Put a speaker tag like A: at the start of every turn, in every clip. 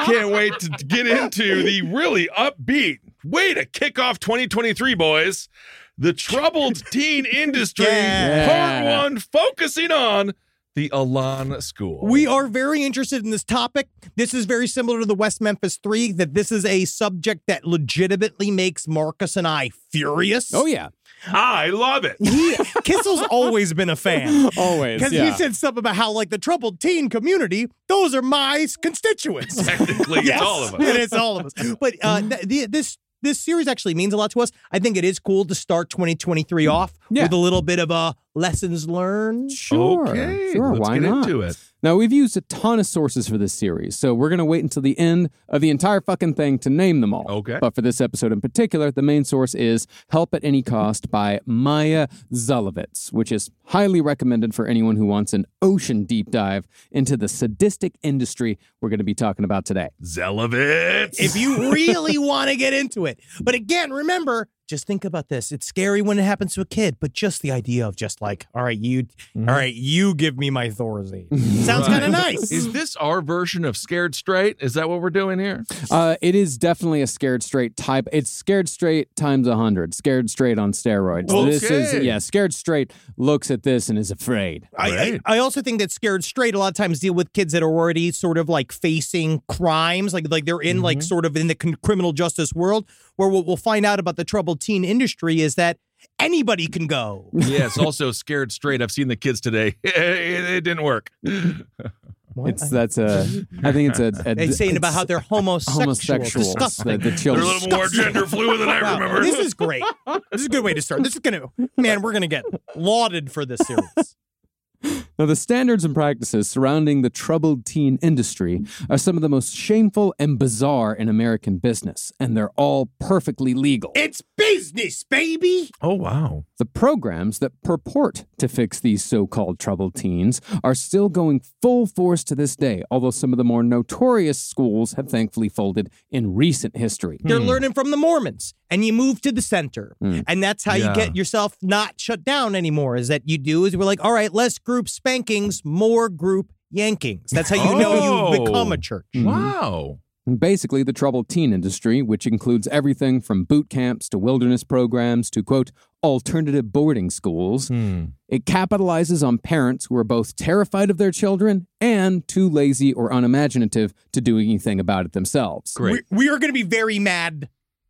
A: Can't wait to get into the really upbeat way to kick off 2023, boys. The troubled teen industry,
B: Yeah.
A: part one, focusing on the Alon School.
B: We are very interested in this topic. This is very similar to the West Memphis Three. That this is a subject that legitimately makes Marcus and I furious.
C: Oh yeah.
A: I love it.
B: He Kissel's always been a fan.
C: Always.
B: Because
C: yeah.
B: you said something about how, like, the troubled teen community, those are my s- constituents.
A: Technically,
B: Yes,
A: it's all of
B: It
A: us. Mm-hmm.
B: is all of us. But uh, th- the, this this series actually means a lot to us. I think it is cool to start
A: Mm-hmm.
B: 2023 off
C: Yeah.
B: with a little bit of uh, lessons learned.
C: Sure.
A: Okay,
C: Sure.
A: let's
C: why
A: get
C: not?
A: into it.
C: Now we've used a ton of sources for this series, so we're gonna wait until the end of the entire fucking thing to name them all.
A: Okay.
C: But for this episode in particular, the main source is "Help at Any Cost" by Maya Zolovitz, which is highly recommended for anyone who wants an ocean deep dive into the sadistic industry we're going to be talking about today.
A: Zelovitz.
B: If you really want to get into it. But again, remember, just think about this. It's scary when it happens to a kid, but just the idea of just like, all right, you,
A: Mm-hmm.
B: all right, you give me my Thorazine. Sounds kind of nice.
A: Is this our version of Scared Straight? Is that what we're doing here?
C: Uh, it is definitely a scared straight type. It's scared straight times a hundred. Scared straight on steroids. So This is
A: Okay.
C: yeah. Scared straight looks at this and is afraid.
B: I,
A: Right.
B: I, I also think that scared straight a lot of times deal with kids that are already sort of like facing crimes, like like they're in
A: Mm-hmm.
B: like sort of in the con- criminal justice world. Where what we'll find out about the troubled teen industry is that anybody can go.
A: Yes, also Scared Straight. I've seen the kids today. It, it didn't work.
C: It's that's a. I think it's a. a
B: They're saying about how they're homosexual.
C: homosexual. The,
B: Disgusting.
C: the
A: They're a
C: children.
A: little more gender fluid than I
B: Wow,
A: remember.
B: This is great. This is a good way to start. This is gonna man, we're gonna get lauded for this series.
C: Now, the standards and practices surrounding the troubled teen industry are some of the most shameful and bizarre in American business, and they're all perfectly legal.
B: It's business, baby.
A: Oh, wow.
C: The programs that purport to fix these so called troubled teens are still going full force to this day, although some of the more notorious schools have thankfully folded in recent history.
B: They're
A: Hmm.
B: learning from the Mormons, and you move to the center, and that's how
A: Yeah.
B: you get yourself not shut down anymore. Is that you do? Is we're like, all right, less group spankings, more group yankings. That's how you know
A: Oh.
B: you've become a church.
A: Wow.
C: Basically, the troubled teen industry, which includes everything from boot camps to wilderness programs to, quote, alternative boarding schools, it capitalizes on parents who are both terrified of their children and too lazy or unimaginative to do anything about it themselves.
A: Great.
B: We, we are going to be very mad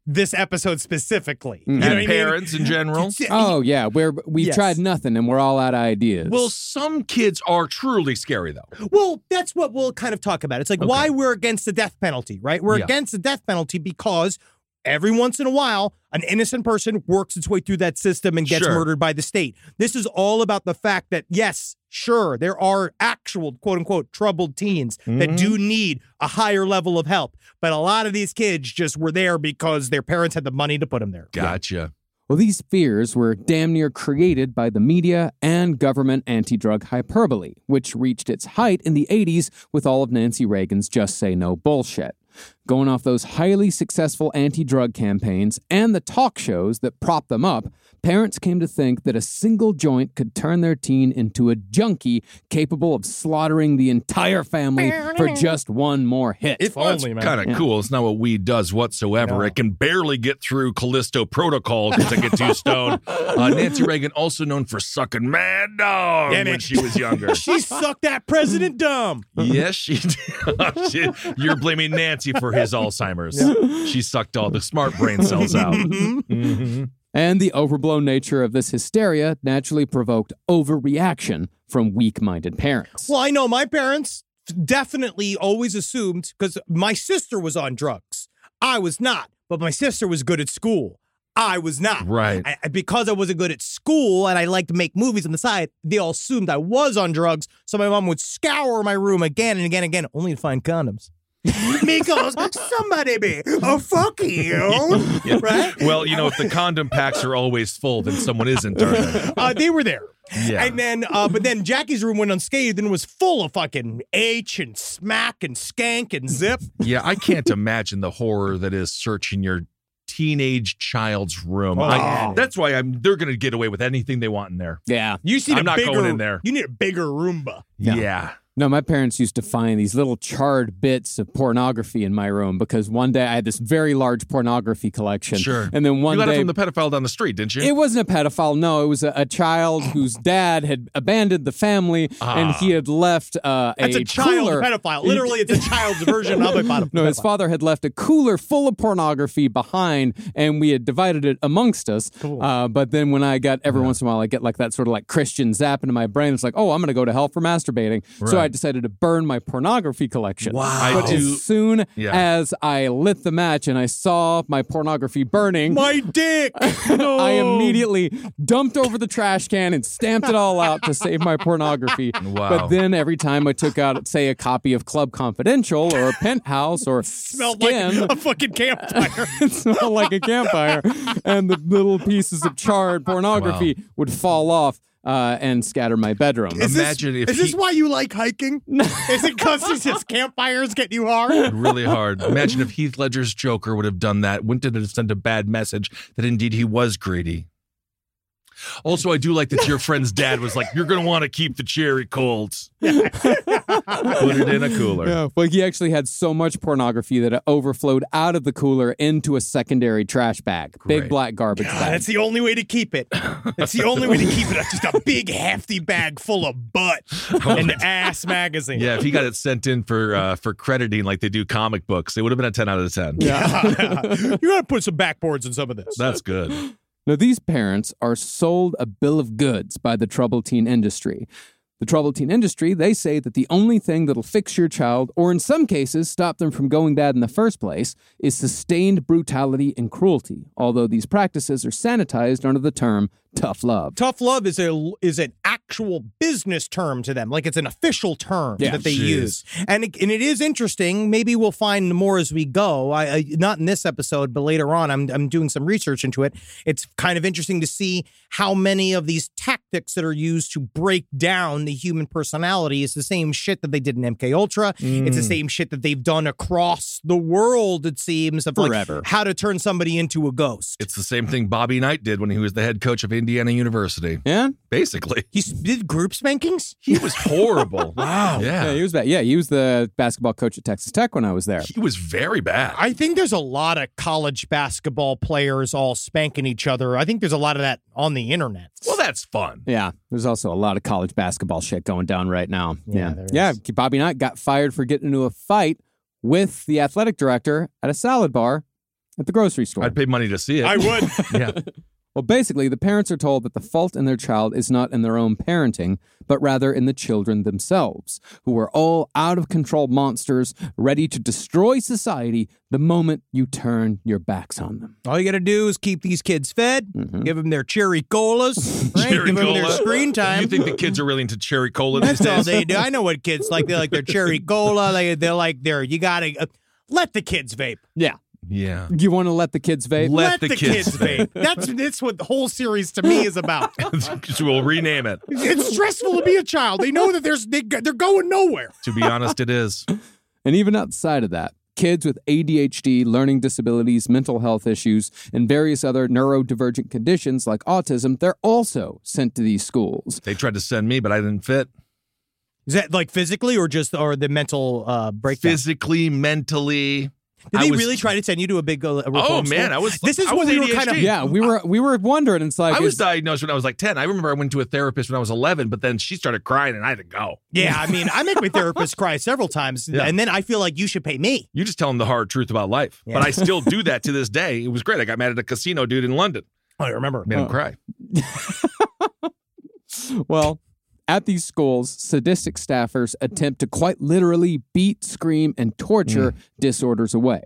B: this episode specifically. You know what I
A: Hmm. and
B: mean?
A: parents in general.
B: It's-
C: Oh, yeah, we're, we've
B: Yes.
C: tried nothing and we're all out of ideas.
A: Well, some kids are truly scary, though.
B: Well, that's what we'll kind of talk about. It's like why we're against the death penalty, right? We're
A: Yeah.
B: against the death penalty because every once in a while, an innocent person works its way through that system and gets
A: Sure.
B: murdered by the state. This is all about the fact that, yes, sure, there are actual quote unquote troubled teens that do
A: Mm-hmm.
B: need a higher level of help. But a lot of these kids just were there because their parents had the money to put them there.
A: Gotcha.
C: Well, these fears were damn near created by the media and government anti drug hyperbole, which reached its height in the 80s with all of Nancy Reagan's Just Say No bullshit. Going off those highly successful anti drug campaigns and the talk shows that propped them up, parents came to think that a single joint could turn their teen into a junkie capable of slaughtering the entire family for just one more hit.
B: If
A: Well,
B: only, man.
A: kind of cool. It's not what weed does whatsoever. It can barely get through Callisto Protocol because I get too stoned. Uh, Nancy Reagan, also known for sucking mad dog
B: Damn
A: when
B: it.
A: she was younger.
B: she sucked that president dumb.
A: yes, she did. Shit, You're blaming Nancy for his Alzheimer's. She sucked all the smart brain cells out. Mm-hmm.
C: And the overblown nature of this hysteria naturally provoked overreaction from weak minded parents.
B: Well, I know my parents definitely always assumed because my sister was on drugs. I was not, but my sister was good at school. I was not.
A: Right.
B: I, I- because I wasn't good at school and I liked to make movies on the side, they all assumed I was on drugs. So my mom would scour my room again and again and again, only to find condoms. because somebody be a fuck you, right?
A: Well, you know, if the condom packs are always full, then someone isn't, are they?
B: uh, they were there.
A: Yeah.
B: And then, uh, but then Jackie's room went unscathed and was full of fucking H and smack and skank and zip.
A: Yeah, I can't imagine the horror that is searching your teenage child's room. I,
B: Oh.
A: that's why I'm. They're going to get away with anything they want in there.
C: yeah.
B: You just need
A: I'm
B: a
A: not
B: bigger,
A: going in there.
B: You need a bigger Roomba.
A: Yeah.
C: No, my parents used to find these little charred bits of pornography in my room because one day I had this very large pornography collection.
A: Sure.
C: And then one
A: you got
C: day.
A: it from the pedophile down the street, didn't you?
C: it wasn't a pedophile. No, it was a, a child whose dad had abandoned the family and he had left uh,
B: That's a, child
C: cooler.
B: pedophile. Literally, it's a child's version of a pedophile.
C: No, his father had left a cooler full of pornography behind, and we had divided it amongst us. Uh, but then when I got every once in a while, I get like that sort of like Christian zap into my brain. It's like, oh, I'm going to go to hell for masturbating. So I decided to burn my pornography collection.
A: Wow.
C: But
A: I do-
C: as soon
A: Yeah.
C: as I lit the match and I saw my pornography burning.
B: My dick. No.
C: I immediately dumped over the trash can and stamped it all out to save my pornography.
A: Wow.
C: But then every time I took out, say, a copy of Club Confidential or a Penthouse or
B: smelled
C: Skin,
B: like a fucking campfire.
C: it smelled like a campfire, and the little pieces of charred pornography would fall off uh, and scatter my bedroom.
B: Is
A: Imagine
B: this,
A: if
B: is this
A: he-
B: why you like hiking? is it because his campfires get you hard?
A: really hard. Imagine if Heath Ledger's Joker would have done that. Wouldn't it have sent a bad message that indeed he was greedy? Also, I do like that your friend's dad was like, "You're going to want to keep the cherry cold. Put it in a cooler."
C: Yeah, but he actually had so much pornography that it overflowed out of the cooler into a secondary trash bag,
A: Great.
C: big black garbage
B: God,
C: bag.
B: Ah, that's the only way to keep it. That's the only way to keep it. Just a big hefty bag full of butt and ass magazine.
A: Yeah, if he got it sent in for uh, for crediting like they do comic books, it would have been a ten out of ten.
B: you gotta put some backboards in some of this.
A: That's good.
C: Now, these parents are sold a bill of goods by the troubled teen industry. The troubled teen industry, they say that the only thing that'll fix your child, or in some cases stop them from going bad in the first place, is sustained brutality and cruelty, although these practices are sanitized under the term tough love.
B: Tough love is a is an actual business term to them, like it's an official term
C: Yeah.
B: that they
A: Jeez.
B: use, and it, and it is interesting. Maybe we'll find more as we go. I, I not in this episode, but later on, I'm I'm doing some research into it. It's kind of interesting to see how many of these tactics that are used to break down the human personality is the same shit that they did in MK Ultra. It's the
C: Mm.
B: same shit that they've done across the world. It seems of
C: Forever.
B: like how to turn somebody into a ghost.
A: It's the same thing Bobby Knight did when he was the head coach of Indiana University.
C: Yeah?
A: Basically,
B: he s- did group spankings.
A: he was horrible. wow.
C: Yeah,
A: Yeah.
C: he was bad. Yeah, he was the basketball coach at Texas Tech when I was there.
A: He was very bad.
B: I think there's a lot of college basketball players all spanking each other. I think there's a lot of that on the internet.
A: well, that's fun.
C: Yeah, there's also a lot of college basketball shit going down right now.
B: Yeah,
C: Yeah,
B: there
C: yeah.
B: is.
C: Bobby Knight got fired for getting into a fight with the athletic director at a salad bar at the grocery store.
A: I'd pay money to see it.
B: would.
A: yeah.
C: Well, basically, the parents are told that the fault in their child is not in their own parenting, but rather in the children themselves, who are all out of control monsters ready to destroy society the moment you turn your backs on them.
B: all you got to do is keep these kids fed, give them their cherry colas, right?
A: Mm-hmm. Cherry
B: give them their
A: cola.
B: screen time.
A: You think the kids are really into cherry cola these
B: That's all
A: days?
B: they do. I know what kids like. They like their cherry cola. They, they're like their, you got to uh, let the kids vape.
C: Yeah.
A: Yeah.
C: You want to let the kids vape?
A: Let the kids
B: vape. That's, that's what the whole series to me is about.
A: so we'll rename it.
B: it's stressful to be a child. They know that there's they, they're going nowhere.
A: To be honest, it is.
C: And even outside of that, kids with ADHD, learning disabilities, mental health issues, and various other neurodivergent conditions like autism, they're also sent to these schools.
A: They tried to send me, but I didn't fit.
B: Is that like physically or just or the mental uh, breakdown?
A: Physically, mentally.
B: Did
A: I
B: they
A: was-
B: really try to send you to a big? Uh, reform
A: Oh,
B: school?
A: man, I was-
B: This is
A: I
B: what
A: was
B: we were kind of.
A: ADHD.
C: Yeah, we were we were wondering. It's like
A: I was
C: is-
A: diagnosed when I was like 10. I remember I went to a therapist when I was 11, but then she started crying and I had to go.
B: Yeah, I mean, I make my therapist cry several times,
A: Yeah.
B: and then I feel like you should pay me.
A: You just tell them the hard truth about life.
B: Yeah.
A: But I still do that to this day. It was great. I got mad at a casino dude in London.
B: Oh, I remember.
A: Made him cry.
C: Well, at these schools, sadistic staffers attempt to quite literally beat, scream, and torture disorders away.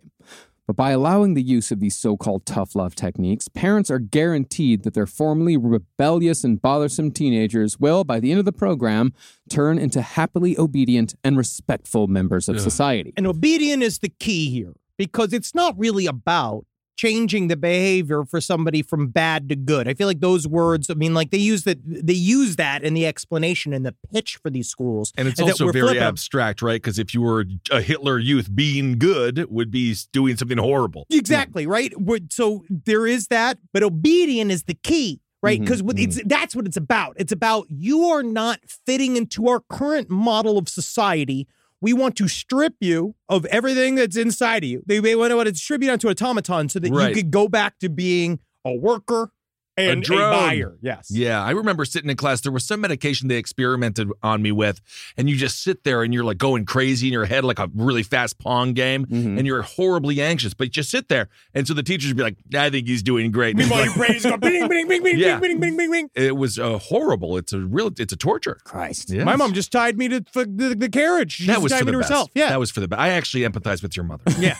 C: But by allowing the use of these so called tough love techniques, parents are guaranteed that their formerly rebellious and bothersome teenagers will, by the end of the program, turn into happily obedient and respectful members of society.
B: And obedient is the key here because it's not really about changing the behavior for somebody from bad to good. I feel like those words, I mean, like they use that they use that in the explanation and the pitch for these schools.
A: And it's
B: that
A: also
B: we're
A: very
B: flipping.
A: abstract, right? Because if you were a Hitler youth, being good would be doing something horrible.
B: Exactly, right? We're, so there is that, but obedient is the key, right?
A: Mm-hmm,
B: Because it's that's what it's about. It's about you are not fitting into our current model of society. We want to strip you of everything that's inside of you. They, they want to strip you down to automaton so that
A: Right.
B: you could go back to being a worker and a,
A: drone.
B: buyer. Yes.
A: Yeah, I remember sitting in class. There was some medication they experimented on me with, and you just sit there and you're like going crazy in your head, like a really fast pong game, and you're horribly anxious. But you just sit there, and so the teachers would be like, "I think he's doing great." And it's
B: Meanwhile,
A: like-
B: your brain is going bing, bing, bing, bing,
A: Yeah.
B: bing, bing, bing, bing, bing.
A: it was uh, horrible. It's a real, it's a torture.
C: Christ.
A: Yes.
B: My mom just tied me to the, the, the carriage. She
A: that
B: just
A: was
B: tied
A: for
B: me
A: the
B: to
A: best.
B: herself. Yeah.
A: that was for the best. I actually empathize with your mother.
B: yeah.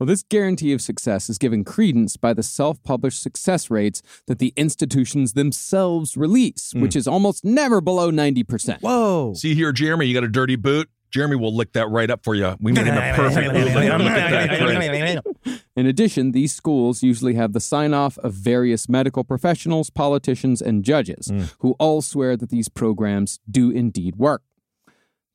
C: Well, this guarantee of success is given credence by the self published success rates that the institutions themselves release, which is almost never below 90%.
B: Whoa.
A: See here, Jeremy, you got a dirty boot. Jeremy will lick that right up for you. We made him a perfect boot. Look at that print.
C: In addition, these schools usually have the sign off of various medical professionals, politicians, and judges who all swear that these programs do indeed work.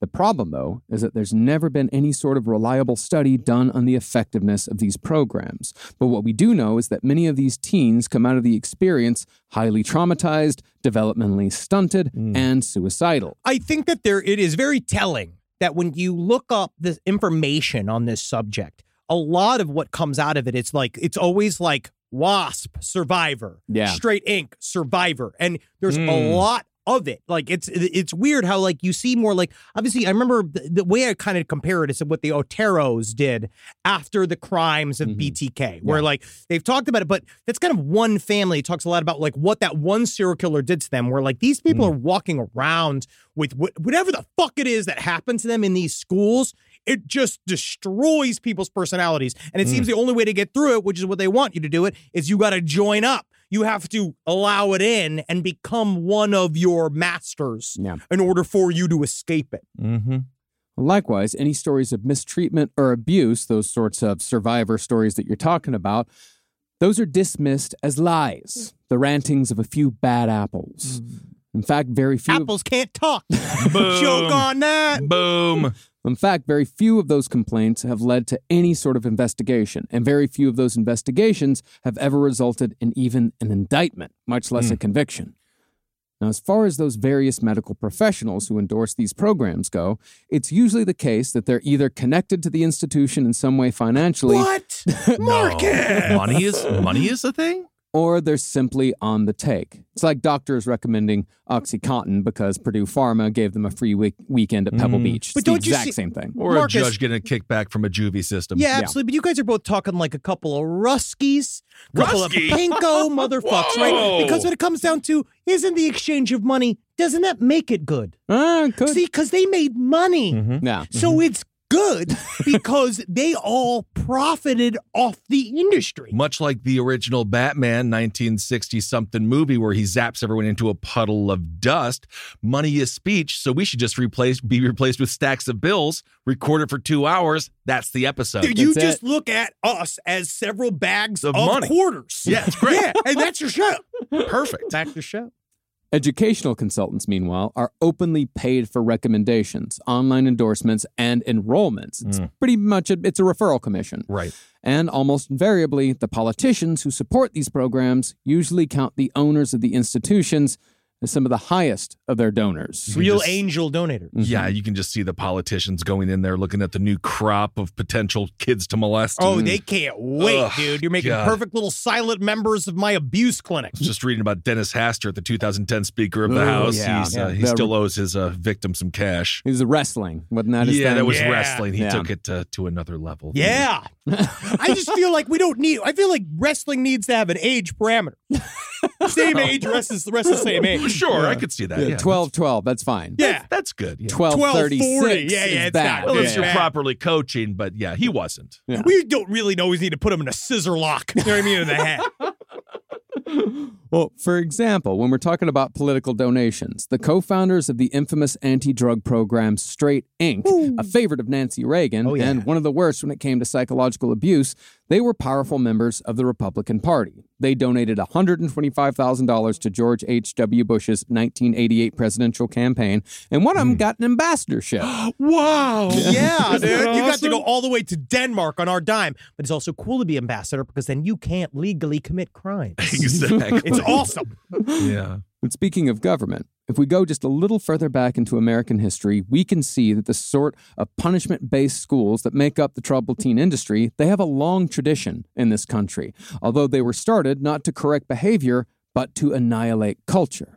C: The problem, though, is that there's never been any sort of reliable study done on the effectiveness of these programs. But what we do know is that many of these teens come out of the experience highly traumatized, developmentally stunted, and suicidal.
B: I think that there it is very telling that when you look up the information on this subject, a lot of what comes out of it, it's like it's always like wasp survivor,
C: Yeah.
B: straight ink survivor, and there's
A: Mm.
B: a lot of it. Like it's it's weird how like you see more like obviously I remember the, the way I kind of compare it is what the Oteros did after the crimes of
C: Mhm.
B: BTK, where like they've talked about it, but that's kind of one family It talks a lot about like what that one serial killer did to them, where like these people are walking around with wh- whatever the fuck it is that happened to them in these schools. It just destroys people's personalities. And it seems the only way to get through it, which is what they want you to do it, is you got to join up. You have to allow it in and become one of your masters
C: Yeah.
B: in order for you to escape it.
A: Mm-hmm.
C: Likewise, any stories of mistreatment or abuse, those sorts of survivor stories that you're talking about, those are dismissed as lies, the rantings of a few bad apples. In fact, very few.
B: Apples can't talk. Joke on that.
A: Boom.
C: In fact, very few of those complaints have led to any sort of investigation, and very few of those investigations have ever resulted in even an indictment, much less
B: Hmm.
C: a conviction. Now, as far as those various medical professionals who endorse these programs go, it's usually the case that they're either connected to the institution in some way financially,
B: What? Marcus!
A: No. Money is money is a thing.
C: or they're simply on the take. It's like doctors recommending OxyContin because Purdue Pharma gave them a free week- weekend at Pebble Beach. It's
B: Hmm. But
C: the
B: don't you
C: exact
B: see-
C: same thing.
A: Or
B: Marcus-
A: a judge getting a kickback from a juvie system.
B: Yeah, absolutely. But you guys are both talking like a couple of Ruskies, couple
A: Ruskies?
B: of pinko motherfucks,
A: Whoa!
B: right? Because when it comes down to, isn't the exchange of money, doesn't that make it good?
C: Ah, could.
B: See, because they made money.
C: yeah.
B: So it's good because they all profited off the industry.
A: Much like the original Batman 1960 something movie where he zaps everyone into a puddle of dust, money is speech, so we should just replace be replaced with stacks of bills, record it for two hours. That's the episode.
B: Dude, you
C: That's
B: just
C: it.
B: look at us as several bags of,
A: Of money.
B: quarters.
A: Yeah, it's great.
B: Yeah, and that's your show.
A: Perfect.
B: That's your show.
C: Educational consultants, meanwhile, are openly paid for recommendations, online endorsements, and enrollments. It's pretty much a, it's a referral commission.
A: Right.
C: And almost invariably, the politicians who support these programs usually count the owners of the institutions as some of the highest of their donors.
B: Real
A: just-
B: angel donator.
A: Yeah, you can just see the politicians going in there looking at the new crop of potential kids to molest.
B: Oh, they can't wait,
A: Ugh,
B: dude. You're making
A: God.
B: perfect little silent members of my abuse clinic.
A: I was just reading about Dennis Hastert, the 2010 Speaker of the
C: Oh,
A: House.
C: yeah.
A: He's, uh,
C: Yeah.
A: he
C: The-
A: still owes his uh, victim some cash.
C: It was wrestling, wasn't that his
A: yeah,
C: thing?
A: that was
B: Yeah.
A: wrestling. He
C: Yeah.
A: took it uh, to another level.
B: Yeah. I just feel like we don't need, I feel like wrestling needs to have an age parameter. Same age, rest is, the rest is the same
A: Well,
B: age.
A: Sure, I could see that.
C: Yeah,
A: Yeah,
C: 12 12, that's fine.
B: Yeah.
A: That's good. Yeah.
C: 12
B: 12:40. Yeah, yeah,
C: is
B: it's not
C: bad.
A: Well,
B: Yeah.
A: if you're
B: Yeah.
A: properly coaching, but yeah, he wasn't.
C: Yeah.
B: We don't really always need to put them in a scissor lock. You know what I mean? In the hat.
C: Well, for example, when we're talking about political donations, the co founders of the infamous anti drug program Straight Inc., a favorite of Nancy Reagan
B: Oh, yeah.
C: and one of the worst when it came to psychological abuse, they were powerful members of the Republican Party. They donated $125,000 to George H.W. Bush's 1988 presidential campaign, and one of
B: Hmm.
C: them got an ambassadorship.
A: Wow.
B: Yeah, dude. You got to go all the way to Denmark on our dime. But it's also cool to be ambassador because then you can't legally commit crimes.
A: Exactly.
B: It's awesome.
A: Yeah.
C: But speaking of government, if we go just a little further back into American history, we can see that the sort of punishment-based schools that make up the troubled teen industry, they have a long tradition in this country, although they were started not to correct behavior but to annihilate culture.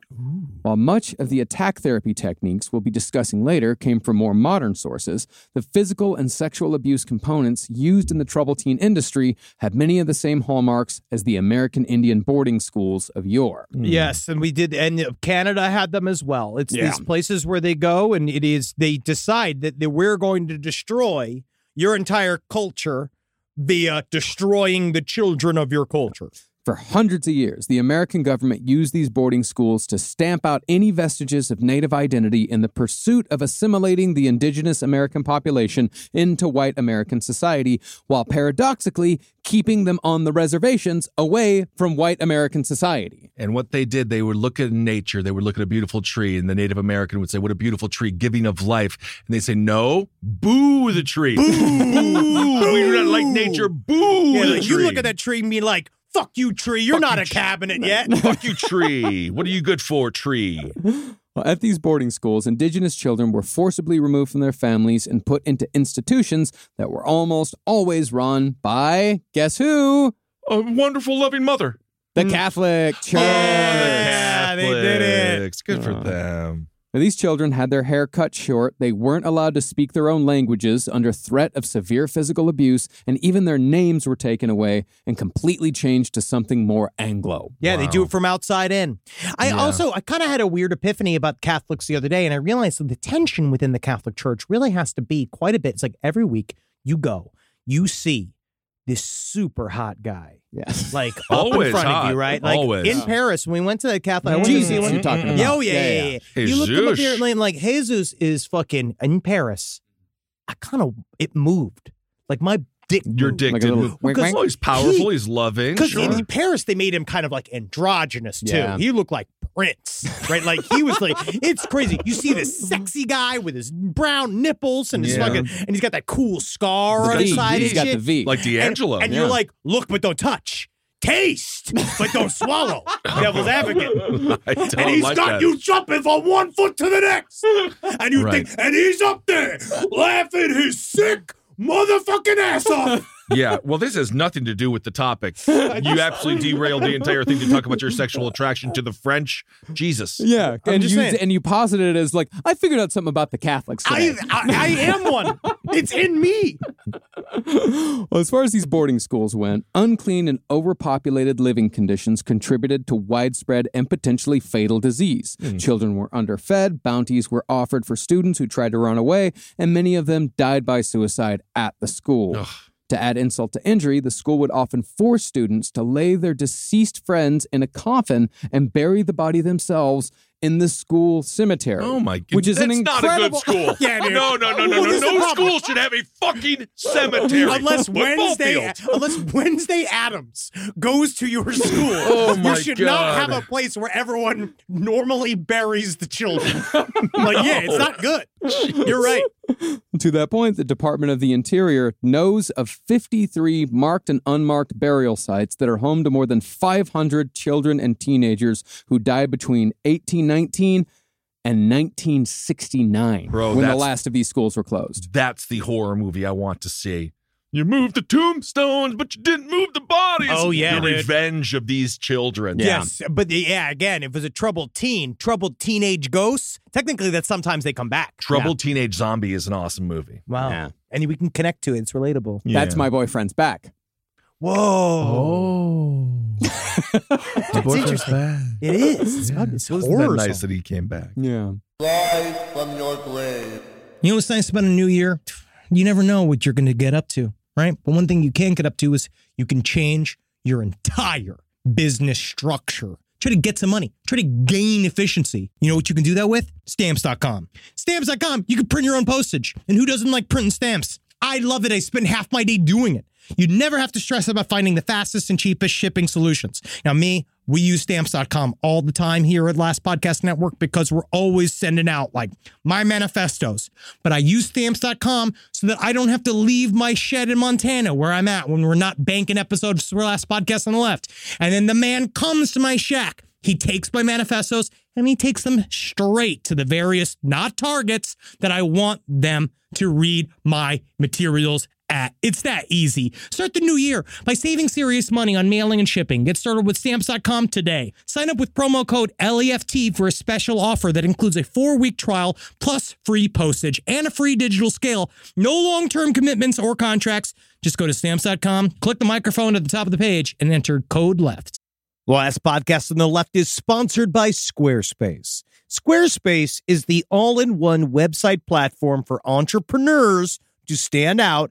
C: While much of the attack therapy techniques we'll be discussing later came from more modern sources, the physical and sexual abuse components used in the troubled teen industry had many of the same hallmarks as the American Indian boarding schools of yore.
B: Yes, and we did, and Canada had them as well. It's
C: Yeah.
B: these places where they go, and it is they decide that they, we're going to destroy your entire culture via destroying the children of your culture.
C: For hundreds of years, the American government used these boarding schools to stamp out any vestiges of Native identity in the pursuit of assimilating the indigenous American population into white American society, while paradoxically keeping them on the reservations away from white American society.
A: And what they did, they would look at nature, they would look at a beautiful tree, and the Native American would say, What a beautiful tree, giving of life. And they say, No, boo the tree. Boo! We do not like nature. Boo!
B: Yeah,
A: the
B: like, you look
A: tree.
B: at that tree and be like, "Fuck you, tree! You're not a cabinet yet."
A: Fuck you, tree. What are you good for, tree?
C: Well, at these boarding schools, indigenous children were forcibly removed from their families and put into institutions that were almost always run by, guess who?
A: A wonderful, loving mother.
C: The Catholic Church.
B: Yeah, they did it.
A: Netflix. Good for
C: Uh,
A: them.
C: Now, these children had their hair cut short, they weren't allowed to speak their own languages under threat of severe physical abuse, and even their names were taken away and completely changed to something more Anglo.
B: Yeah, they do it from outside in. I
A: Yeah.
B: also I kind of had a weird epiphany about Catholics the other day, and I realized that the tension within the Catholic Church really has to be quite a bit. It's like every week you go, you see this super hot guy,
C: Yes.
B: like up in
A: Always
B: front of
A: hot.
B: you, right? Like
A: Always.
B: in
A: Yeah.
B: Paris when we went to the Catholic. I went to
C: Jesus
B: see one-
C: you're talking about.
B: Oh yeah, yeah, yeah. yeah. You look him up here
A: Jesus.
B: and like Jesus is fucking in Paris. I kind of it moved like my dick.
A: Your
B: moved.
A: dick
C: Like a
A: didn't
C: little
A: move.
C: wink,
A: Well,
B: wink.
A: he's powerful.
B: He-
A: he's loving.
B: Because
A: sure.
B: in Paris, they made him kind of like androgynous too.
C: Yeah.
B: He looked like Prince, right? Like he was like, it's crazy. You see this sexy guy with his brown nipples and his
A: Yeah.
B: fucking, and he's got that cool scar
C: He's
B: on
C: got
B: his
C: the
B: side.
C: V.
B: and
C: He's got
B: shit.
C: the V.
A: like D'Angelo.
B: And, and you're like, look, but don't touch. Taste, but don't swallow. Devil's advocate.
A: I don't
B: And he's
A: like
B: got
A: that.
B: you jumping from one foot to the next. And you
A: Right.
B: think, and he's up there laughing his sick motherfucking ass off.
A: Yeah. Well, this has nothing to do with the topic. You absolutely derailed the entire thing to talk about your sexual attraction to the French. Jesus.
C: Yeah, and
B: just
C: you
B: saying.
C: and you posited it as like I figured out something about the Catholics.
B: I,
C: Today.
B: I, I am one. It's in me.
C: well, as far as these boarding schools went, unclean and overpopulated living conditions contributed to widespread and potentially fatal disease.
A: Hmm.
C: Children were underfed, bounties were offered for students who tried to run away, and many of them died by suicide at the school. To add insult to injury, the school would often force students to lay their deceased friends in a coffin and bury the body themselves in the school cemetery.
A: Oh my god.
C: Which is
A: That's
C: an
A: not a
C: incredible
A: good school.
B: Yeah, dude.
A: No, no, no, no,
B: Well,
A: no.
B: this is the
A: No
B: problem.
A: school should have a fucking cemetery.
B: unless
A: Football
B: Wednesday,
A: fields.
B: unless Wednesday Adams goes to your school,
A: my
B: you should
A: God.
B: not have a place where everyone normally buries the children. like, yeah, it's not good. You're right.
C: To that point, the Department of the Interior knows of 53 marked and unmarked burial sites that are home to more than 500 children and teenagers who died between 1819 and 1969
A: Bro,
C: when the
A: that's-
C: last of these schools were closed.
A: That's the horror movie I want to see. You moved the tombstones, but you didn't move the bodies.
B: Oh, yeah,
A: the
B: dude.
A: revenge of these children.
B: Yes, but the, yeah, again, if it was a troubled teen, troubled teenage ghosts, technically that's sometimes they come back.
A: Troubled Teenage Zombie is an awesome movie.
B: Yeah. Wow.
C: Yeah.
B: And we can connect to it. It's relatable.
C: That's my boyfriend's back.
B: Whoa.
A: Oh,
B: That's interesting. It is. It's, about, it's horror.
A: nice that he came back?
C: Yeah.
B: You know what's nice about a new year? You never know what you're going to get up to, right? But one thing you can get up to is you can change your entire business structure. Try to get some money. Try to gain efficiency. You know what you can do that with? Stamps.com. Stamps.com, you can print your own postage. And who doesn't like printing stamps? I love it. I spend half my day doing it. You never have to stress about finding the fastest and cheapest shipping solutions. Now, me, we use stamps.com all the time here at Last Podcast Network because we're always sending out like my manifestos. But I use stamps.com so that I don't have to leave my shed in Montana where I'm at when we're not banking episodes for Last Podcast on the left. And then the man comes to my shack. He takes my manifestos and he takes them straight to the various not targets that I want them to read my materials at. It's that easy. Start the new year by saving serious money on mailing and shipping. Get started with stamps.com today. Sign up with promo code LEFT for a special offer that includes a four week trial plus free postage and a free digital scale. No long term commitments or contracts. Just go to stamps.com, click the microphone at the top of the page, and enter code E LEFT. Last Podcast on the Left is sponsored by Squarespace. Squarespace is the all in one website platform for entrepreneurs to stand out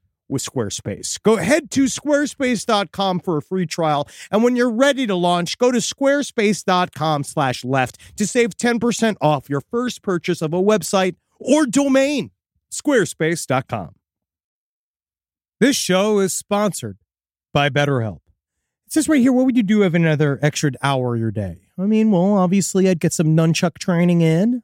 B: with Squarespace. Go head to squarespace.com for a free trial. And when you're ready to launch, go to squarespace.com slash left to save 10% off your first purchase of a website or domain. Squarespace.com. This show is sponsored by BetterHelp. It says right here, what would you do if another extra hour of your day? I mean, well, obviously I'd get some nunchuck training in.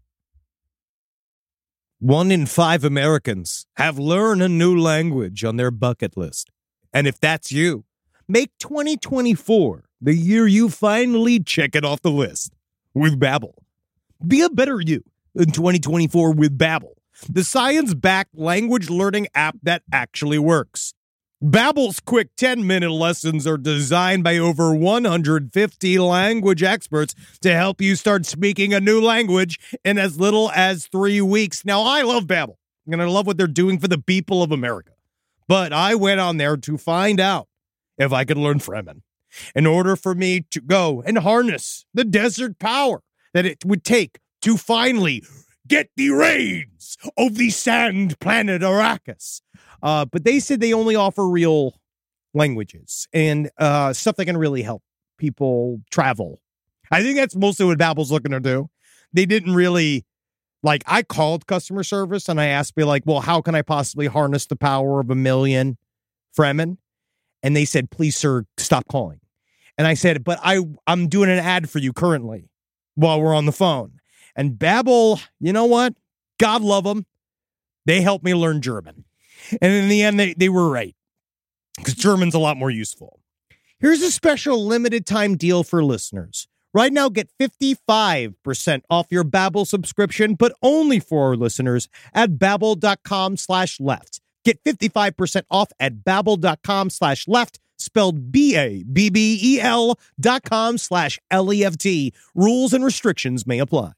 B: One in five Americans have learned a new language on their bucket list. And if that's you, make 2024 the year you finally check it off the list with Babbel. Be a better you in 2024 with Babbel, the science-backed language learning app that actually works. Babbel's quick 10-minute lessons are designed by over 150 language experts to help you start speaking a new language in as little as 3 weeks. Now, I love Babbel, and I love what they're doing for the people of America. But I went on there to find out if I could learn Fremen in order for me to go and harness the desert power that it would take to finally get the reins of the sand planet Arrakis. Uh, but they said they only offer real languages and uh, stuff that can really help people travel. I think that's mostly what Babbel's looking to do. They didn't really like I called customer service and I asked me like, well, how can I possibly harness the power of a million Fremen? and they said, "Please, sir, stop calling." And I said, "But I I'm doing an ad for you currently while we're on the phone." And Babbel, you know what? God love them. They helped me learn German, and in the end, they they were right because German's a lot more useful. Here's a special limited time deal for listeners. Right now, get 55% off your Babbel subscription, but only for our listeners at babbel.com slash left. Get 55% off at babbel.com slash left, spelled B-A-B-B-E-L E dot com slash L-E-F-T. Rules and restrictions may apply.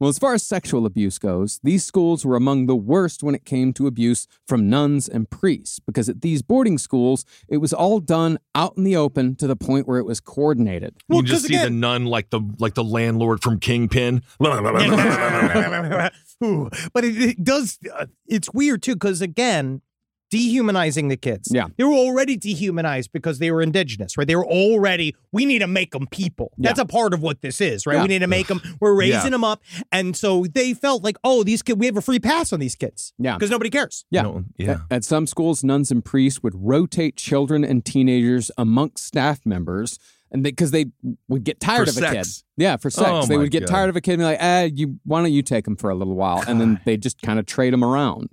C: Well, as far as sexual abuse goes, these schools were among the worst when it came to abuse from nuns and priests, because at these boarding schools, it was all done out in the open to the point where it was coordinated.
B: Well,
A: you just
B: 'cause
A: see the
B: again-
A: nun like the like the landlord from Kingpin.
B: Ooh, but it, it does, uh, it's weird too, because again, dehumanizing the kids.
C: Yeah.
B: They were already dehumanized because they were indigenous, right? They were already, we need to make them people. That's a part of what this is, right?
C: Yeah.
B: We need to make them, we're raising
A: Yeah.
B: them up. And so they felt like, oh, these kids, we have a free pass on these kids.
C: Yeah.
B: Because nobody cares.
C: Yeah.
A: No, yeah.
C: At, at some schools, nuns and priests would rotate children and teenagers amongst staff members, and because they, would get tired
A: For
C: of
A: sex.
C: a kid. Yeah, for sex,
A: Oh,
C: they
A: my
C: would get
A: God.
C: tired of a kid and be like, "Ah, you why don't you take him for a little while?" And then they just kind of trade him around.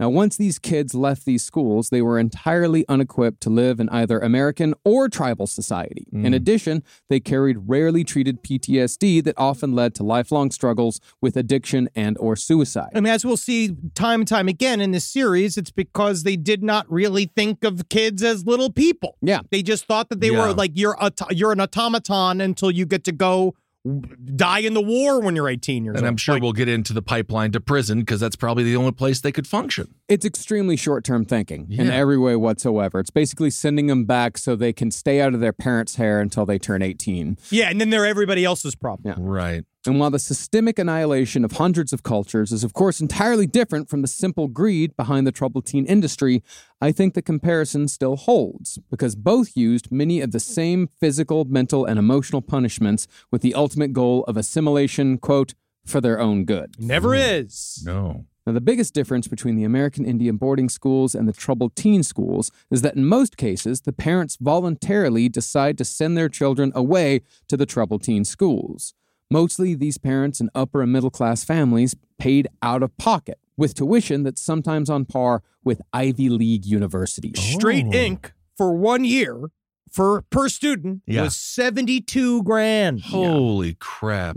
C: Now, once these kids left these schools, they were entirely unequipped to live in either American or tribal society.
A: Mm.
C: In addition, they carried rarely treated PTSD that often led to lifelong struggles with addiction and or suicide.
B: I mean, as we'll see time and time again in this series, it's because they did not really think of kids as little people.
C: Yeah.
B: They just thought that they
A: Yeah.
B: were like you're auto- you're an automaton until you get to go w- die in the war when you're 18 years
A: And
B: old.
A: I'm sure we'll get into the pipeline to prison because that's probably the only place they could function.
C: It's extremely short term thinking in
A: Yeah.
C: every way whatsoever. It's basically sending them back so they can stay out of their parents' hair until they turn 18.
B: yeah, and then they're everybody else's problem.
A: Right.
C: And while the systemic annihilation of hundreds of cultures is, of course, entirely different from the simple greed behind the troubled teen industry, I think the comparison still holds because both used many of the same physical, mental, and emotional punishments with the ultimate goal of assimilation, quote, for their own good.
B: Never is.
A: Hmm. No.
C: Now, the biggest difference between the American Indian boarding schools and the troubled teen schools is that in most cases, the parents voluntarily decide to send their children away to the troubled teen schools. Mostly, these parents in upper and middle class families paid out of pocket with tuition that's sometimes on par with Ivy League universities.
B: Straight
A: Oh.
B: ink for one year for per student
A: Yeah.
B: was 72 grand.
A: Holy crap.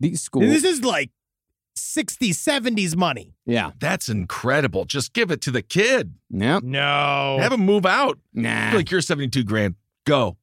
C: These schools.
B: And this is like 60s, 70s money.
C: yeah.
A: That's incredible. Just give it to the kid.
C: Yeah.
B: No.
A: Have him move out.
C: Nah.
B: Ah.
A: Be Like you're 72 grand. Go.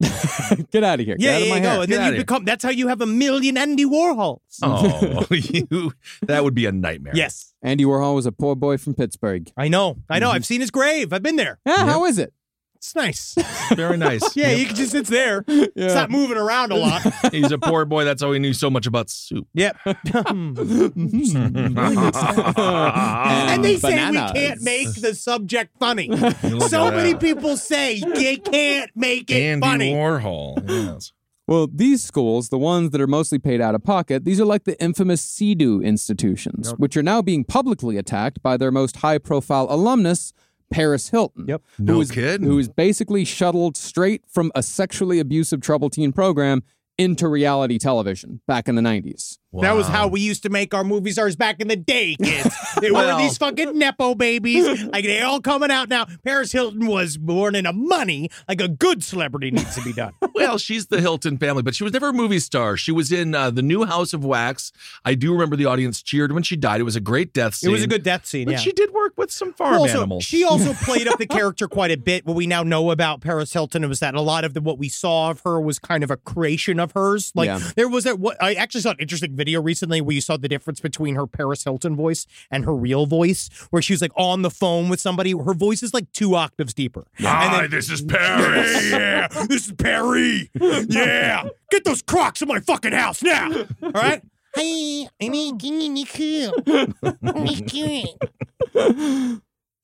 C: Get out of here.
B: yeah, yeah,
C: Get out of my
B: yeah,
C: hair.
B: go. And
A: Get
B: then
A: outta
B: you
A: here.
B: become that's how you have a million Andy Warhols.
A: Oh, you, that would be a nightmare.
B: Yes.
C: Andy Warhol was a poor boy from Pittsburgh.
B: I know. I
A: Mm-hmm.
B: know. I've seen his grave. I've been there.
C: Yeah, How is it?
B: It's nice.
A: Very nice.
B: Yeah, you can just it's there. It's not moving around a lot.
A: He's a poor boy. That's how he knew so much about soup.
B: yep. Mm-hmm. and they say we
C: Um, Bananas.
B: can't make the subject funny.
A: look
B: so
A: at
B: many
A: that.
B: people say they can't make it
A: Andy
B: funny.
A: Warhol. Yes.
C: Well, these schools, the ones that are mostly paid out of pocket, these are like the infamous CDU institutions, which are now being publicly attacked by their most high profile alumnus, Paris Hilton.
B: Yep.
A: No
C: who is,
A: kidding.
C: Who is basically shuttled straight from a sexually abusive troubled teen program into reality television back in the 90s.
B: That was
A: Wow.
B: how we used to make our movie stars back in the day, kids. They
A: Well.
B: were these fucking Nepo babies. Like they all coming out now. Paris Hilton was born into money, like a good celebrity needs to be done.
A: Well, she's the Hilton family, but she was never a movie star. She was in uh, the new House of Wax. I do remember the audience cheered when she died. It was a great death
B: it
A: scene.
B: was a good death scene.
A: But
B: yeah.
A: she did work with some farm
B: Well, also,
A: animals.
B: She also played up the character quite a bit. What we now know about Paris Hilton was that a lot of the, what we saw of her was kind of a creation of hers. Like
C: Yeah.
B: there was a what I actually saw an interesting video recently where you saw the difference between her Paris Hilton voice and her real voice, where she was like on the phone with somebody. Her voice is like two octaves deeper.
A: Hi, this is Paris.
B: Yeah, this is Perry. Yeah, get those Crocs in my fucking house now. All right. Hi, I'm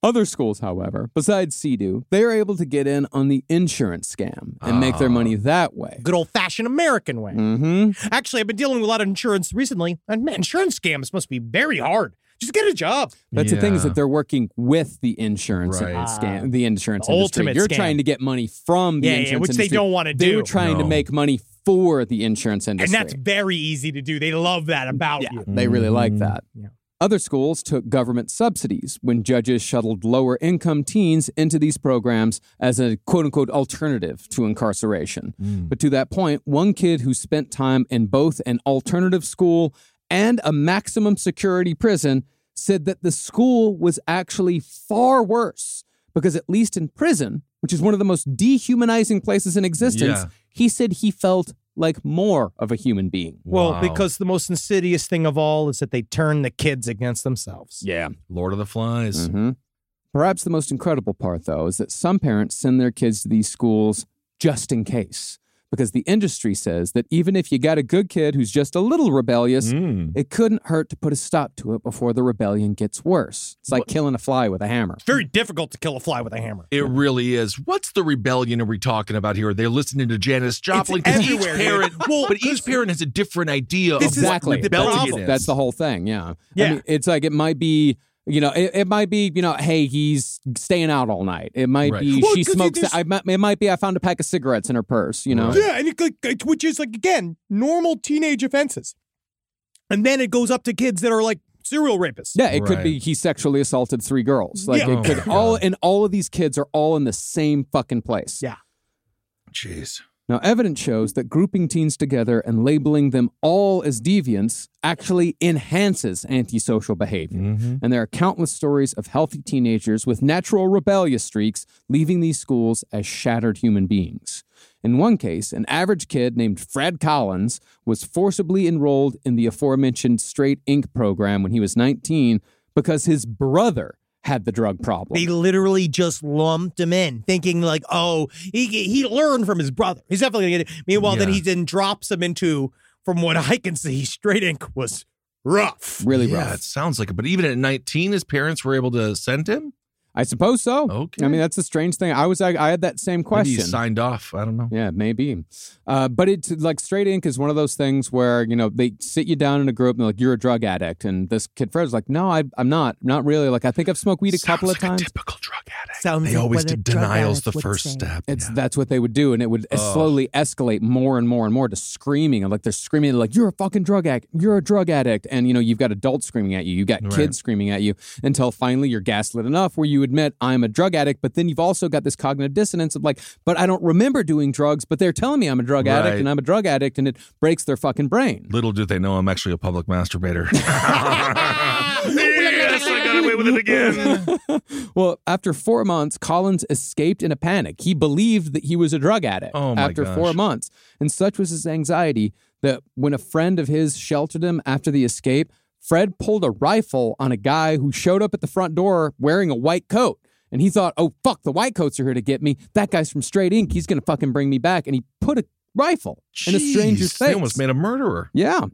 C: Other schools, however, besides CDU, they are able to get in on the insurance scam and make
A: Ah.
C: their money that way.
B: Good old fashioned American way.
C: Mm-hmm.
B: Actually, I've been dealing with a lot of insurance recently, and man, insurance scams must be very hard. Just get a job.
C: That's the thing is
A: Yeah.
C: that they're working with the insurance
A: Right.
B: Ah.
C: scam, the insurance
B: The
C: industry.
B: ultimate
C: You're
B: scam.
C: trying to get money from the
B: Yeah, yeah,
C: insurance
B: which they
C: industry.
B: don't wanna
C: They were
B: do.
C: trying to
A: No.
C: make money for the insurance
B: And
C: industry.
B: that's very easy to do. They love that
C: Mm,
B: about you.
C: They really like
A: Mhm.
C: that.
B: Yeah.
C: Other schools took government subsidies when judges shuttled lower income teens into these programs as a quote unquote alternative to incarceration. But to that point, one kid who spent time in both an alternative school and a maximum security prison said that the school was actually far worse because, at least in prison, which is one of the most dehumanizing places in existence,
A: Yeah.
C: he said he felt like more of a human being.
B: Well,
A: Wow.
B: because the most insidious thing of all is that they turn the kids against themselves.
C: Yeah.
A: Lord of the Flies.
B: Mm. Mm-hmm.
C: Mhm. Perhaps the most incredible part, though, is that some parents send their kids to these schools just in case, because the industry says that even if you got a good kid who's just a little rebellious,
B: Mm-hmm.
A: Mm.
C: it couldn't hurt to put a stop to it before the rebellion gets worse. It's like killing a fly with a hammer.
B: It's very difficult to kill a fly with a hammer.
A: It really is. What's the rebellion are we talking about here? They're listening to Janice Joplin. 'Cause each
B: everywhere, dude.
A: parent,
B: Well,
A: but each parent has a different idea of
B: This is
A: what
C: Exactly.
B: the
A: rebellion
B: problem.
A: is.
C: That's the whole thing. Yeah. I
B: Yeah.
C: mean, it's like it might be. You know, it, it might be, you know, hey, he's staying out all night. It might
A: Right.
C: be
B: Well,
C: she
B: 'cause it
C: smokes.
B: is-
C: I, might- it might be I found a pack of cigarettes in her purse, you know?
A: Right.
B: Yeah, and it, like, it- which is like again normal teenage offenses, and then it goes up to kids that are like serial rapist.
C: Yeah, it could
A: Right.
C: be he sexually assaulted three girls. Like
B: Yeah.
C: it could
A: Oh my
C: all
A: God.
C: and all of these kids are all in the same fucking place.
B: Yeah.
A: Jeez.
C: Now, evidence shows that grouping teens together and labeling them all as deviants actually enhances antisocial behavior.
A: Mm-hmm.
C: And there are countless stories of healthy teenagers with natural rebellious streaks leaving these schools as shattered human beings. In one case, an average kid named Fred Collins was forcibly enrolled in the aforementioned Straight Ink program when he was 19 because his brother had the drug problem.
B: They literally just lumped him in, thinking like, "Oh, he he learned from his brother. He's definitely gonna get it." Meanwhile, then
A: Yeah.
B: he then drops him into, from what I can see, straight ink was rough.
C: really
A: yeah,
C: rough.
A: it sounds like it. But even at 19, his parents were able to send him?
C: I suppose so.
A: Okay.
C: I mean, that's a strange thing. I was I, I had that same
A: Maybe he
C: question.
A: signed off. I don't know.
C: Yeah, maybe. Uh, but it's like straight ink is one of those things where, you know, they sit you down in a group and they're like, you're a drug addict. And this kid Fred's like, no, I, I'm not. Not really. Like, I think I've smoked weed a
A: Sounds
C: couple
A: like
C: of times.
A: A typical drug addict.
B: Sounds
A: they
B: like
A: always
B: what a
A: do
B: drug
A: denials
B: addict
A: the
B: would
A: first
B: say.
A: step.
C: It's
A: Yeah.
C: that's what they would do, and it would slowly escalate more and more and more to screaming, and like they're screaming like you're a fucking drug addict, you're a drug addict, and you know you've got adults screaming at you, you got
A: Right.
C: kids screaming at you, until finally you're gaslit enough where you admit I'm a drug addict, but then you've also got this cognitive dissonance of like, but I don't remember doing drugs, but they're telling me I'm a drug addict
A: Right.
C: and I'm a drug addict, and it breaks their fucking brain.
A: Little do they know I'm actually a public masturbator. yes, I got away with it again.
C: Well, after four months, Collins escaped in a panic. He believed that he was a drug addict
A: Oh, my
C: after
A: gosh.
C: four months. And such was his anxiety that when a friend of his sheltered him after the escape, Fred pulled a rifle on a guy who showed up at the front door wearing a white coat. And he thought, oh, fuck, the white coats are here to get me. That guy's from Straight Ink. He's going to fucking bring me back. And he put a rifle in a stranger's
A: Jeez,
C: face.
A: They almost made a murderer.
C: Yeah.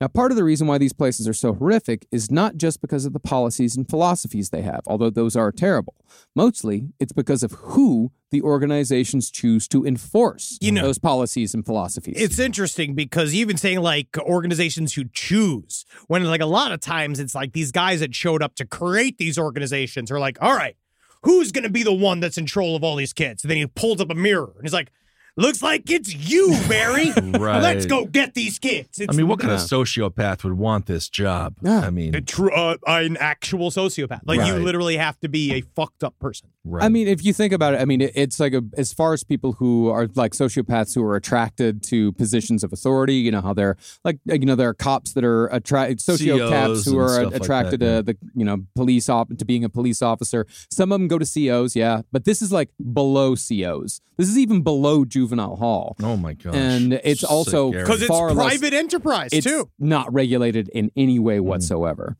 C: Now, part of the reason why these places are so horrific is not just because of the policies and philosophies they have, although those are terrible. Mostly, it's because of who the organizations choose to enforce
B: You know-
C: those policies and philosophies.
B: It's interesting because you've been saying like organizations who choose when like a lot of times it's like these guys that showed up to create these organizations are like, all right, who's gonna be the one that's in control of all these kids? And then he pulls up a mirror and he's like, looks like it's you, Barry.
A: Right.
B: Let's go get these kids.
A: I
B: It's
A: mean, what kind of
C: Yeah.
A: sociopath would want this job?
C: Yeah.
A: I mean,
B: a tru- uh, an actual sociopath. Like you
A: Right.
B: literally have to be a fucked up person.
A: right.
C: I mean, if you think about it, I mean, it- it's like a, as far as people who are like sociopaths who are attracted to positions of authority, you know, how they're like, uh, you know, there are cops that are attracted,
A: COs
C: sociopaths who
A: E and
C: are
A: stuff like
C: attracted
A: that, yeah.
C: to the, you know, police, op- to being a police officer. Some of them go to COs, yeah. But this is like below COs. This is even below juvenile hall.
A: oh my gosh.
C: and it's
A: Sick
C: also-
A: area.
B: Because it's
C: Far less-
B: private enterprise
C: It's
B: too.
C: not regulated in any way whatsoever.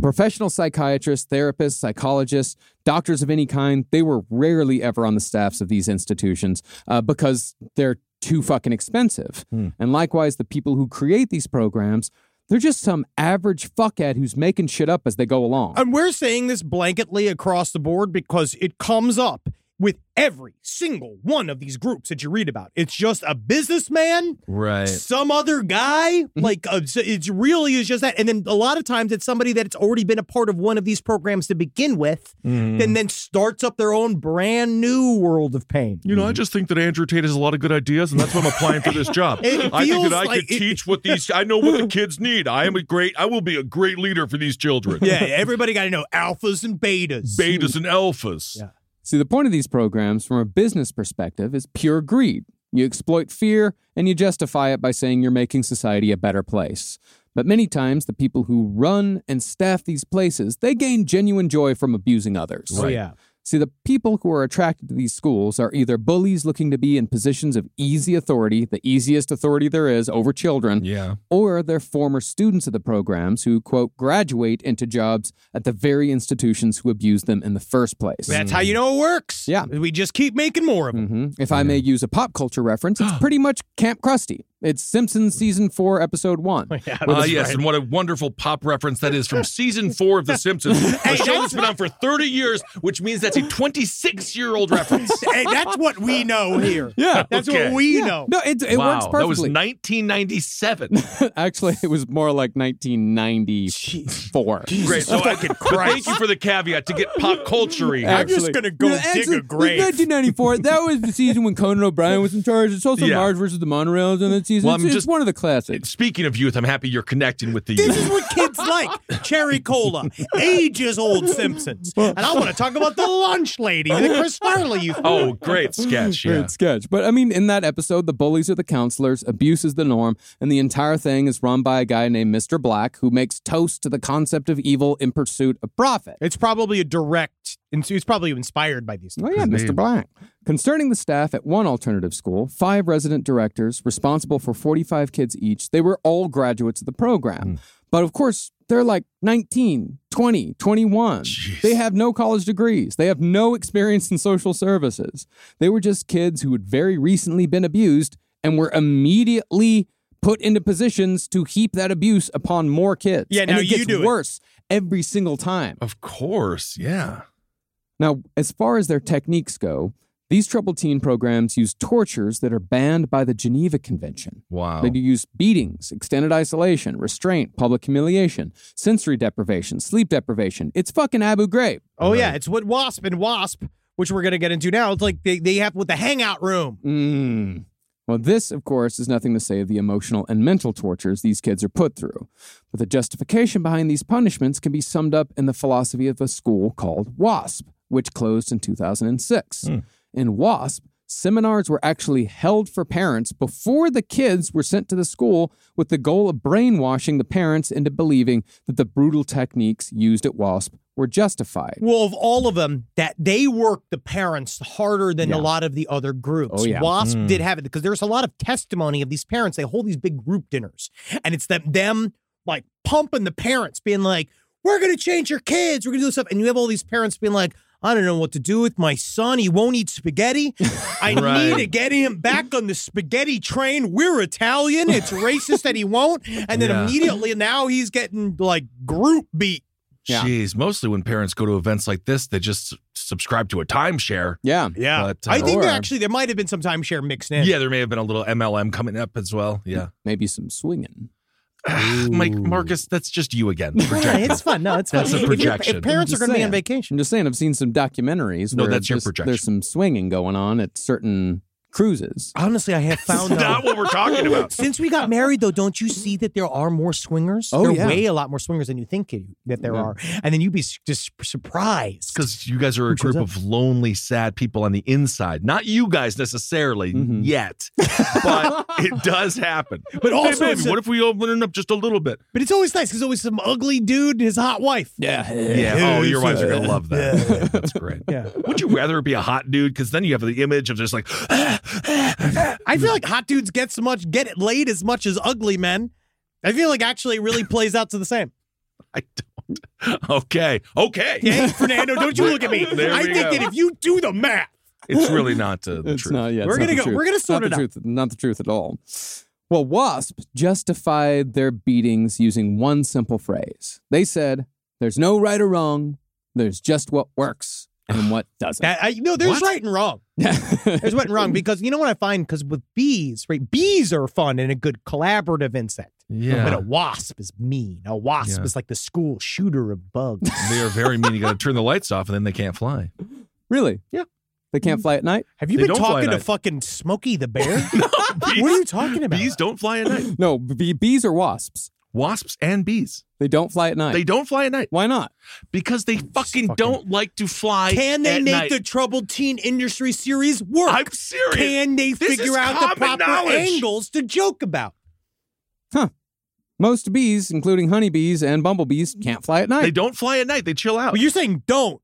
C: Professional psychiatrists, therapists, psychologists, doctors of any kind, they were rarely ever on the staffs of these institutions uh, because they're too fucking expensive. And likewise, the people who create these programs, they're just some average fuckhead who's making shit up as they go along.
B: And we're saying this blanketly across the board because it comes up with every single one of these groups that you read about. It's just a businessman,
A: right.
B: some other guy.
C: Mm-hmm.
B: Like, uh, so it really is just that. And then a lot of times it's somebody that's already been a part of one of these programs to begin with
C: Mm-hmm.
B: and then starts up their own brand new world of pain.
A: You know,
C: Mm-hmm.
A: I just think that Andrew Tate has a lot of good ideas, and that's why I'm applying for this job.
B: It
A: I think
B: feels
A: that I
B: like
A: could
B: it-
A: teach what these. I know what the kids need. I am a great. I will be a great leader for these children.
B: Yeah, everybody got to know alphas and betas.
A: betas and alphas.
B: Yeah.
C: See, the point of these programs from a business perspective is pure greed. You exploit fear and you justify it by saying you're making society a better place. But many times, the people who run and staff these places, they gain genuine joy from abusing others.
B: Oh, yeah.
C: See, the people who are attracted to these schools are either bullies looking to be in positions of easy authority, the easiest authority there is over children,
A: Yeah.
C: or they're former students of the programs who, quote, graduate into jobs at the very institutions who abused them in the first place.
B: That's how you know it works.
C: Yeah.
B: We just keep making more of them.
A: Mm-hmm.
C: hmm If I may use a pop culture reference, it's pretty much Camp Krusty. It's Simpsons season four, episode one.
A: Ah, yes, and what a wonderful pop reference that is from season four of The Simpsons. The show that's been on for 30 years, which means that's a 26 year old reference.
B: hey, that's what we know here.
C: Yeah.
B: That's
A: Okay.
B: what we
C: Yeah.
B: know.
C: No, it, it
A: wow,
C: works
A: that was
C: perfectly.
A: 1997.
C: Actually, it was more like 1994.
A: Great. So I could thank you for the caveat to get pop culture
B: I'm just
C: Actually-
B: gonna go dig a
C: actually,
B: grave.
C: 1994. That was the season when Conan O'Brien was in charge. It's also
A: Yeah.
C: Marge versus the Monorails, and it's used.
A: Well,
C: it's,
A: I'm
C: it's
A: just-
C: one of the classics.
A: Speaking of youth, I'm happy you're connecting with the
B: This
A: youth.
B: is what kids like. Cherry cola, ages old Simpsons. And I want to talk about the lunch lady that Chris Farley used. to
A: Oh, great sketch. Yeah.
C: Great sketch. But I mean, in that episode, the bullies are the counselors, abuse is the norm, and the entire thing is run by a guy named Mr. Black who makes toast to the concept of evil in pursuit of profit.
B: It's probably a direct. It's probably inspired by these.
C: Oh, yeah,
A: Indeed.
C: Mr. Black. Concerning the staff at one alternative school, five resident directors responsible for 45 kids each, they were all graduates of the
B: Hmm.
C: program. But of course, they're like 19, 20, 21. They have no college degrees. They have no experience in social services. They were just kids who had very recently been abused and were immediately put into positions to heap that abuse upon more kids.
B: Yeah,
C: and
B: now
C: it gets
B: you do it.
C: worse every single time.
A: Of course. Yeah.
C: Now, as far as their techniques go, these troubled teen programs use tortures that are banned by the Geneva Convention.
A: Wow.
C: They do use beatings, extended isolation, restraint, public humiliation, sensory deprivation, sleep deprivation. It's fucking Abu Ghraib.
B: Oh yeah, it's what Wasp and Wasp, which we're gonna get into now. It's like they, they have with the hangout room.
C: Mm. Well, this, of course, is nothing to say of the emotional and mental tortures these kids are put through. But the justification behind these punishments can be summed up in the philosophy of a school called WASP, which closed in 2006. In WASP, seminars were actually held for parents before the kids were sent to the school with the goal of brainwashing the parents into believing that the brutal techniques used at WASP were justified.
B: Well, of all of them, that they work the parents harder than a
C: Yeah.
B: lot of the other groups.
C: Oh, yeah.
B: Wasp did have it because there's a lot of testimony of these parents. They hold these big group dinners, and it's them them like pumping the parents, being like, "We're gonna change your kids. We're gonna do this stuff." And you have all these parents being like. I don't know what to do with my son. He won't eat spaghetti. I
A: Right.
B: need to get him back on the spaghetti train. We're Italian. It's racist that he won't. And then
A: Yeah.
B: immediately now he's getting like group beat.
C: Yeah.
A: Jeez. Mostly when parents go to events like this, they just subscribe to a timeshare.
C: Yeah.
B: Yeah.
A: But, uh,
B: I think
C: or-
B: actually there might have been some timeshare mixed in.
A: Yeah, there may have been a little MLM coming up as well. Yeah.
C: Maybe some swinging.
A: Mike Marcus, that's just you again.
B: Yeah,
A: Projecting.
B: it's fun. No, it's fun.
A: That's a
B: If you're- If,
A: projection.
B: parents are
C: Just
B: going to be
C: saying.
B: on vacation.
C: I'm just saying, I've seen some documentaries
A: No,
C: where
A: that's your
C: just-
A: projection.
C: there's some swinging going on at certain cruises.
B: Honestly, I have found
A: Not
B: out.
A: what we're talking about.
B: Since we got married, though, don't you see that there are more swingers?
C: Oh,
B: there
C: yeah.
B: are way a lot more swingers than you think you- that there
C: Yeah.
B: are. And then you'd be s- just surprised.
A: Because you guys are a group of lonely, sad people on the inside. Not you guys necessarily
B: Mm-hmm.
C: Mhm.
A: yet, but it does happen. But
B: also
A: hey,
B: it's a-
A: baby, what if we open it up just a little bit?
B: But it's always nice because always some ugly dude and his hot wife.
C: Yeah.
A: Yeah. Oh,
B: it's
A: your wives are
B: a-
A: gonna love that.
B: yeah.
A: Yeah, that's great.
B: Yeah.
A: Would you rather be a hot dude? Because then you have the image of just like,
B: I feel like hot dudes get so much, get it laid as much as ugly men. I feel like actually it really plays out to the same.
A: I don't. Okay. Okay.
B: Hey, Fernando, don't you look at me.
A: There
B: I
A: we
B: think
A: go.
B: that if you do the math,
A: It's really not uh, the
C: It's
A: truth.
C: not, yeah, it's
B: We're
C: not
B: gonna
C: the
B: go-
C: truth.
B: we're gonna
C: It's
B: sort
C: not
B: it
C: the
B: out.
C: truth, Not the truth at all. Well, WASP justified their beatings using one simple phrase. They said, "There's no right or wrong. There's just what works and what doesn't."
B: that I no, there's
A: What?
B: right and wrong. There's right and wrong because you know what I find because with bees, right? Bees are fun and a good collaborative insect. But a
A: Yeah.
B: wasp is mean. A wasp
A: Yeah.
B: is like the school shooter of bugs.
A: They are very mean. You got to turn the lights off, and then they can't fly.
C: really?
A: Yeah.
C: They can't fly at night.
B: Have you
A: They
B: been
A: don't fly
B: talking to
A: night.
B: fucking Smokey the Bear?
A: Bees-
B: what are you talking about?
A: Bees don't fly at night.
C: No, b- bees are wasps.
A: Wasps and bees.
C: They don't fly at night.
A: They don't fly at night
C: Why not?
A: because they fucking,
B: fucking-
A: don't like to fly.
B: Can they
A: at
B: make
A: night.
B: the troubled teen industry series work?
A: I'm serious.
B: Can they
A: This is
B: figure out the
A: common
B: proper
A: knowledge.
B: angles to joke about?
C: Most bees, including honeybees and bumblebees, can't fly at night.
A: They don't fly at night. They chill out.
B: Well, you're saying don't.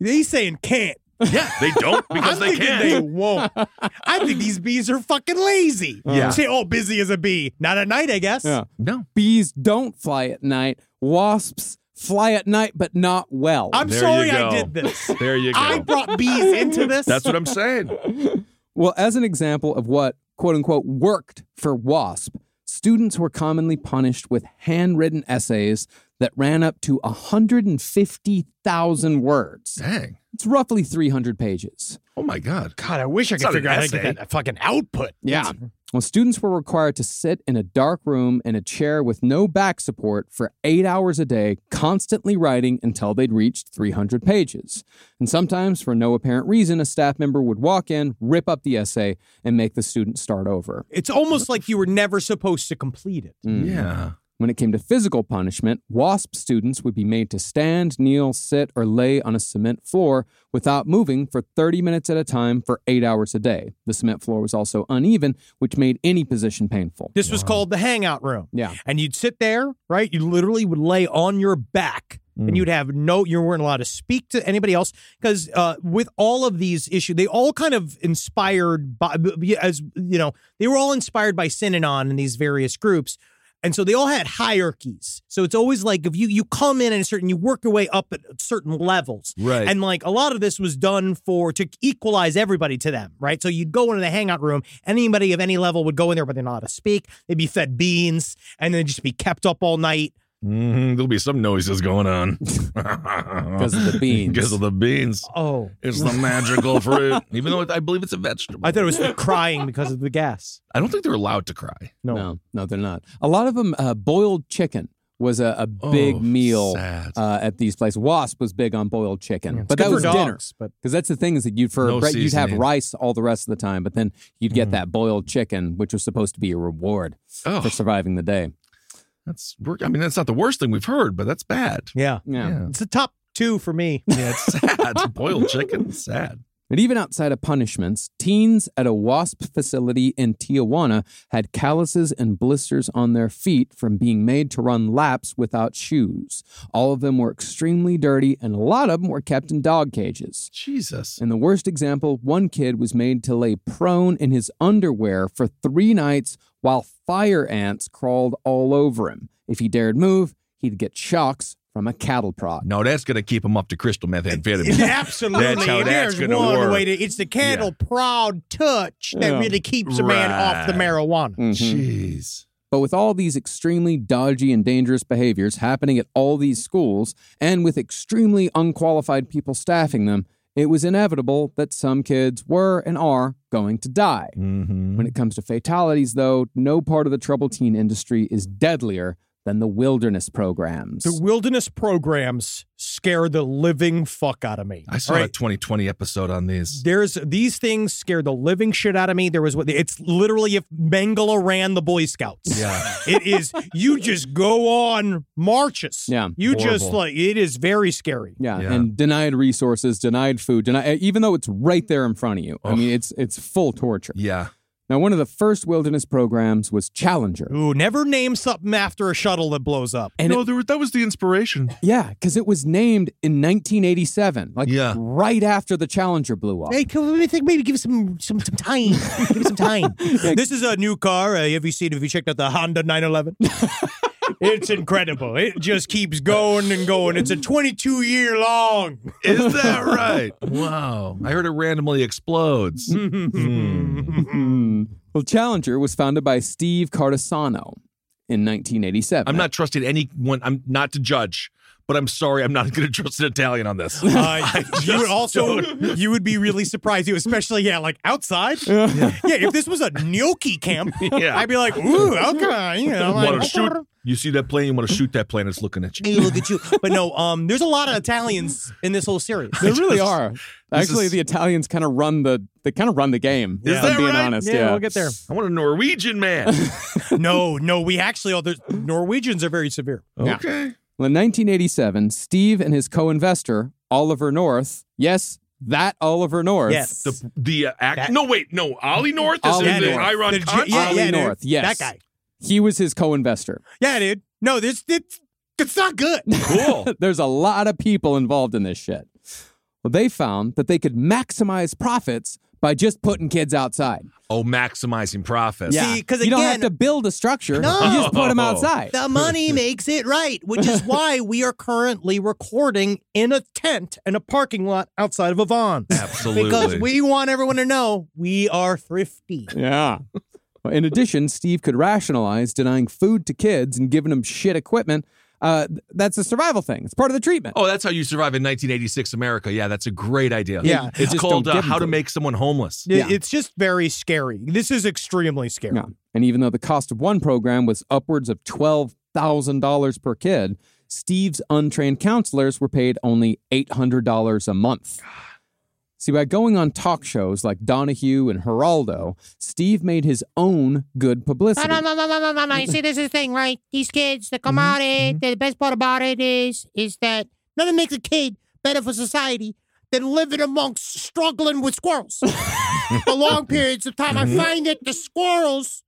B: He's saying can't.
A: yeah, they don't because
B: I'm
A: they
B: thinking
A: can't.
B: they won't. I think these bees are fucking lazy.
A: Yeah.
B: Say, oh, busy as a bee. Not at night, I guess.
C: Yeah.
A: No.
C: bees don't fly at night. Wasps fly at night, but not well.
B: I'm
A: There
B: sorry
A: you go.
B: I did this.
A: There you go.
B: I brought bees into this.
A: That's what I'm saying.
C: well, as an example of what quote unquote worked for wasp, students were commonly punished with handwritten essays that ran up to 150,000 words.
A: Dang.
C: It's roughly 300 pages.
A: Oh my God.
B: God, I wish I
A: It's
B: could
A: not an
B: figure out how to
A: essay.
B: get that fucking output.
C: Yeah. Well, students were required to sit in a dark room in a chair with no back support for eight hours a day, constantly writing until they'd reached 300 pages. And sometimes, for no apparent reason, a staff member would walk in, rip up the essay, and make the student start over.
B: It's almost like you were never supposed to complete it.
C: Mm.
A: Yeah.
C: When it came to physical punishment, WASP students would be made to stand, kneel, sit, or lay on a cement floor without moving for 30 minutes at a time for eight hours a day. The cement floor was also uneven, which made any position painful.
B: This was called the hangout room.
C: Yeah.
B: And you'd sit there, right? You literally would lay on your back and you'd have no, you weren't allowed to speak to anybody else. Because uh, with all of these issues, they all kind of inspired by, b- b- as you know, they were all inspired by Synanon and these various groups. And so they all had hierarchies. So it's always like if you you come in at a certain, you work your way up at certain levels.
A: Right.
B: And like a lot of this was done for to equalize everybody to them, right? So you'd go into the hangout room, anybody of any level would go in there, but they're not allowed to speak. They'd be fed beans and then just be kept up all night.
A: Mhm, There'll be some noises going on.
C: because of the beans.
A: Because of the beans.
B: Oh.
A: It's the magical fruit. Even though it, I believe it's a vegetable.
B: I thought it was crying because of the gas.
A: I don't think they're allowed to cry.
B: No.
C: no, no, they're not. A lot of them, uh, boiled chicken was a, a big
A: Oh,
C: meal
A: sad.
C: uh, at these places. WASP was big on boiled chicken, but
B: Good
C: that
B: for
C: was dinner.
B: dogs, but
C: Because that's the thing is that you'd for
A: No
C: right, you'd have
A: seasoning. Mm.
C: rice all the rest of the time, but then you'd get that boiled chicken, which was supposed to be a reward
A: Oh.
C: for surviving the day.
A: That's. we're- I mean, that's not the worst thing we've heard, but that's bad.
B: yeah.
C: Yeah.
A: Yeah.
B: It's the top two for me.
A: Yeah, it's sad. Boiled chicken, sad.
C: But even outside of punishments, teens at a WASP facility in Tijuana had calluses and blisters on their feet from being made to run laps without shoes. All of them were extremely dirty, and a lot of them were kept in dog cages.
A: Jesus.
C: In the worst example, one kid was made to lay prone in his underwear for three nights while fire ants crawled all over him. If he dared move, he'd get shocks from a cattle prod.
A: No, that's gonna keep him up to crystal methamphetamine.
B: Absolutely.
A: That's how
B: And
A: that's
B: There's
A: gonna
B: one
A: work.
B: way to it's the candle proud touch that
C: Yeah.
B: really keeps a man off the
A: Right.
B: marijuana.
A: Mm-hmm.
C: Mhm.
A: Jeez.
C: But with all these extremely dodgy and dangerous behaviors happening at all these schools, and with extremely unqualified people staffing them, it was inevitable that some kids were and are going to die.
A: Mm-hmm.
C: When it comes to fatalities, though, no part of the troubled teen industry is deadlier than the wilderness programs.
B: The wilderness programs scare the living fuck out of me.
A: I saw
B: All
A: a 2020 episode on these.
B: There's these things scare the living shit out of me. There was what it's literally if Mengele ran the Boy Scouts.
A: Yeah.
B: It is you just go on marches.
C: Yeah.
B: You just
A: Horrible.
B: like it is very scary.
C: yeah,
A: Yeah.
C: and denied resources, denied food, denied, even though it's right there in front of you. I
A: Ugh.
C: mean, it's it's full torture.
A: Yeah.
C: Now, one of the first wilderness programs was Challenger.
B: Ooh, never name something after a shuttle that blows up.
C: And
A: no, there was, that was the inspiration.
C: Yeah, because it was named in 1987, like
A: Yeah.
C: right after the Challenger blew up.
B: Hey, come, let me think. Maybe give it some some some time. give it some time. This is a new car. Uh, have you seen? Have you checked out the Honda 911? it's incredible. It just keeps going and going. It's a 22 year long.
A: Is that right? wow. I heard it randomly explodes.
C: Mm-hmm. Mm. Well, Challenger was founded by Steve Cardasano in 1987.
A: I'm not trusting anyone. I'm not to judge, but I'm sorry. I'm not going to trust an Italian on this.
B: Uh, you would also you would be really surprised, you especially yeah, like outside. Yeah. if this was a gnocchi camp,
A: Yeah.
B: I'd be like, ooh, okay, you know, like,
A: want to shoot? You see that plane? You want to shoot that plane? It's looking at you.
B: Hey, look at you. But no, um, there's a lot of Italians in this whole series.
C: They really are.
A: This
C: Actually,
A: is-
C: the Italians kind of run the they kind of run the game.
A: Is
C: if I'm
A: that
C: being
A: right?
C: honest.
B: Yeah,
C: Yeah,
B: we'll get there.
A: I want a Norwegian man.
B: No, no, we actually are. There's, Norwegians are very severe.
A: okay.
C: Well, in 1987, Steve and his co-investor Oliver North. Yes, that Oliver North.
B: Yes.
A: The the uh, act.
B: That-
A: no, wait, no. Ollie North is
C: Ollie
A: in the
C: North.
A: Iron
B: The G-
A: Contra?
B: yeah,
C: Ollie
B: yeah, dude.
C: North, yes.
B: That guy.
C: He was his co-investor.
B: Yeah, dude. No, this it's it's not good.
A: Cool.
C: There's a lot of people involved in this shit. Well, they found that they could maximize profits by just putting kids outside.
A: Oh, maximizing profits.
C: Yeah,
B: See, 'cause
C: you don't have
B: again-
C: to build a structure. You just put them outside.
B: The money makes it right, which is why we are currently recording in a tent in a parking lot outside of Avon.
A: Absolutely.
B: Because we want everyone to know we are thrifty.
C: Yeah. Well, in addition, Steve could rationalize denying food to kids and giving them shit equipment uh, th- that's a survival thing. It's part of the treatment.
A: Oh, that's how you survive in 1986 America. Yeah, that's a great idea.
B: Yeah.
C: You
A: It's
C: just
A: called
C: don't give
A: uh,
C: them
A: How
C: to
A: to
C: them.
A: Make Someone Homeless.
B: It- It's just very scary. This is extremely scary.
C: Yeah. And even though the cost of one program was upwards of $12,000 per kid, Steve's untrained counselors were paid only $800 a month. See, by going on talk shows like Donahue and Geraldo, Steve made his own good publicity.
D: No, no, no, no, no, no, no. You see, this is the thing, right? These kids that come
A: Mm-hmm.
D: out of it, the best part about it is, is that nothing makes a kid better for society than living amongst struggling with squirrels for long periods of time. I
A: Mm-hmm.
D: find that the squirrels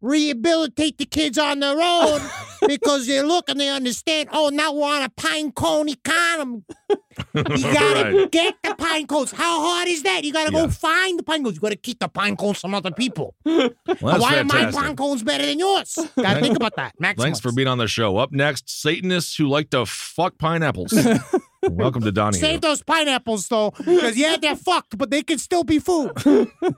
D: rehabilitate the kids on their own because they look and they understand, oh, now we're on a pine cone economy. You gotta
A: Right.
D: get the pine cones. How hard is that? You gotta
A: Yeah.
D: go find the pine cones. You gotta keep the pine cones from other people.
A: Well, that's
D: Why are
A: fantastic.
D: my pine cones better than yours? Gotta think about that. Max.
A: Thanks for being on the show. Up next, Satanists who like to fuck pineapples. Welcome to Donnie.
D: Save those pineapples though, because yeah, they're fucked, but they can still be food.
C: Well,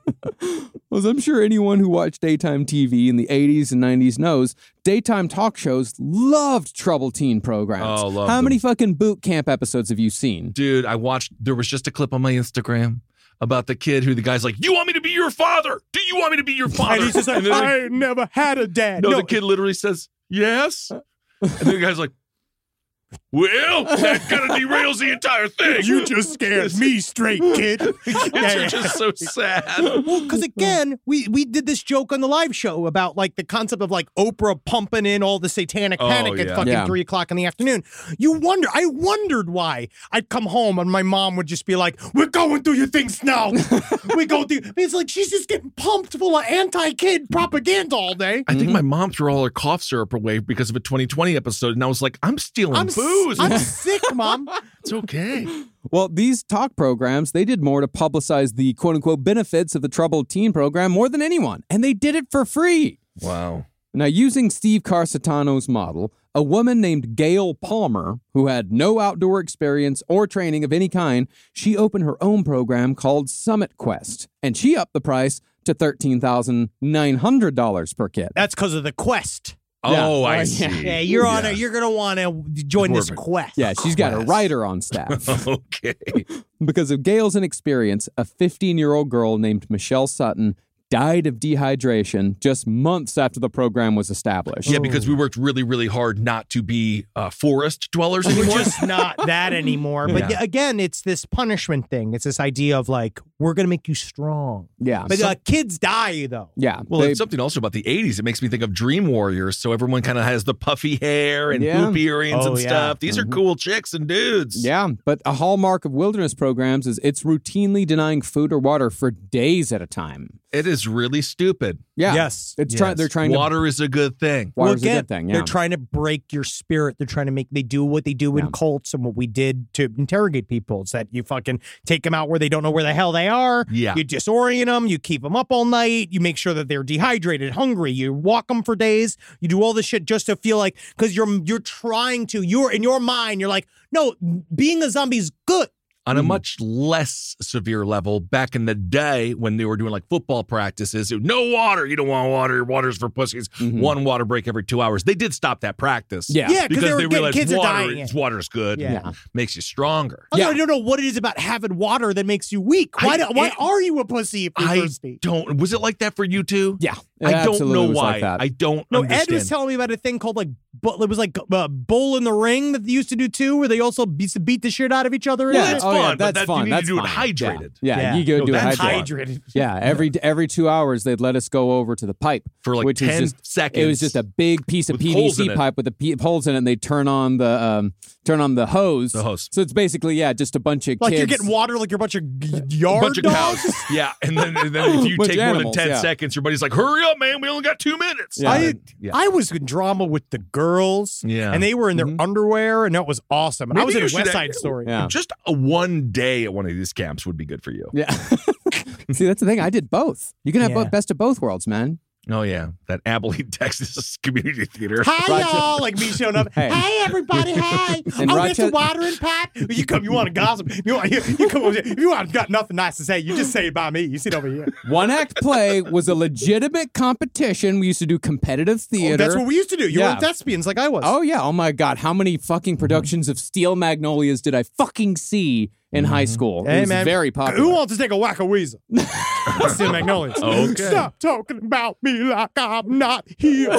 C: as I'm sure anyone who watched daytime TV in the 80s and 90s knows, daytime talk shows loved trouble teen programs.
A: Oh, love
C: How
A: them.
C: many fucking boot camp episodes have you seen?
A: Dude, I watched, there was just a clip on my Instagram about the kid who the guy's like, You want me to be your father? Do you want me to be your father?
B: And he's just like,
A: And they're like,
B: I never had a dad.
A: no, the kid literally says, Yes. And the guy's like, Well, that kind of derails the entire thing.
B: you just scared me straight, kid. Yeah, yeah.
A: Kids are just so sad.
B: Well, because
A: Mm-hmm.
B: again, we we did this joke on the live show about like the concept of like Oprah pumping in all the satanic
A: Oh,
B: panic at
A: yeah.
B: fucking
C: Yeah.
B: three o'clock in the afternoon. You wonder, I wondered why I'd come home and my mom would just be like, "We're going through your things now. we go through." It's like she's just getting pumped full of anti-kid propaganda all day.
A: I think my mom threw all her cough syrup away because of a 2020 episode, and I was like, "I'm stealing
B: I'm s-
A: booze.
B: I'm sick, mom.
A: it's okay."
C: Well, these talk programs, they did more to publicize the quote unquote benefits of the troubled teen program more than anyone, and they did it for free.
A: Wow.
C: Now, using Steve Carsitano's model, a woman named Gail Palmer, who had no outdoor experience or training of any kind, she opened her own program called Summit Quest, and she upped the price to $13,900 per kid.
B: That's because of the quest.
A: Oh, I
C: Yeah.
A: see.
B: Yeah, you're on
A: Yeah.
B: it. You're gonna want to join this
A: Dwarven.
B: quest.
C: Yeah, she's got a
A: Quest.
C: writer on staff.
A: okay.
C: Because of Gail's inexperience, a 15 year old girl named Michelle Sutton died of dehydration just months after the program was established.
A: Yeah, because we worked really, really hard not to be uh, forest dwellers
B: we're
A: anymore.
B: just not that anymore. But
A: Yeah.
B: again, it's this punishment thing. It's this idea of like we're gonna make you strong.
C: Yeah.
B: But uh, kids die though.
C: yeah.
A: well,
C: they-
A: it's something also about the '80s. It makes me think of Dream Warriors. So everyone kind of has the puffy hair and
C: Yeah.
A: hoop earrings
B: Oh,
A: and
B: yeah.
A: stuff. These
C: Mhm.
A: are cool chicks and dudes.
C: yeah. But a hallmark of wilderness programs is it's routinely denying food or water for days at a time.
A: it is really stupid.
C: Yeah.
B: Yes.
C: It's try-
B: Yes.
C: they're trying to.
A: Water is a good thing.
B: Well,
C: Water's
B: again,
C: a good thing. Yeah.
B: They're trying to break your spirit. They're trying to make they do what they do
C: Yeah.
B: in cults and what we did to interrogate people. It's that you fucking take them out where they don't know where the hell they are.
A: Yeah.
B: You disorient them. You keep them up all night. You make sure that they're dehydrated, hungry. You walk them for days. You do all this shit just to feel like because you're you're trying to. You're in your mind. You're like, no, being a zombie is good.
A: on a
C: Mhm.
A: much less severe level back in the day when they were doing like football practices. it- No water. You don't want water. Water's for pussies.
C: Mhm.
A: One water break every two hours. They did stop that practice.
C: Yeah.
B: Yeah,
A: Because
B: because
A: they
B: they, were
A: realized
B: getting kids
A: water,
B: are dying. Oh,
A: is- water's good.
B: Yeah.
C: Yeah.
A: Makes you stronger.
B: Also,
C: Yeah.
B: I don't know what it is about having water that makes you weak. Why?
A: I-
B: do, why
A: it-
B: are you a pussy if you're
A: I
B: thirsty?
A: don't. Was it like that for you too?
C: Yeah. It
A: I don't
C: absolutely
A: know
C: was
A: why.
C: Like that.
A: I don't
B: No,
A: understand.
B: Ed was telling me about a thing called like bu- it was like uh, bowl in the ring that they used to do too, where they also used to beat the shit out of each other. in
A: Well,
B: it.
A: that's
C: oh,
A: fun,
C: yeah,
A: but
C: that's
A: that- you
C: fun.
A: need to
C: that's
A: do it
C: fine. Yeah.
A: hydrated.
C: Yeah,
B: Yeah.
C: you go
A: No,
C: do it
A: that's
C: hydrated.
B: hydrated.
C: Yeah, every every two hours they'd let us go over to the pipe
A: For, like,
C: which is
A: 10
C: just-
A: seconds
C: It was just a big piece of
A: with holes in
C: PVC
A: it.
C: pipe with the p- holes in it, and they turn on the um, turn on the hose.
A: The hose.
C: So it's basically yeah, just a bunch of
B: Like
C: kids.
B: you're getting water like you're a bunch of g- yard
A: Bunch of
B: dogs.
A: cows. yeah, and then, and then if you
C: Bunch
A: take
C: of
A: more
C: animals,
A: than ten
C: yeah.
A: seconds, your buddy's like, "Hurry up, man! We only got two minutes."
C: Yeah.
B: I,
A: Yeah.
B: I was in drama with the girls,
A: Yeah. Mm-hmm.
B: and they were in their underwear, and that was awesome. And I
A: Maybe
B: was in
A: you
B: a
A: should
B: West
A: act-
B: Side Story.
C: yeah.
A: Just a one day at one of these camps would be good for you.
C: yeah. See, that's the thing. I did both. You can have
B: Yeah.
C: both, best of both worlds, man.
A: Oh yeah, that Abilene, Texas community theater.
B: Hi
C: Rochester-
B: y'all, like me showing up.
C: Hey.
B: Hey, everybody, hi. oh,
C: In Rochester-
B: Mr. Water and Pop. You come, you want to gossip? You want you, you come over here. You want got nothing nice to say? You just say it by me. You sit over here. Oh,
C: One act play was a legitimate competition. We used to do competitive theater.
B: Oh, that's what we used to do. You
C: Yeah.
B: were thespians like I was.
C: Oh yeah! Oh my God! How many
B: Mm-hmm.
C: fucking productions of Steel Magnolias did I fucking see in high school? it
B: Mm-hmm. Hey,
C: was
B: man.
C: very
B: Who um,
C: popular.
B: wants to take a whack a weasel? That's Tim Magnolias.
A: Okay.
B: Stop talking about me like I'm not here.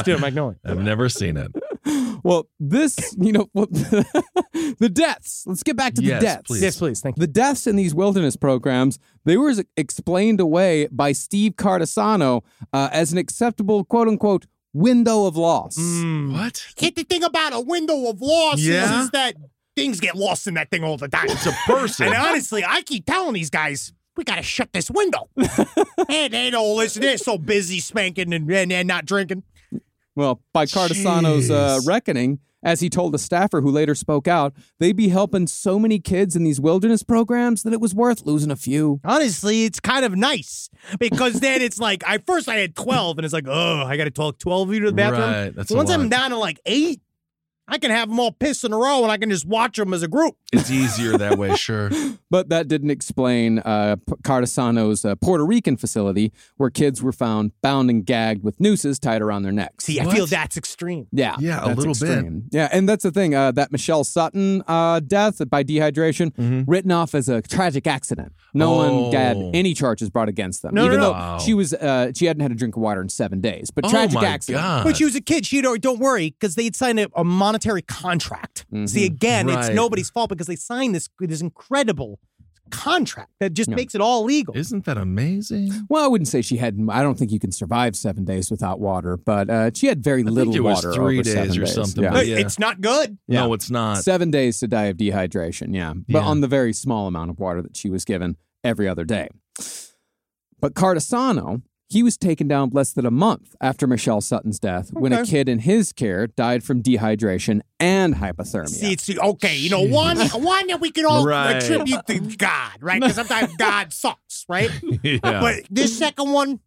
B: Still Magnolia.
A: I've never seen it.
C: Well, this you know well, the deaths. Let's get back to
A: Yes,
C: the deaths.
A: please.
B: Yes, please. Thank you.
C: The deaths in these wilderness programs they were explained away by Steve Cardasano uh, as an acceptable quote unquote window of loss.
B: Mm.
A: What?
B: Hit the thing about a window of loss
A: Yeah.
B: is that things get lost in that thing all the time.
A: It's a person.
B: And honestly, I keep telling these guys, we gotta shut this window. and they don't listen. They're so busy spanking and, and, and not drinking.
C: Well, by Cardasano's uh,
A: Jeez.
C: reckoning, as he told a staffer who later spoke out, they'd be helping so many kids in these wilderness programs that it was worth losing a few.
B: Honestly, it's kind of nice because then it's like, I first I had 12 and it's like, oh, I got to talk 12 of you to the bathroom.
A: Right, that's
B: So
A: a
B: once I'm
A: lot.
B: down to like eight, I can have them all pissed in a row and I can just watch them as a group.
A: It's easier that way, sure.
C: But that didn't explain uh, P- Cardasano's uh, Puerto Rican facility where kids were found bound and gagged with nooses tied around their necks.
B: See, I feel that's extreme.
C: Yeah,
A: Yeah, a
C: that's
A: little bit.
C: extreme. Yeah, and that's the thing uh, that Michelle Sutton uh, death by dehydration written off as a tragic accident. No
A: Mm-hmm. Oh.
C: one had any charges brought against them,
B: No, no,
C: even
B: no.
C: though
A: Wow.
C: she was uh, she hadn't had a drink of water in seven days. But
A: Oh
C: tragic
A: my
C: accident.
A: God.
B: But she was a kid. She don't, don't worry because they'd signed a, a monetary contract. See, again, it's
A: Mm-hmm. Right.
B: nobody's fault because they signed this this incredible contract that just makes it all legal.
A: Isn't that amazing?
C: Well, I wouldn't say she had. I don't think you can survive seven days without water, but uh, she had very
A: think
C: little
A: it was
C: water.
A: three
C: over
A: days
C: seven
A: or something,
C: Yeah.
B: Hey,
A: yeah.
B: Uh, It's not good.
C: Yeah.
A: No, it's
B: Uh,
A: not.
C: Seven days to die of dehydration. Yeah, but
A: Yeah.
C: on the very small amount of water that she was given every other day. But Cardasano, he was taken down less than a month after Michelle Sutton's death when a kid in his care died from dehydration and hypothermia.
B: See, it's okay. You know, one one that we can all
A: Right.
B: attribute to God, right? Because sometimes God sucks, right?
A: Yeah.
B: But this second one,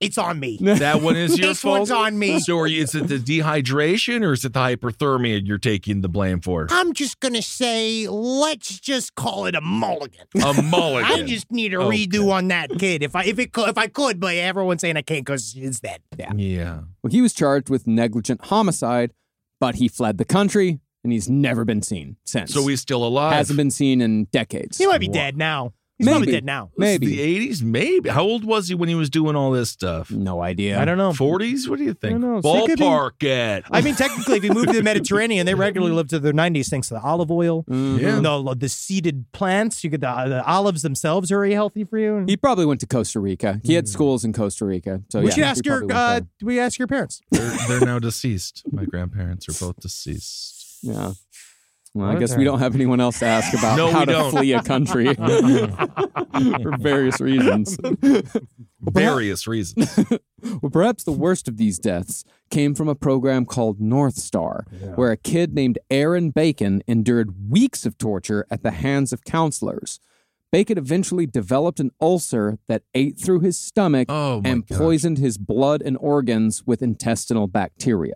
B: it's on me.
A: that one is your
B: this
A: fault.
B: one's on me.
A: So, are you, is it the dehydration or is it the hyperthermia you're taking the blame for?
B: I'm just gonna say, let's just call it a mulligan.
A: A mulligan.
B: I just need a
A: Okay.
B: redo on that kid if I if it could, if I could, but everyone's saying I can't because it's dead. Yeah.
A: yeah.
C: Well, he was charged with negligent homicide, but he fled the country and he's never been seen since.
A: So he's still alive.
C: hasn't been seen in decades.
B: He might be dead now. He's probably
C: Maybe.
B: dead now.
A: This is
C: Maybe.
A: the eighties, maybe. How old was he when he was doing all this stuff?
C: No idea.
B: I don't know.
A: Forties? What do you think?
C: know. So it could be-
A: Ballpark at
B: I mean, technically, if you move to the Mediterranean, they regularly live to their 90s thanks to the olive oil,
C: Mm-hmm.
A: Yeah.
B: the, the seeded plants. You get the, the olives themselves are very healthy for you.
C: He probably went to Costa Rica. He had schools in Costa Rica. So
B: Hmm. we
C: yeah,
B: should
C: he
B: ask
C: probably
B: your
C: went
B: uh,
C: there.
B: we ask your parents.
A: they're, they're now deceased. My grandparents are both deceased.
C: Yeah. Well, I
B: What a
C: guess we don't have anyone else to ask about
A: No,
C: how
A: we
C: to
A: don't.
C: flee a country for various reasons.
A: Various reasons.
C: Well, perhaps the worst of these deaths came from a program called North Star, where a kid named Aaron Bacon endured weeks of torture at the hands of counselors. Bacon eventually developed an ulcer that ate through his stomach
A: Oh, my
C: and
A: gosh.
C: poisoned his blood and organs with intestinal bacteria.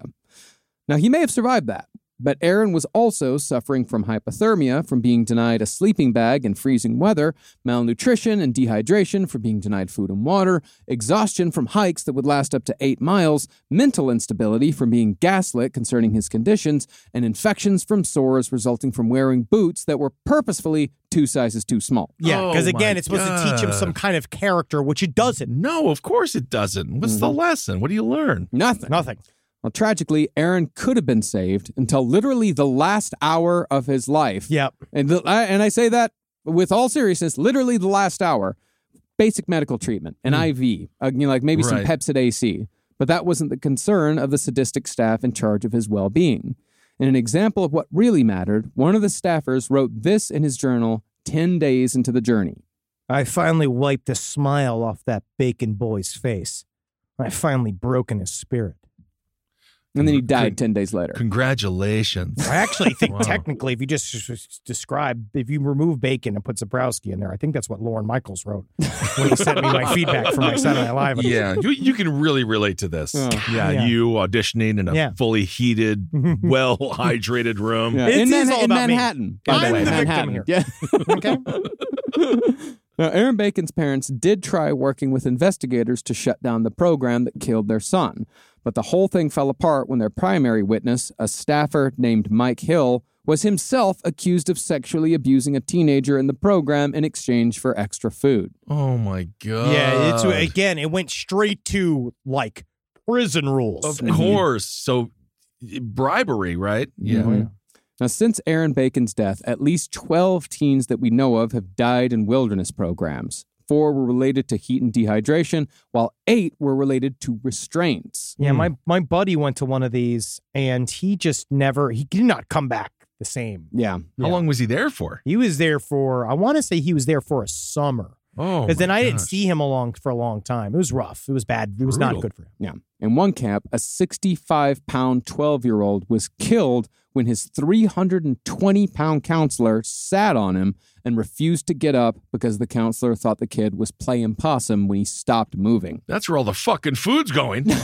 C: Now, he may have survived that, but Aaron was also suffering from hypothermia from being denied a sleeping bag in freezing weather, malnutrition and dehydration from being denied food and water, exhaustion from hikes that would last up to eight miles, mental instability from being gaslit concerning his conditions, and infections from sores resulting from wearing boots that were purposefully two sizes too small.
B: Yeah, because
A: Oh, my
B: again, it's supposed to teach him some
A: God.
B: kind of character, which it doesn't.
A: No, of course it doesn't. What's the lesson? What do you learn?
C: Nothing.
B: Nothing.
C: Well, tragically, Aaron could have been saved until literally the last hour of his life.
B: Yep.
C: And, the, I, and I say that with all seriousness, literally the last hour, basic medical treatment, an IV, uh, you know, like maybe some
A: Right.
C: Pepsid AC. But that wasn't the concern of the sadistic staff in charge of his well being. In an example of what really mattered, one of the staffers wrote this in his journal 10 days into the journey.
B: I finally wiped a smile off that bacon boy's face. I finally broken his spirit.
A: Mm-hmm. Mm,
C: And then he died 10 days later.
A: Congratulations.
B: I actually think
A: Wow.
B: technically, if you just s- s- describe, if you remove bacon and put Zabrowski in there, I think that's what Lauren Michaels wrote when he sent me my feedback for my Saturday Night Live.
A: Yeah, you, you can really relate to this.
C: Oh.
A: Yeah,
B: Yeah.
A: you auditioning in a
B: Yeah.
A: fully heated, well hydrated room.
C: Yeah.
B: It
C: In,
B: is
C: Manha-
B: all
C: in
B: about me.
C: Manhattan, by
B: I'm
C: the way.
B: the victim
C: Manhattan.
B: here.
C: Yeah.
B: Okay.
C: Now, Aaron Bacon's parents did try working with investigators to shut down the program that killed their son, but the whole thing fell apart when their primary witness, a staffer named Mike Hill, was himself accused of sexually abusing a teenager in the program in exchange for extra food.
A: Oh my god.
B: Yeah, it's again, it went straight to like prison rules.
A: of course. So bribery, right?
C: Mhm. Now, since Aaron Bacon's death, at least 12 teens that we know of have died in wilderness programs. Four were related to heat and dehydration, while eight were related to restraints.
B: Yeah,
A: hmm.
B: my my buddy went to one of these and he just never he did not come back the same.
C: Hmm. Yeah.
A: How
B: Yeah.
A: long was he there for?
B: He was there for I want to say he was there for a summer.
A: Oh,
B: Because then
A: my
B: I didn't
A: gosh.
B: see him along for a long time. It was rough. It was bad. It was not
A: Brutal.
B: good for him.
C: Yeah. In one camp, a 65 pound 12 year old was killed when his 320 pound counselor sat on him and refused to get up because the counselor thought the kid was playing possum when he stopped moving.
A: That's where all the fucking food's going. You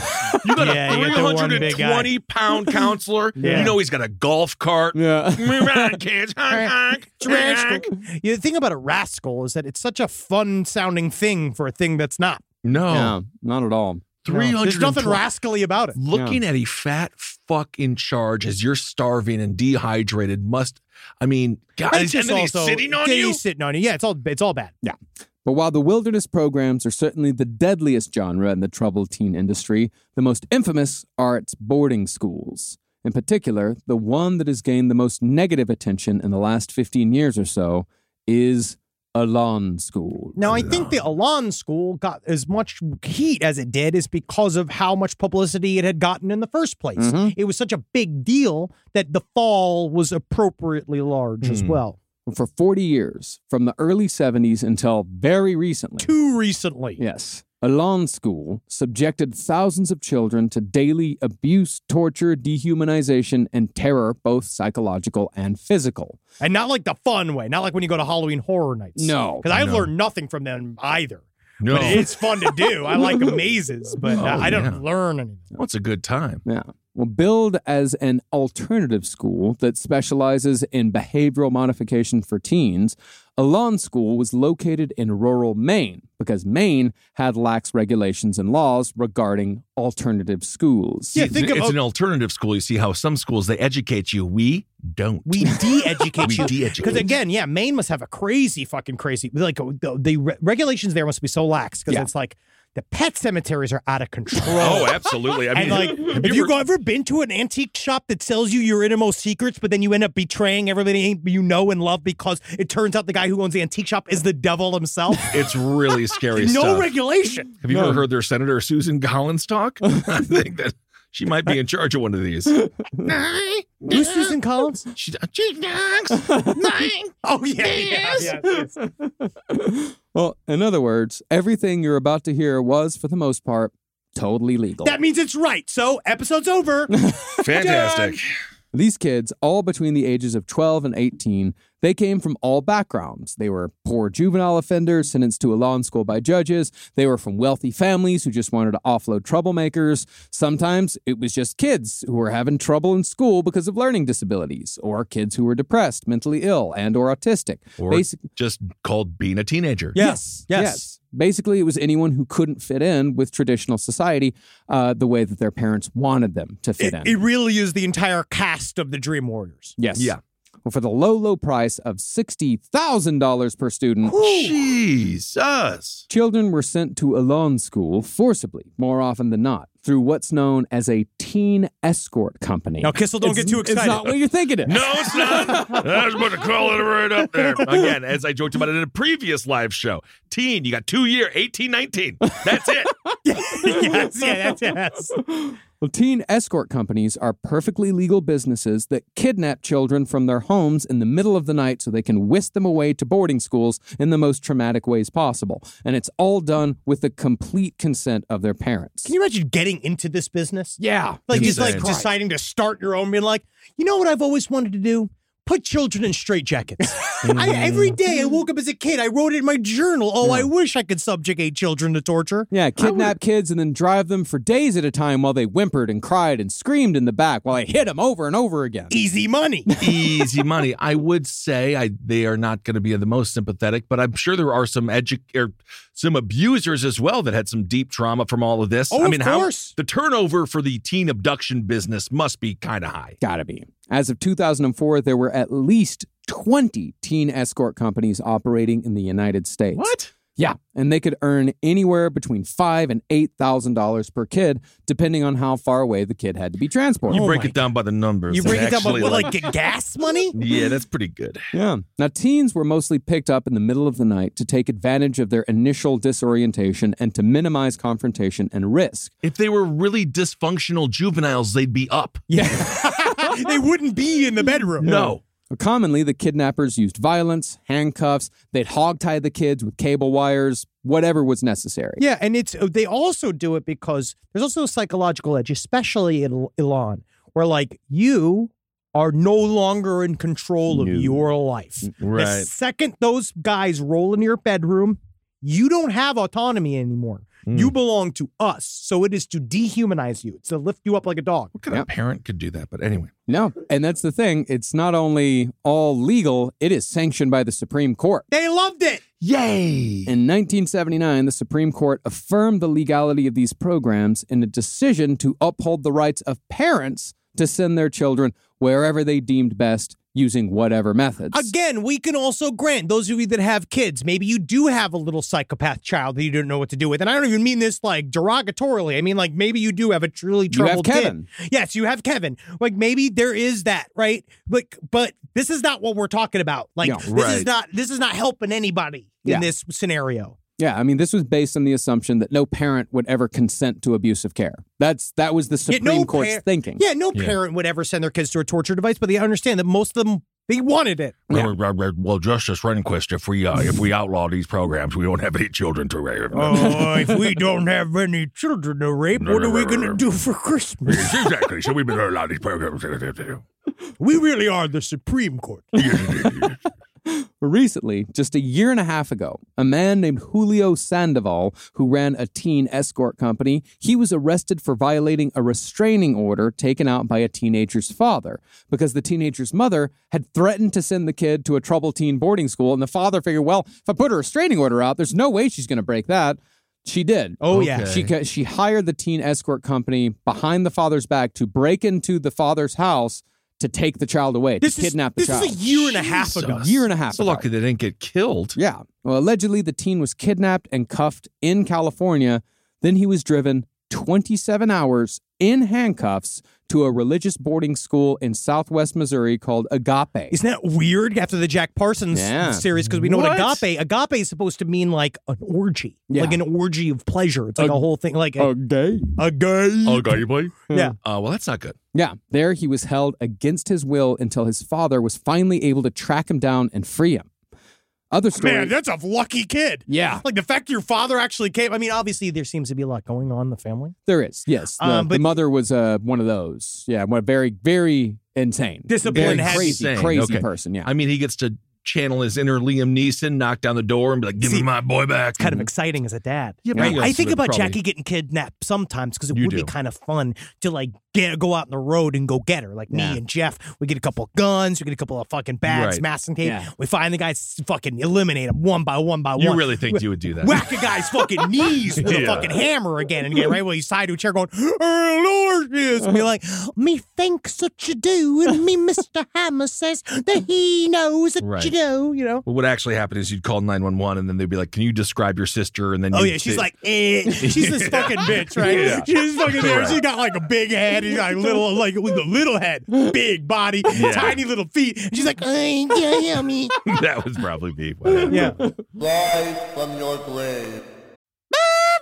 A: got
B: Yeah,
A: a
B: you got the one big guy.
A: 320 pound counselor.
B: Yeah.
A: You know he's got a golf cart.
C: Yeah.
A: Move on, kids. Honk, honk. Honk.
B: Yeah, the thing about a rascal is that it's such a fun sounding thing for a thing that's not.
A: No.
C: Yeah, not at all.
A: Three hundred.
B: There's nothing rascally about it.
A: Looking at a fat fuck in charge as you're starving and dehydrated must. I mean, God,
B: It's
A: and
B: just
A: then he's
B: also-
A: sitting on
B: yeah,
A: you.
B: He's sitting on you. Yeah, it's all it's all bad.
C: But while the wilderness programs are certainly the deadliest genre in the troubled teen industry, the most infamous are its boarding schools. In particular, the one that has gained the most negative attention in the last 15 years or so is Alon School.
B: Now I think the Alon school got as much heat as it did is because of how much publicity it had gotten in the first place.
C: Mhm.
B: It was such a big deal that the fall was appropriately large as
A: Hmm.
B: well.
C: For 40 years, from the early 70s until very recently.
B: Too recently.
C: Yes. Alon School subjected thousands of children to daily abuse, torture, dehumanization, and terror, both psychological and physical.
B: And not like the fun way, not like when you go to Halloween horror nights.
C: No,
B: Because I
A: no.
B: learned nothing from them either.
A: no,
B: But it's fun to do. I like mazes, but
A: Oh,
B: I don't
A: yeah.
B: learn anything.
A: what's a good time?
C: Yeah. Well, build as an alternative school that specializes in behavioral modification for teens. Alon School was located in rural Maine because Maine had lax regulations and laws regarding alternative schools.
B: Yeah,
A: It's-
B: think of-
A: it's, an alternative school. You see how some schools they educate you. We don't.
B: We de-educate
A: We
B: you.
A: de-educate.
B: Because again, yeah, Maine must have a crazy fucking crazy. Like oh, the, the re- regulations there must be so lax because
C: Yeah.
B: it's like the pet cemeteries are out of control.
A: Oh, absolutely. I mean,
B: and like, have you, go- ever been to an antique shop that sells you your innermost secrets, but then you end up betraying everybody you know and love because it turns out the guy who owns the antique shop is the devil himself?
A: It's really scary
B: no
A: stuff.
B: regulation.
A: Have you ever heard their Senator Susan Collins talk? I think that she might be in charge of one of these.
B: Who's Susan Collins?
A: She, she knocks.
B: Oh yeah, yeah, yeah, yes.
C: Well, in other words, everything you're about to hear was, for the most part, totally legal.
B: That means it's right. So episode's over.
A: Fantastic.
C: These kids, all between the ages of 12 and 18, they came from all backgrounds. They were poor juvenile offenders sentenced to a law school by judges. They were from wealthy families who just wanted to offload troublemakers. Sometimes it was just kids who were having trouble in school because of learning disabilities, or kids who were depressed, mentally ill, and or autistic.
A: Or
C: Basic-
A: just called being a teenager.
B: Yeah.
C: yes.
B: Yes.
C: Basically, it was anyone who couldn't fit in with traditional society uh, the way that their parents wanted them to fit in.
B: It, it really is the entire cast of the Dream Warriors.
C: Yes.
A: Yeah.
C: Well, for the low, low price of $60,000 per student,
A: Jesus.
C: children were sent to Alon School forcibly, more often than not, through what's known as a teen escort company.
B: Now, Kissel, don't
C: It's-
B: get too
C: It's
B: excited.
C: not what you're thinking it.
A: No, it's not. I was about to call it right up there. Again, as I joked about it in a previous live show. Teen, you got two year, 18, 19. That's it.
B: yes, yeah, that's yes.
C: Well, teen escort companies are perfectly legal businesses that kidnap children from their homes in the middle of the night so they can whisk them away to boarding schools in the most traumatic ways possible. And it's all done with the complete consent of their parents.
B: Can you imagine getting getting into this business?
C: Yeah.
B: Like
A: Jesus
B: just like
A: Christ.
B: deciding to start your own, being like, you know what I've always wanted to do? Put children in straitjackets. I, every day I woke up as a kid, I wrote it in my journal. Oh, I wish I could subjugate children to torture.
C: Yeah, kidnap kids and then drive them for days at a time while they whimpered and cried and screamed in the back while I hit them over and over again.
B: Easy money.
A: easy money. I would say I they are not going to be the most sympathetic, but I'm sure there are some edu- er, some abusers as well that had some deep trauma from all of this.
B: Oh,
A: I
B: of
A: mean,
B: course.
A: how the turnover for the teen abduction business must be kind of high.
C: Gotta be. As of 2004, there were at least 20 teen escort companies operating in the United States.
A: What?
C: Yeah, and they could earn anywhere between five and eight thousand dollars per kid, depending on how far away the kid had to be transported.
A: You
B: Oh
A: break
B: my
A: it down by the numbers.
B: You
A: and
B: bring it up
A: actually,
B: with like g- gas money?
A: yeah, that's pretty good.
C: Yeah. Now, teens were mostly picked up in the middle of the night to take advantage of their initial disorientation and to minimize confrontation and risk.
A: If they were really dysfunctional juveniles, they'd be up.
B: they wouldn't be in the bedroom.
A: No.
C: Commonly, the kidnappers used violence, handcuffs, they'd hogtie the kids with cable wires, whatever was necessary.
B: Yeah, and it's uh, they also do it because there's also a psychological edge, especially in Ilan, where like you are no longer in control of
C: No.
B: your life. The
A: Right.
B: second those guys roll into your bedroom, you don't have autonomy anymore. You belong to us. So it is to dehumanize you. It's to lift you up like a dog.
A: What kind
C: Yeah.
A: of parent could do that? But anyway.
C: No, and that's the thing. It's not only all legal, it is sanctioned by the Supreme Court.
B: They loved it.
A: Yay.
C: In 1979, the Supreme Court affirmed the legality of these programs in a decision to uphold the rights of parents to send their children wherever they deemed best using whatever methods.
B: Again, we can also grant those of you that have kids, maybe you do have a little psychopath child that you don't know what to do with. And I don't even mean this like derogatorily. I mean, like maybe you do have a truly
C: You have
B: troubled
C: Kevin.
B: kid. Yes, you have Kevin. Like maybe there is that, right? Like, but this is not what we're talking about. Like
C: No,
B: this is
A: right.
B: not this is not helping anybody
C: Yeah.
B: in this scenario.
C: Yeah, I mean, this was based on the assumption that no parent would ever consent to abusive care. That's that was the
B: Yeah,
C: Supreme
B: no
C: Court's
B: par-
C: thinking.
B: Yeah, no
A: Yeah.
B: parent would ever send their kids to a torture device, but they understand that most of them they wanted it.
C: Yeah.
A: Well, Justice Rehnquist, if we uh, if we outlaw these programs, we won't have any children to rape.
B: Oh, if we don't have any children to rape, what are we gonna do for Christmas?
A: exactly. So we better allow these programs. to
B: We really are the Supreme Court.
C: Recently, just a year and a half ago, a man named Julio Sandoval, who ran a teen escort company, he was arrested for violating a restraining order taken out by a teenager's father because the teenager's mother had threatened to send the kid to a troubled teen boarding school, and the father figured, well, if I put a restraining order out, there's no way she's going to break that. She did.
B: Oh yeah.
A: Okay.
C: She ca- she hired the teen escort company behind the father's back to break into the father's house to take the child away,
B: This
C: to
B: is
C: kidnap
B: this
C: the child.
B: is a year and a half ago.
C: Jesus. Year and a half
A: So
C: ago.
A: lucky they didn't get killed.
C: Yeah. Well, allegedly, the teen was kidnapped and cuffed in California. Then he was driven 27 hours in handcuffs to a religious boarding school in southwest Missouri called Agape.
B: Isn't that weird? After the Jack Parsons
C: Yeah.
B: series, because we know what?
A: What?
B: agape. Agape is supposed to mean like an orgy,
C: Yeah.
B: like an orgy of pleasure. It's like
C: Ag-
B: a whole thing, like a,
C: gay.
B: a gay.
A: Oh, you play?
B: Yeah.
A: Uh, well, that's not good.
C: Yeah. There he was held against his will until his father was finally able to track him down and free him. Other story.
B: Man, that's a lucky kid.
C: Yeah.
B: Like the fact your father actually came. I mean, obviously there seems to be a lot going on in the family.
C: There is, yes. The,
B: Um,
C: the
B: but-
C: mother was uh, one of those. Yeah, one very, very insane,
B: Discipline
C: very
B: has-
C: crazy,
A: Insane.
C: crazy
A: Okay.
C: person. Yeah,
A: I mean, he gets to channel his inner Liam Neeson, knock down the door, and be like, "Give me
B: See,
A: my boy back."
B: Kind of exciting as a dad.
A: Mm-hmm. Yeah, but
B: right?
A: he also
B: I think
A: would
B: about
A: probably-
B: Jackie getting kidnapped sometimes because it
A: You
B: would be
A: do.
B: kind of fun to like get, go out on the road and go get her. Like
C: Yeah.
B: me and Jeff, we get a couple of guns, we get a couple of fucking bags,
A: Right.
B: masking tape.
C: Yeah.
B: We find the guys, fucking eliminate them one by one by
A: You
B: one.
A: really think you would do that?
B: Whack a guy's fucking knees with a
A: Yeah.
B: fucking hammer again and get right while he's tied to a chair going, Oh Lord yes
C: Uh-huh.
B: and be like, Me thinks that you do and me Mr. Hammer says that he knows that
A: Right.
B: you do, you know.
A: Well, what actually happened is you'd call nine one one, and then they'd be like, "Can you describe your sister?" And then
B: Oh
A: you'd
B: yeah, she's
A: say-
B: like, eh. she's this fucking bitch, right?
A: Yeah.
B: She's fucking there.
A: Right.
B: She's got like a big head, and like little, like with a little head, big body,
A: Yeah.
B: tiny little feet. And she's like, eh, yeah, yeah, me.
A: "That was probably me." Wow.
B: Yeah.
E: Live from your grave.
B: Move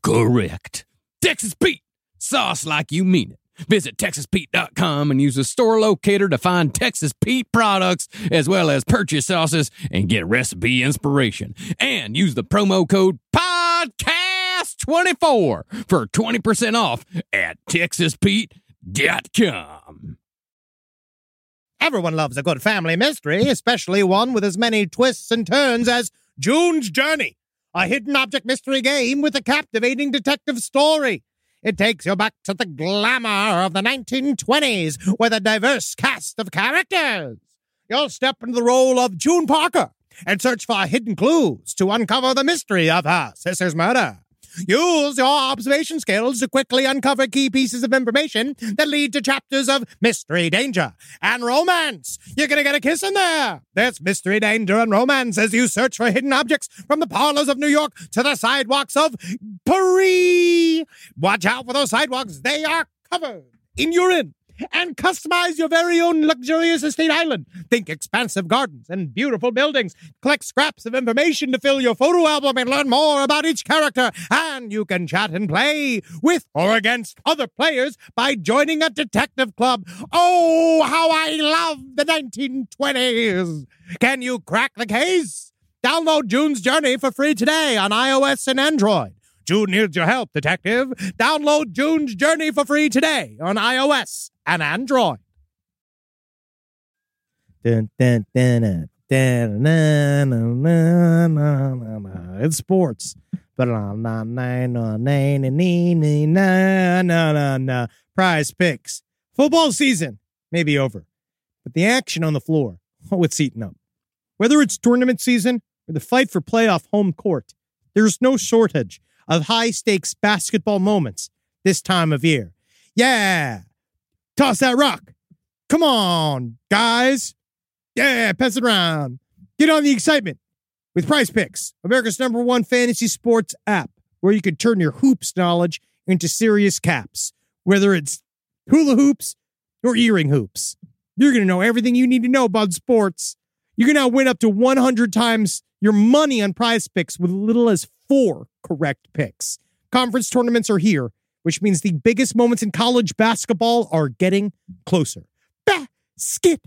C: correct. Texas Pete sauce like you mean it. Visit TexasPete.com and use the store locator to find Texas Pete products as well as purchase sauces and get recipe inspiration. And use the promo code PODCAST24 for 20% off at TexasPete.com.
B: Everyone loves a good family mystery, especially one with as many twists and turns as June's Journey, a hidden object mystery game with a captivating detective story. It takes you back to the glamour of the 1920s with a diverse cast of characters. You'll step into the role of June Parker and search for hidden clues to uncover the mystery of her sister's murder. Use your observation skills to quickly uncover key pieces of information that lead to chapters of mystery, danger, and romance. You're going to get a kiss in there. There's mystery, danger, and romance as you search for hidden objects from the parlors of New York to the sidewalks of Paris. Watch out for those sidewalks, they are covered in urine. And customize your very own luxurious estate island. Think expansive gardens and beautiful buildings. Collect scraps of information to fill your photo album and learn more about each character. And you can chat and play with or against other players by joining a detective club. Oh, how I love the 1920s! Can you crack the case? Download June's Journey for free today on iOS and Android. June needs your help, detective. Download June's Journey for free today on iOS and Android. It's sports. Prize picks. Football season may be over, but the action on the floor, oh, it's eaten up. Whether it's tournament season or the fight for playoff home court, there's no shortage of high stakes basketball moments this time of year. Yeah, toss that rock. Come on, guys. Yeah, pass it around. Get on the excitement with Prize Picks, America's number one fantasy sports app, where you can turn your hoops knowledge into serious caps, whether it's hula hoops or earring hoops. You're going to know everything you need to know about sports. You can now win up to 100 times your money on prize picks with little as four correct picks. Conference tournaments are here, which means the biggest moments in college basketball are getting closer. Basketball.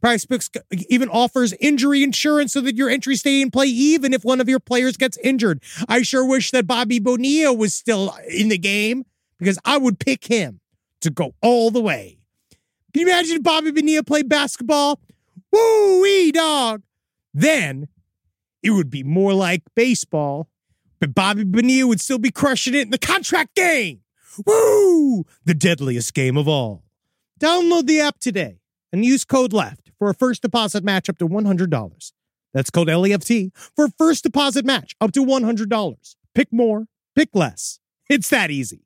B: Prize picks even offers injury insurance so that your entries stay in play even if one of your players gets injured. I sure wish that Bobby Bonilla was still in the game because I would pick him to go all the way. Can you imagine if Bobby Bonilla played basketball? Woo wee dog. Then it would be more like baseball, but Bobby Bonilla would still be crushing it in the contract game. Woo! The deadliest game of all. Download the app today and use code LEFT for a first deposit match up to $100. That's code LEFT for a first deposit match up to $100. Pick more, pick less. It's that easy.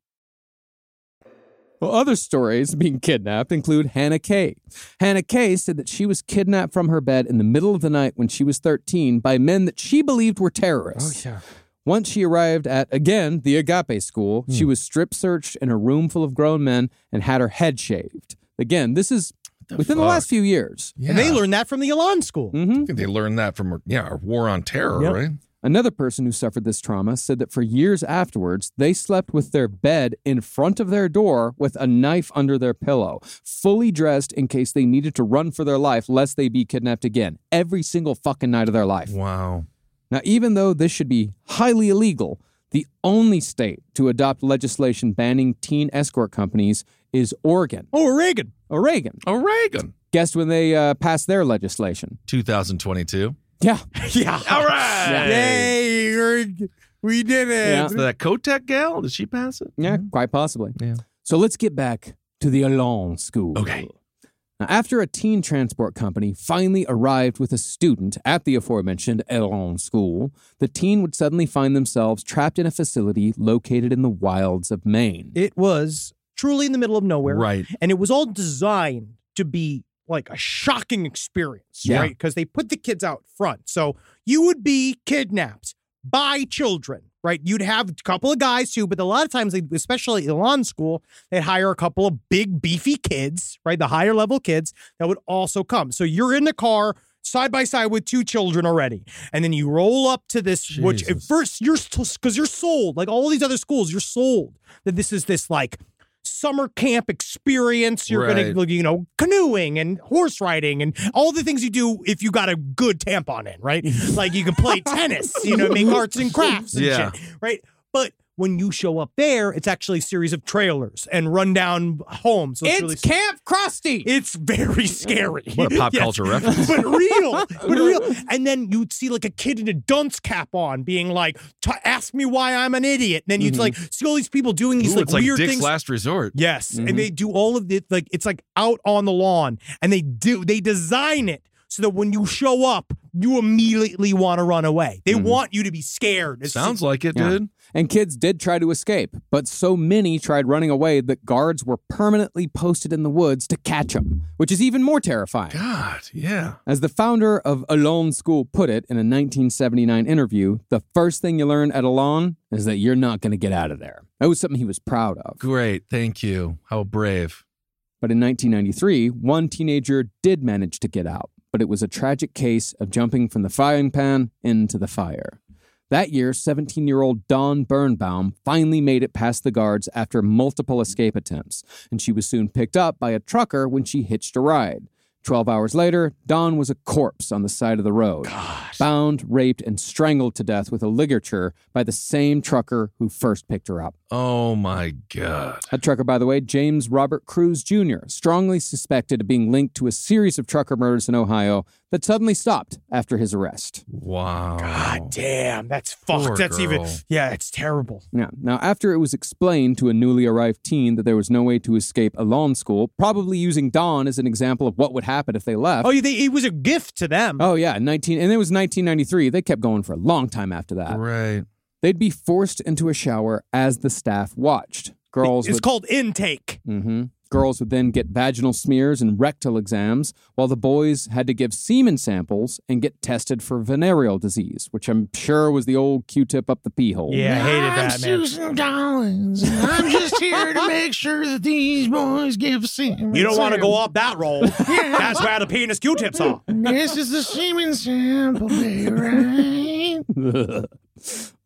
C: Well, other stories being kidnapped include Hannah Kay. Hannah Kay said that she was kidnapped from her bed in the middle of the night when she was 13 by men that she believed were terrorists.
B: yeah.
C: Once she arrived at, again, the Agape School, she was strip searched in a room full of grown men and had her head shaved. Again, this is within the last few years. Mm-hmm.
A: Yeah.
B: And they learned that from the Elan School.
A: I think they learned that from yeah, our war on terror,
B: Yep.
A: right?
C: Another person who suffered this trauma said that for years afterwards, they slept with their bed in front of their door with a knife under their pillow, fully dressed in case they needed to run for their life lest they be kidnapped again, every single fucking night of their life.
A: Wow.
C: Now, even though this should be highly illegal, the only state to adopt legislation banning teen escort companies is Oregon.
B: Oh, Reagan.
C: Oregon.
A: O'Reagan.
C: Guess when they uh, passed their legislation?
A: 2022.
C: Yeah.
B: Yeah.
A: All right.
B: Yay, Reagan. we did it.
C: Yeah.
A: So that Kotek gal, did she pass it? Hmm.
C: Yeah, quite possibly.
A: Mm-hmm. Yeah.
C: So let's get back to the Alon School.
A: Okay.
C: Now, after a teen transport company finally arrived with a student at the aforementioned Elon School, the teen would suddenly find themselves trapped in a facility located in the wilds of Maine.
B: It was truly in the middle of nowhere.
A: Right.
B: And it was all designed to be like a shocking experience,
C: Yeah.
B: right? Because they put the kids out front. So you would be kidnapped by children, right? You'd have a couple of guys too, but a lot of times, they- especially in lawn school, they'd hire a couple of big, beefy kids, right? The higher level kids that would also come. So you're in the car. Side by side with two children already. And then you roll up to this, which at
A: Jesus.
B: first you're because you're sold. Like all these other schools, you're sold that this is this like summer camp experience. You're
A: Right.
B: gonna you know canoeing and horse riding and all the things you do if you got a good tampon in, right? like you can play tennis, you know, make arts and crafts and
A: Yeah.
B: shit, right? But when you show up there, it's actually a series of trailers and rundown homes. So it's, really
C: Camp Krusty.
B: it's very scary.
A: What a pop
B: Yes.
A: culture reference.
B: But real, but real. And then you'd see like a kid in a dunce cap on, being like, "T- "Ask me why I'm an idiot." And then you'd like see all these people doing these
A: Mm-hmm. Ooh,
B: like
A: it's like
B: weird
A: Dick's
B: things.
A: Last Resort.
B: yes,
A: Mm-hmm.
B: and they do all of it like it's like out on the lawn, and they do they design it so that when you show up, you immediately want to run away. They want you to be scared. It's-
A: Mm-hmm. Sounds like it,
C: Yeah.
A: dude.
C: And kids did try to escape, but so many tried running away that guards were permanently posted in the woods to catch them, which is even more terrifying.
A: God, yeah.
C: As the founder of Alon School put it in a 1979 interview, the first thing you learn at Alon is that you're not going to get out of there. That was something he was proud of.
A: Great. Thank you. How brave.
C: But in 1993, one teenager did manage to get out, but it was a tragic case of jumping from the frying pan into the fire. That year, 17 year old Dawn Birnbaum finally made it past the guards after multiple escape attempts, and she was soon picked up by a trucker when she hitched a ride. 12 hours later, Dawn was a corpse on the side of the road, bound, raped, and strangled to death with a ligature by the same trucker who first picked her up.
A: Oh my God.
C: A trucker, by the way, James Robert Cruz Jr., strongly suspected of being linked to a series of trucker murders in Ohio that suddenly stopped after his arrest.
A: Wow.
B: God damn, that's fucked.
A: oh, Poor
B: that's even
A: girl.
B: yeah, it's terrible.
C: Now, now, after it was explained to a newly arrived teen that there was no way to escape a lawn school, probably using Dawn as an example of what would happen if they left.
B: Oh, they, it was a gift to them.
C: Oh, yeah, 19, and it was 1993. They kept going for a long time after that.
A: Right.
C: They'd be forced into a shower as the staff watched. Girls
B: it's
C: would-
B: called intake.
C: hmm Girls would then get vaginal smears and rectal exams, while the boys had to give semen samples and get tested for venereal disease, which I'm sure was the old Q-tip up the pee hole.
B: Yeah, I hated that, man.
A: Collins. I'm just here to make sure that these boys give semen.
B: You don't want to go up that roll. That's where the penis Q-tips are.
A: This is the semen sample, right?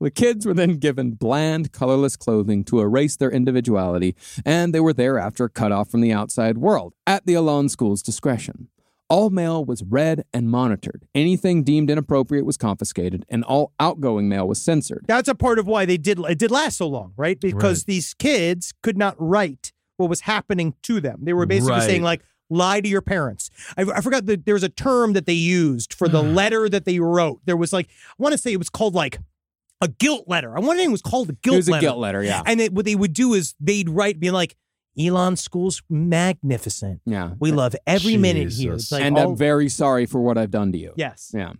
C: The kids were then given bland, colorless clothing to erase their individuality, and they were thereafter cut off from the outside world at the Alon School's discretion. All mail was read and monitored. Anything deemed inappropriate was confiscated, and all outgoing mail was censored.
B: That's a part of why they did it did last so long, right? Because
A: Right.
B: these kids could not write what was happening to them. They were basically
A: Right.
B: saying like lie to your parents. I, I forgot that there was a term that they used for the
C: Mm.
B: letter that they wrote. There was like I want to say it was called like a guilt letter. I want to think it was called a guilt
C: it was
B: letter.
C: a guilt letter, yeah.
B: And it, what they would do is they'd write being like Elon School's magnificent.
C: yeah.
B: We love every minute here.
A: Jesus.
B: It's like
C: and
B: all-
C: I'm very sorry for what I've done to you.
B: yes.
C: Yeah.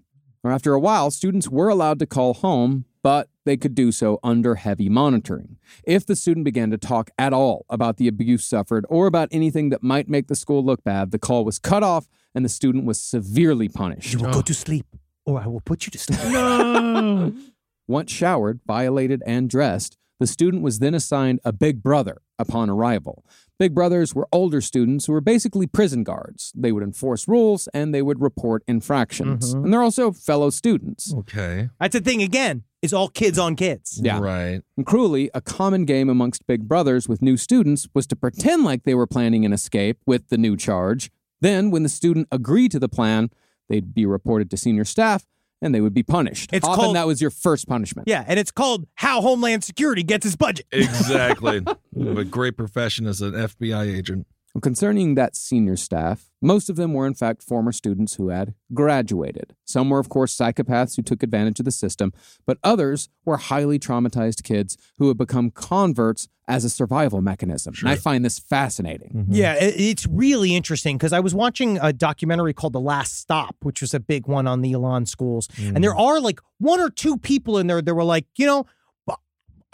C: Or after a while, students were allowed to call home, but they could do so under heavy monitoring. If the student began to talk at all about the abuse suffered or about anything that might make the school look bad, the call was cut off and the student was severely punished.
B: You will go to sleep, or I will put you to sleep.
C: Once showered, violated, and dressed, The student was then assigned a big brother upon arrival. Big brothers were older students who were basically prison guards. They would enforce rules and they would report infractions.
B: Mm-hmm.
C: And they're also fellow students.
A: Okay.
B: That's the thing again, is all kids on kids.
C: Yeah.
A: Right.
C: And cruelly, a common game amongst big brothers with new students was to pretend like they were planning an escape with the new charge. Then, when the student agreed to the plan, they'd be reported to senior staff and they would be punished.
B: It's
C: Often
B: called-
C: that was your first punishment.
B: Yeah, and it's called How Homeland Security Gets Its Budget.
A: Exactly. You have a great profession as an FBI agent.
C: Well, Concerning that senior staff, most of them were in fact former students who had graduated. Some were, of course, psychopaths who took advantage of the system, but others were highly traumatized kids who had become converts as a survival mechanism. And I find this fascinating.
A: Mm-hmm.
B: Yeah, it, it's really interesting because I was watching a documentary called The Last Stop, which was a big one on the Elon schools. And there are like one or two people in there that were like, you know, bu-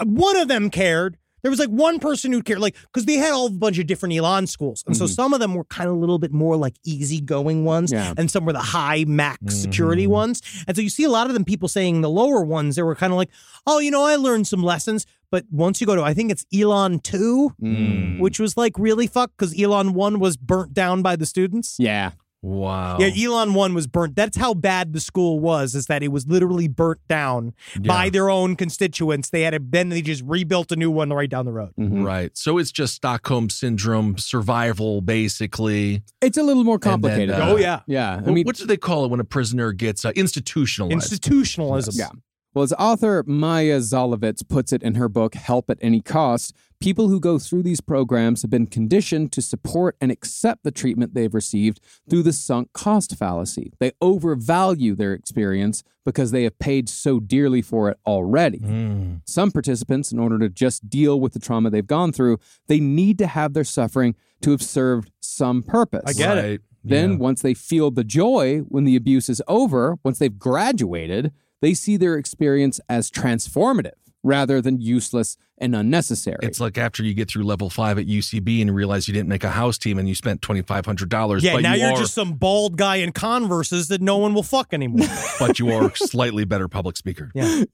B: one of them cared. There was like one person who cared, like, because they had all a bunch of different Elon schools. And so some of them were kind of a little bit more like easygoing ones,
C: Yeah.
B: and some were the high max security ones. And so you see a lot of them people saying the lower ones, they were kind of like, oh, you know, I learned some lessons. But once you go to, I think it's Elon 2,
C: Mm-hmm.
A: Mm.
C: Mm.
B: which was like really fucked because Elon 1 was burnt down by the students.
C: Yeah.
A: Wow.
B: Yeah, Elon 1 was burnt. That's how bad the school was, is that it was literally burnt down by their own constituents. They had a, then they just rebuilt a new one right down the road.
C: Mhm.
A: Right. So it's just Stockholm syndrome survival, basically.
C: It's a little more
A: then,
C: complicated.
A: uh, Oh,
B: yeah.
C: Yeah. I
A: Wh-
C: mean,
A: what do they call it when a prisoner gets uh, institutionalized?
B: Institutionalism.
C: Yeah. Well, as author Maya Zolovitz puts it in her book, Help at Any Cost, people who go through these programs have been conditioned to support and accept the treatment they've received through the sunk cost fallacy. They overvalue their experience because they have paid so dearly for it already.
B: Hmm.
A: Mm.
C: Some participants, in order to just deal with the trauma they've gone through, they need to have their suffering to have served some purpose.
B: I get it.
A: Right.
C: Then,
A: Yeah.
C: once they feel the joy when the abuse is over, once they've graduated, they see their experience as transformative rather than useless and unnecessary.
A: It's like after you get through level five at UCB and realize you didn't make a house team and you spent twenty five hundred dollars.
B: Yeah,
A: but
B: now
A: you
B: you're
A: are,
B: just some bald guy in converses that no one will fuck anymore.
A: but you are slightly better public speaker.
C: yeah.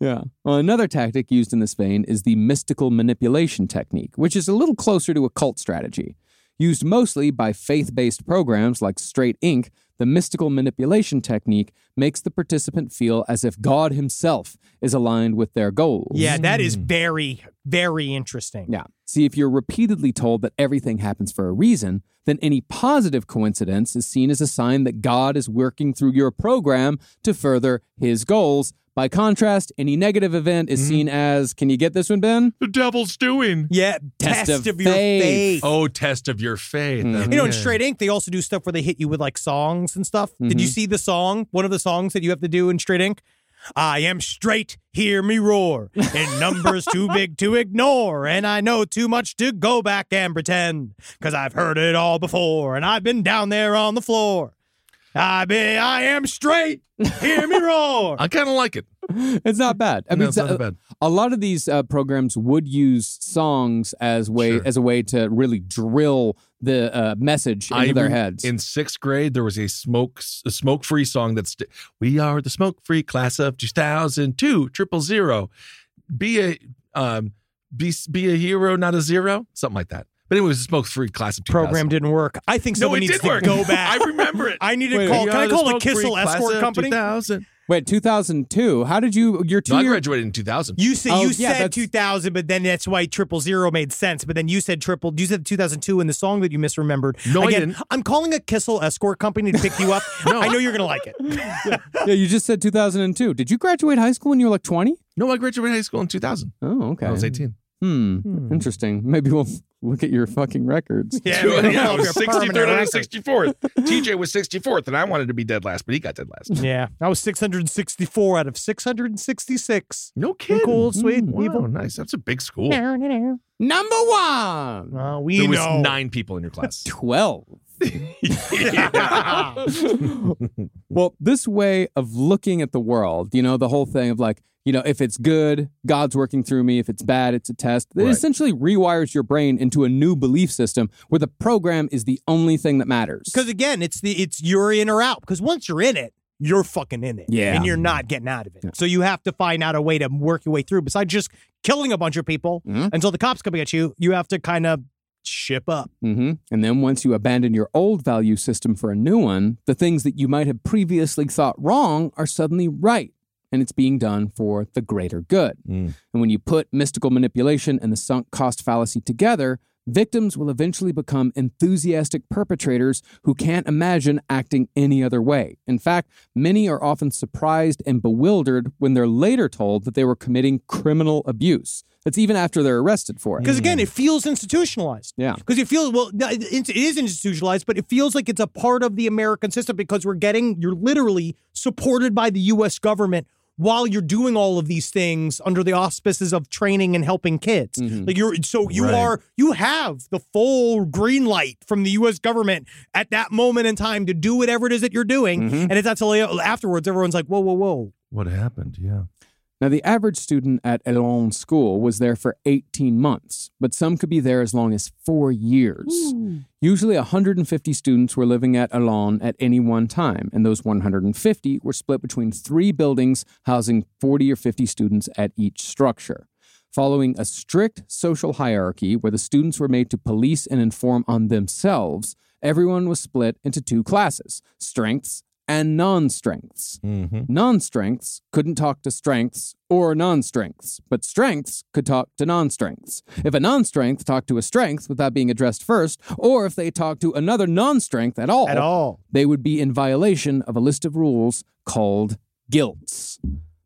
C: Well, another tactic used in this vein is the mystical manipulation technique, which is a little closer to a cult strategy. Used mostly by faith based programs like Straight Inc., the mystical manipulation technique makes the participant feel as if God himself is aligned with their goals.
B: yeah, that is very, very interesting.
C: Yeah. See, if you're repeatedly told that everything happens for a reason, then any positive coincidence is seen as a sign that God is working through your program to further his goals. By contrast, any negative event
A: Mm-hmm.
C: is seen as can you get this one, Ben?
A: The devil's doing.
B: Yeah,
C: Test
B: test,
C: of
B: of, your
C: faith.
B: faith.
A: Oh, test of your faith.
C: Mhm.
B: Mm. You know, in Straight Ink, they also do stuff where they hit you with like songs and stuff. Did
A: Mm-hmm.
B: you see the song? One of the songs that you have to do in Straight Ink? I am straight, hear me roar. And numbers too big to ignore. And I know too much to go back and pretend. Cause I've heard it all before. And I've been down there on the floor. I be I am straight, hear me roar.
A: I kind of like it.
C: It's not bad. I
A: No, it's not
C: so-
A: that bad.
C: A lot of these uh, programs would use songs as way
A: Sure.
C: as a way to really drill the uh, message into their
A: rem-
C: heads.
A: In sixth grade, there was a smoke a smoke free song that's we are the smoke free class of two thousand two triple zero. Be a um be be a hero, not a zero, something like that. But anyway, it was a smoke free class of two thousand.
B: Program didn't work. I think
A: No,
B: someone
A: it
B: needs
A: did
B: to
A: work.
B: go back.
A: I remember it.
B: I need
C: Wait,
B: to call.
A: We
B: Can
A: are
B: I
A: the
B: call the
A: smoke-free
B: Kissel
A: class
B: Escort
A: of
B: Company?
A: 2000.
C: Wait, 2002. How did you your two
A: No, I
C: year
A: graduated in 2000.
B: You said
C: Oh,
B: you
C: yeah,
B: said
C: that's-
B: two thousand, but then that's why triple zero made sense. But then you said triple. You said two thousand two in the song that you misremembered.
A: No, I
B: Again,
A: didn't.
B: I'm calling a Kissel escort company to pick you up.
A: No.
B: I know you're gonna like it.
C: yeah, you just said 2002. Did you graduate high school when you were like 20?
A: no, I graduated high school in 2000.
C: Oh, okay.
A: I was 18.
C: Hmm. Interesting. Maybe we'll look at your fucking records.
B: Yeah, we're gonna
A: I
B: help
A: was
B: your permanent
A: 63rd out of
B: record.
A: 64th. TJ was 64th, and I wanted to be dead last, but he got dead last.
B: Yeah, I was 664 out of 666.
A: No kidding. Mm,
B: Cool, sweet,
A: wow,
B: evil.
A: nice. That's a big school.
C: Number one.
B: Uh, we
A: There was
B: know.
A: nine people in your class.
C: 12. Well, this way of looking at the world, you know, the whole thing of like, you know, if it's good, God's working through me. If it's bad, it's a test. It
A: Right.
C: essentially rewires your brain into a new belief system where the program is the only thing that matters.
B: Because again, it's the it's you're in or out. Because once you're in it, you're fucking in it.
C: Yeah.
B: And you're not getting out of it. So you have to find out a way to work your way through. Besides just killing a bunch of people
C: Mhm.
B: until the cops come at you, you have to kind of ship up.
C: hmm And then once you abandon your old value system for a new one, the things that you might have previously thought wrong are suddenly right. And it's being done for the greater good.
A: Mm.
C: And when you put mystical manipulation and the sunk cost fallacy together, victims will eventually become enthusiastic perpetrators who can't imagine acting any other way. In fact, many are often surprised and bewildered when they're later told that they were committing criminal abuse. That's even after they're arrested for it.
B: Because again, it feels institutionalized.
C: Hmm. Yeah.
B: Because it feels well, no, it it is institutionalized, but it feels like it's a part of the American system because we're getting you're literally supported by the U.S. government while you're doing all of these things under the auspices of training and helping kids.
C: Mm-hmm.
B: Like you're so you
A: Right.
B: are you have the full green light from the U.S. government at that moment in time to do whatever it is that you're doing,
C: Mm-hmm.
B: and it's not till afterwards everyone's like, whoa, whoa, whoa.
A: What happened? Yeah.
C: Now, the average student at Elon School was there for 18 months, but some could be there as long as four years. Usually, 150 students were living at Elon at any one time, and those 150 were split between three buildings housing 40 or 50 students at each structure. Following a strict social hierarchy where the students were made to police and inform on themselves, everyone was split into two classes strengths and non strengths.
A: Mm-hmm.
C: Non strengths couldn't talk to strengths or non strengths, but strengths could talk to non strengths. If a non strength talked to a strength without being addressed first, or if they talked to another non strength at all,
B: At all.
C: they would be in violation of a list of rules called guilts.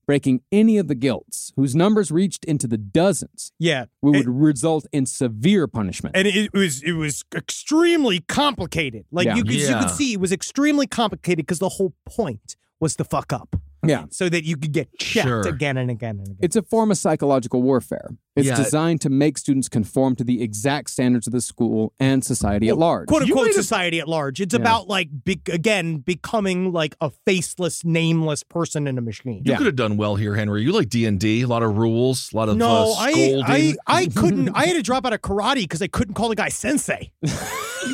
C: Breaking any of the guilts, whose numbers reached into the dozens,
B: Yeah.
C: would
B: It-
C: result in severe punishment.
B: and it, it was it was extremely complicated. Like
C: Yeah.
B: you could you
A: Yeah.
B: could see it was extremely complicated because the whole point was to fuck up,
C: yeah.
B: so that you could get checked
A: Sure.
B: again and again and again.
C: It's a form of psychological warfare. It's
A: Yeah.
C: designed to make students conform to the exact standards of the school and society at large.
B: quote
A: You
B: unquote
A: made a-
B: society at large. It's
C: Yeah.
B: about like be- again becoming like a faceless, nameless person in a machine.
A: You could have done well here, Henry. You like D and D, a lot of rules, a lot of uh,
B: No,
A: scolding.
B: I, I I couldn't. I had to drop out of karate because I couldn't call the guy sensei.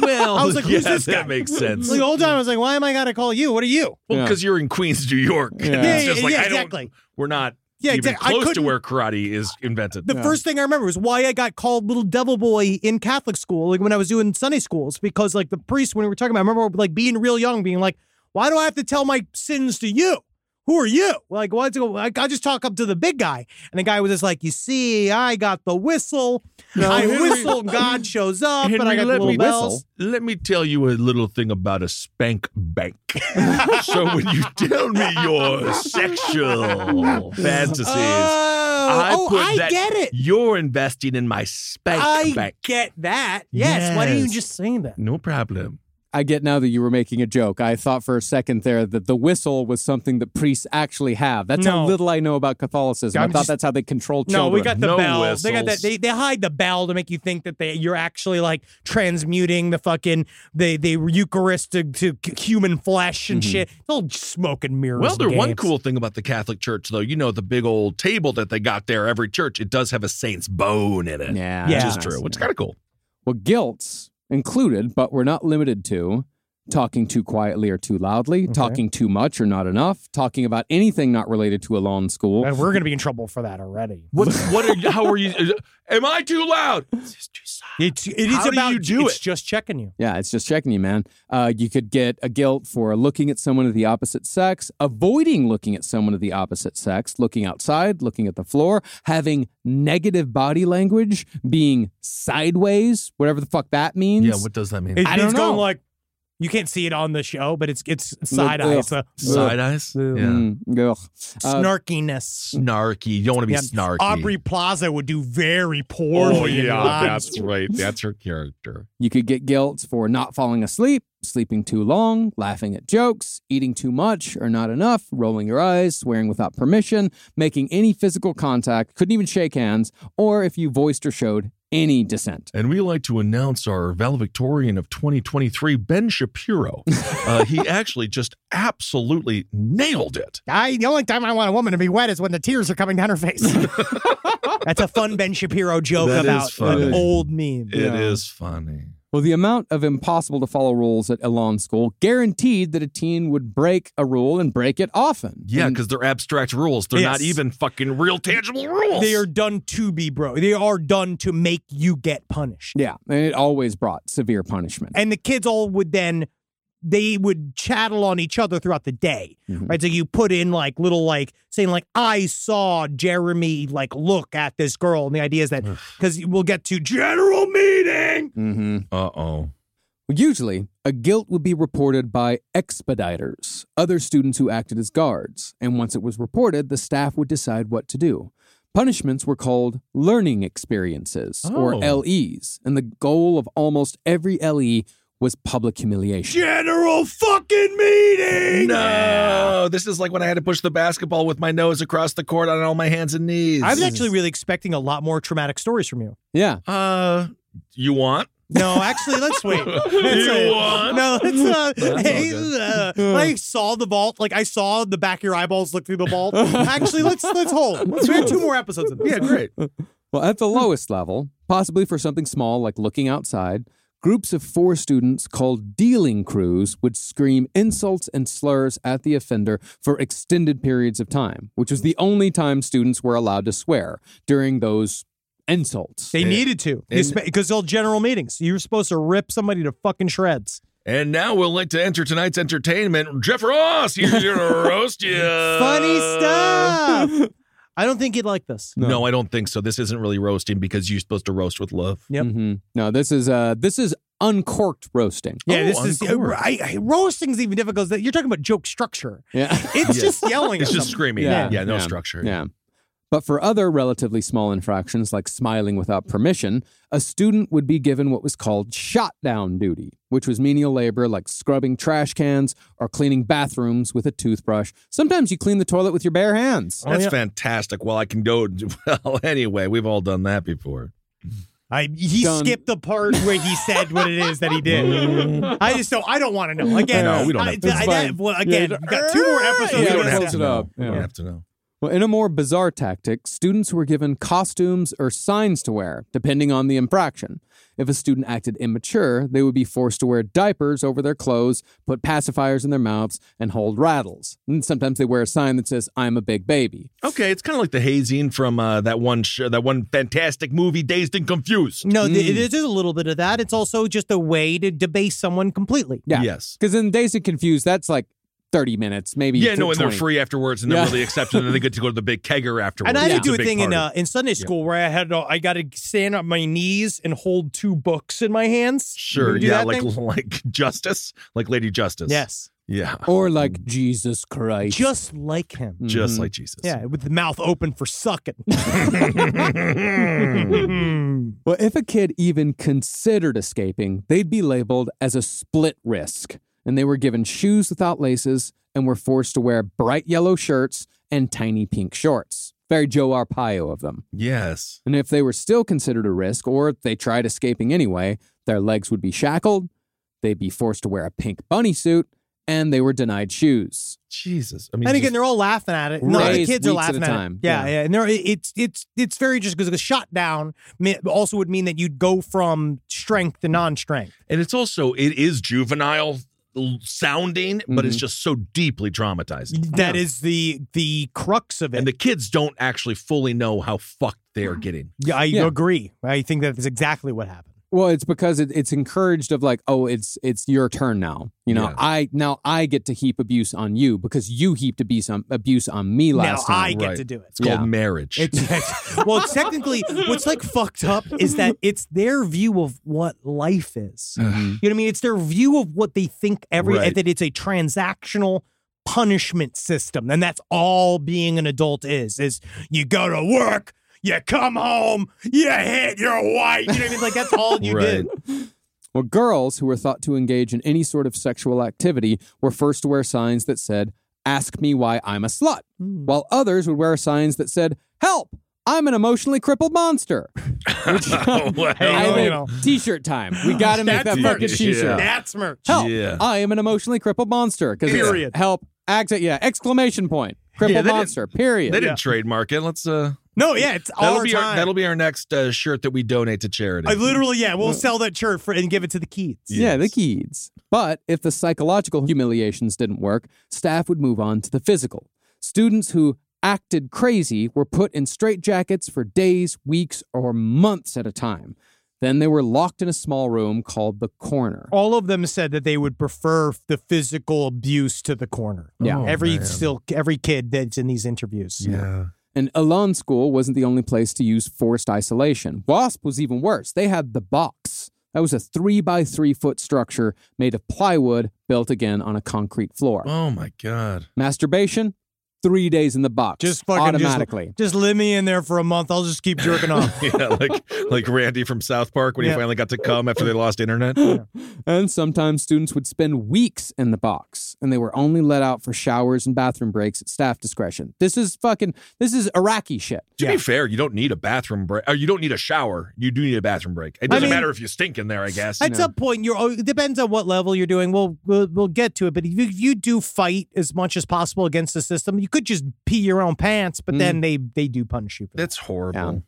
A: well,
B: I was like, who's
A: yeah,
B: this guy?
A: That makes sense.
B: Like, the whole time I was like, why am I gotta call you? What are you?
A: Well,
C: Yeah.
A: because you're in Queens, New York. and
C: Yeah.
A: it's
B: Yeah,
A: just
B: yeah,
A: like,
B: yeah,
A: I don't-
B: exactly.
A: We're not
B: Yeah,
A: even
B: exactly. I
A: close to
B: couldn't-
A: where karate is invented.
B: The first thing I remember was why I got called little devil boy in Catholic school, like when I was doing Sunday schools, because like the priest, when we were talking about, I remember like being real young, being like, why do I have to tell my sins to you? Who are you? Like, why do like, I just talk up to the big guy? And the guy was just like, you see, I got the whistle. I
A: Henry-
B: whistle, God shows up,
A: Henry,
B: and I got the
A: let
B: little
A: me
B: bells.
A: Let me tell you a little thing about a spank bank. so when you tell me your sexual fantasies, I
B: Oh,
A: put
B: oh, I
A: that
B: get it.
A: You're investing in my spank
B: I
A: bank.
B: get that. Yes. Why don't you
A: Yes.
B: just sing that?
A: No problem.
C: I get now that you were making a joke. I thought for a second there that the whistle was something that priests actually have. That's how
B: No.
C: little I know about Catholicism.
B: I'm
C: I thought
B: just-
C: that's how they control
B: No,
C: children.
B: we got the
A: No
B: bell. They got that.
A: whistles.
B: They, they hide the bell to make you think that they you're actually like transmuting the fucking the the Eucharist to, to human flesh and shit. It's all smoke and mirrors.
A: Mm-hmm. Well,
B: and
A: there's one
B: games.
A: cool thing about the Catholic Church, though. You know, the big old table that they got there, every church, it does have a saint's bone in it.
C: Yeah,
A: Which
B: Yeah.
A: is true. Which is kind of cool.
C: Well, guilts included, but were not limited to talking too quietly or too loudly, talking too much or not enough, talking about anything not related to a law in school.
B: And we're gonna be in trouble for that already.
A: What? What are? you- How are you? is- Am I too loud?
B: It's it is
A: How do
B: about
A: you do
B: it's
A: it?
B: just checking you.
C: Yeah, it's just checking you, man. Uh, you could get a guilt for looking at someone of the opposite sex, avoiding looking at someone of the opposite sex, looking outside, looking at the floor, having negative body language, being sideways, whatever the fuck that means.
A: Yeah. What does that mean?
B: It
C: I don't
B: means going
C: know.
B: like you can't see it on the show, but it's it's side eye. It's
A: uh,
C: ugh.
B: a
A: Side eyes. Yeah.
C: Mm, ugh. Uh,
B: snarkiness.
A: Snarky. You don't want to be
B: Yeah.
A: snarky.
B: Aubrey Plaza would do very poorly. in Lion King.
A: right. Oh, That's her character.
C: You could get guilt for not falling asleep, sleeping too long, laughing at jokes, eating too much or not enough, rolling your eyes, swearing without permission, making any physical contact, couldn't even shake hands, or if you voiced or showed any dissent.
A: And we like to announce our valedictorian of 2023, Ben Shapiro. Uh, he actually just absolutely nailed it.
B: I the only time I want a woman to be wet is when the tears are coming down her face. That's a fun Ben Shapiro joke
A: That is
B: about
A: funny.
B: old memes.
A: It is funny.
C: Well, the amount of impossible to follow rules at Elon School guaranteed that a teen would break a rule and break it often.
A: Yeah,
C: And-
A: because they're abstract rules. They're not
B: Yes.
A: even fucking real tangible rules.
B: They are done to be bro. They are done to make you get punished.
C: yeah, and it always brought severe punishment.
B: And the kids all would then they would chattel on each other throughout the day.
A: Mm-hmm.
C: Mhm.
B: Right. So you put in like little like saying like I saw Jeremy like look at this girl. And the idea is that because we'll get to general meeting.
C: hmm
A: Uh oh.
C: Usually, a guilt would be reported by expediters, other students who acted as guards, and once it was reported, the staff would decide what to do. Punishments were called learning experiences, or
A: Oh.
C: LEs, and the goal of almost every LE was public humiliation.
B: General fucking meeting.
A: No, this is like when I had to push the basketball with my nose across the court on all my hands and knees.
B: I was actually really expecting a lot more traumatic stories from you.
C: Yeah.
A: Uh, you want?
B: No, actually, let's wait. Let's
A: You
B: wait.
A: want?
B: No, let's. Uh,
A: all
B: hey, uh,
A: good.
B: I saw the vault. Like I saw the back of your eyeballs look through the vault. actually, let's let's hold. We have two more episodes of this.
A: Yeah, great.
C: Well, at the lowest level, possibly for something small like looking outside, groups of four students called dealing crews would scream insults and slurs at the offender for extended periods of time, which was the only time students were allowed to swear during those insults.
B: They needed to because all general meetings. You're supposed to rip somebody to fucking shreds.
A: And now we'll like to enter tonight's entertainment. Jeff Ross, he's here to roast you.
B: Funny
A: Ah!
B: stuff. I don't think he'd like this.
A: No. I don't think so. This isn't really roasting because you're supposed to roast with love.
B: Yep.
C: Mhm. No, this is uh, this is uncorked roasting.
B: Yeah,
A: Oh,
B: this is
A: uncorked.
B: I, I, roasting's even difficult. You're talking about joke structure.
C: Yeah.
B: It's
A: Yes.
B: just yelling.
A: It's
B: at
A: just
B: somebody.
A: screaming.
C: Yeah.
A: Yeah, no
C: Yeah.
A: structure.
C: Yeah. But for other relatively small infractions like smiling without permission, a student would be given what was called shot down duty, which was menial labor like scrubbing trash cans or cleaning bathrooms with a toothbrush. Sometimes you clean the toilet with your bare hands.
B: Oh,
A: That's fantastic. Well, I can go. Well, anyway, we've all done that before.
B: I he
C: Done.
B: skipped the part where he said what it is that he did. I just don't. I don't want to know. Again,
A: No, we don't
B: I,
A: have to.
B: I-
C: It's
B: that-
C: fine.
B: well, again,
C: Yeah,
B: we've got two more episodes.
C: Yeah,
B: of
C: we
B: this
C: don't have
B: now.
C: to know.
A: We
C: Yeah.
A: don't have to know.
C: Well, in a more bizarre tactic, students were given costumes or signs to wear, depending on the infraction. If a student acted immature, they would be forced to wear diapers over their clothes, put pacifiers in their mouths, and hold rattles. And sometimes they wear a sign that says, I'm a big baby.
A: Okay, it's kind of like the hazing from uh, that one sh- that one fantastic movie, Dazed and Confused.
B: No, th- it is a little bit of that. It's also just a way to debase someone completely.
C: Yeah.
A: Yes.
C: Because in Days of Confused, that's like 30 minutes, maybe.
A: Yeah, no, and
C: 20.
A: they're free afterwards, and they're
C: Yeah.
A: really accepted, and they get to go to the big kegger afterwards.
B: And I did
A: It's
B: do a
A: big
B: thing in
A: party.
B: uh, in Sunday school where I had to, I got to stand on my knees and hold two books in my hands.
A: sure,
B: You do
A: yeah,
B: that
A: like
B: thing?
A: like Justice, like Lady Justice.
B: yes,
A: yeah,
C: Or like Jesus Christ.
B: just like him.
A: just like Jesus.
B: Mm-hmm. Yeah, with the mouth open for sucking. Hmm.
C: Well, if a kid even considered escaping, they'd be labeled as a split risk, and they were given shoes without laces and were forced to wear bright yellow shirts and tiny pink shorts. Very Joe Arpaio of them.
A: Yes.
C: And if they were still considered a risk, or if they tried escaping anyway, their legs would be shackled, they'd be forced to wear a pink bunny suit, and they were denied shoes.
A: Jesus. I mean,
B: And again,
A: just-
B: they're all laughing at it. No, the
C: Raised
B: kids are
C: weeks at
B: laughing
C: a
B: at,
C: time.
B: it. Yeah,
C: Yeah.
B: yeah. And they're, it's it's it's very just because a shot down me- also would mean that you'd go from strength to non-strength.
A: and it's also it is juvenile l- sounding, but
B: Mm-hmm.
A: it's just so deeply traumatizing,
B: That is the the crux of it.
A: and the kids don't actually fully know how fucked they are getting.
B: yeah, I
C: Yeah.
B: agree. I think that is exactly what happened.
C: Well, it's because it, it's encouraged of like, oh, it's it's your turn now. You know,
A: Yeah.
C: I now I get to heap abuse on you because you heaped abuse on abuse on me last
B: now
C: time.
B: I get
A: right.
B: to do it.
A: It's called
C: Yeah.
A: marriage.
B: It's, well, it's technically, what's like fucked up is that it's their view of what life is.
C: Mhm.
B: You know what I mean? It's their view of what they think every
A: Right.
B: that it's a transactional punishment system, and that's all being an adult is. Is you go to work, you come home, you hit your wife. You know what I mean? Like that's all you did.
C: Well, girls who were thought to engage in any sort of sexual activity were first to wear signs that said, Ask me why I'm a slut,
B: Hmm.
C: while others would wear signs that said, Help, I'm an emotionally crippled monster. Which,
A: Well,
C: I
B: you
C: think
B: know.
C: t-shirt time. We gotta make that
B: That's
C: fucking
A: merch.
C: t-shirt.
A: Yeah.
B: That's merch.
C: Help,
A: Yeah.
C: I am an emotionally crippled monster. Because
B: Period.
C: help, act, yeah, exclamation point, crippled
A: they didn't-
C: monster, period.
A: They didn't trademark it. Let's uh
B: No, yeah, it's
A: That'll
B: our
A: be
B: time.
A: our that'll be our next uh, shirt that we donate to charity.
B: I literally, yeah, we'll sell that shirt for and give it to the kids.
C: Yeah, the kids. But if the psychological humiliations didn't work, staff would move on to the physical. Students who acted crazy were put in straitjackets for days, weeks, or months at a time. Then they were locked in a small room called the corner.
B: All of them said that they would prefer the physical abuse to the corner.
C: Yeah. Oh,
B: every
A: man.
B: still every kid that's in these interviews.
A: Yeah.
C: And Elan School wasn't the only place to use forced isolation. WASP was even worse. They had the box. That was a three by three foot structure made of plywood built again on a concrete floor.
A: Oh my god.
C: Masturbation, three days in the box.
B: Just fucking just-
C: automatically.
B: Just let me in there for a month. I'll just keep jerking off.
A: yeah, like like Randy from South Park when
B: Yeah.
A: he finally got to come after they lost internet.
C: And sometimes students would spend weeks in the box and they were only let out for showers and bathroom breaks at staff discretion. This is fucking, this is Iraqi shit.
A: To be fair, you don't need a bathroom break. Or you don't need a shower. You do need a bathroom break. It doesn't
B: mean-
A: matter if you stink in there, I guess.
B: At some point, you're. oh, It depends on what level you're doing. We'll we'll, we'll get to it. But if you, if you do fight as much as possible against the system, you could just pee your own pants. But then they they do punish you. For that.
A: That's horrible.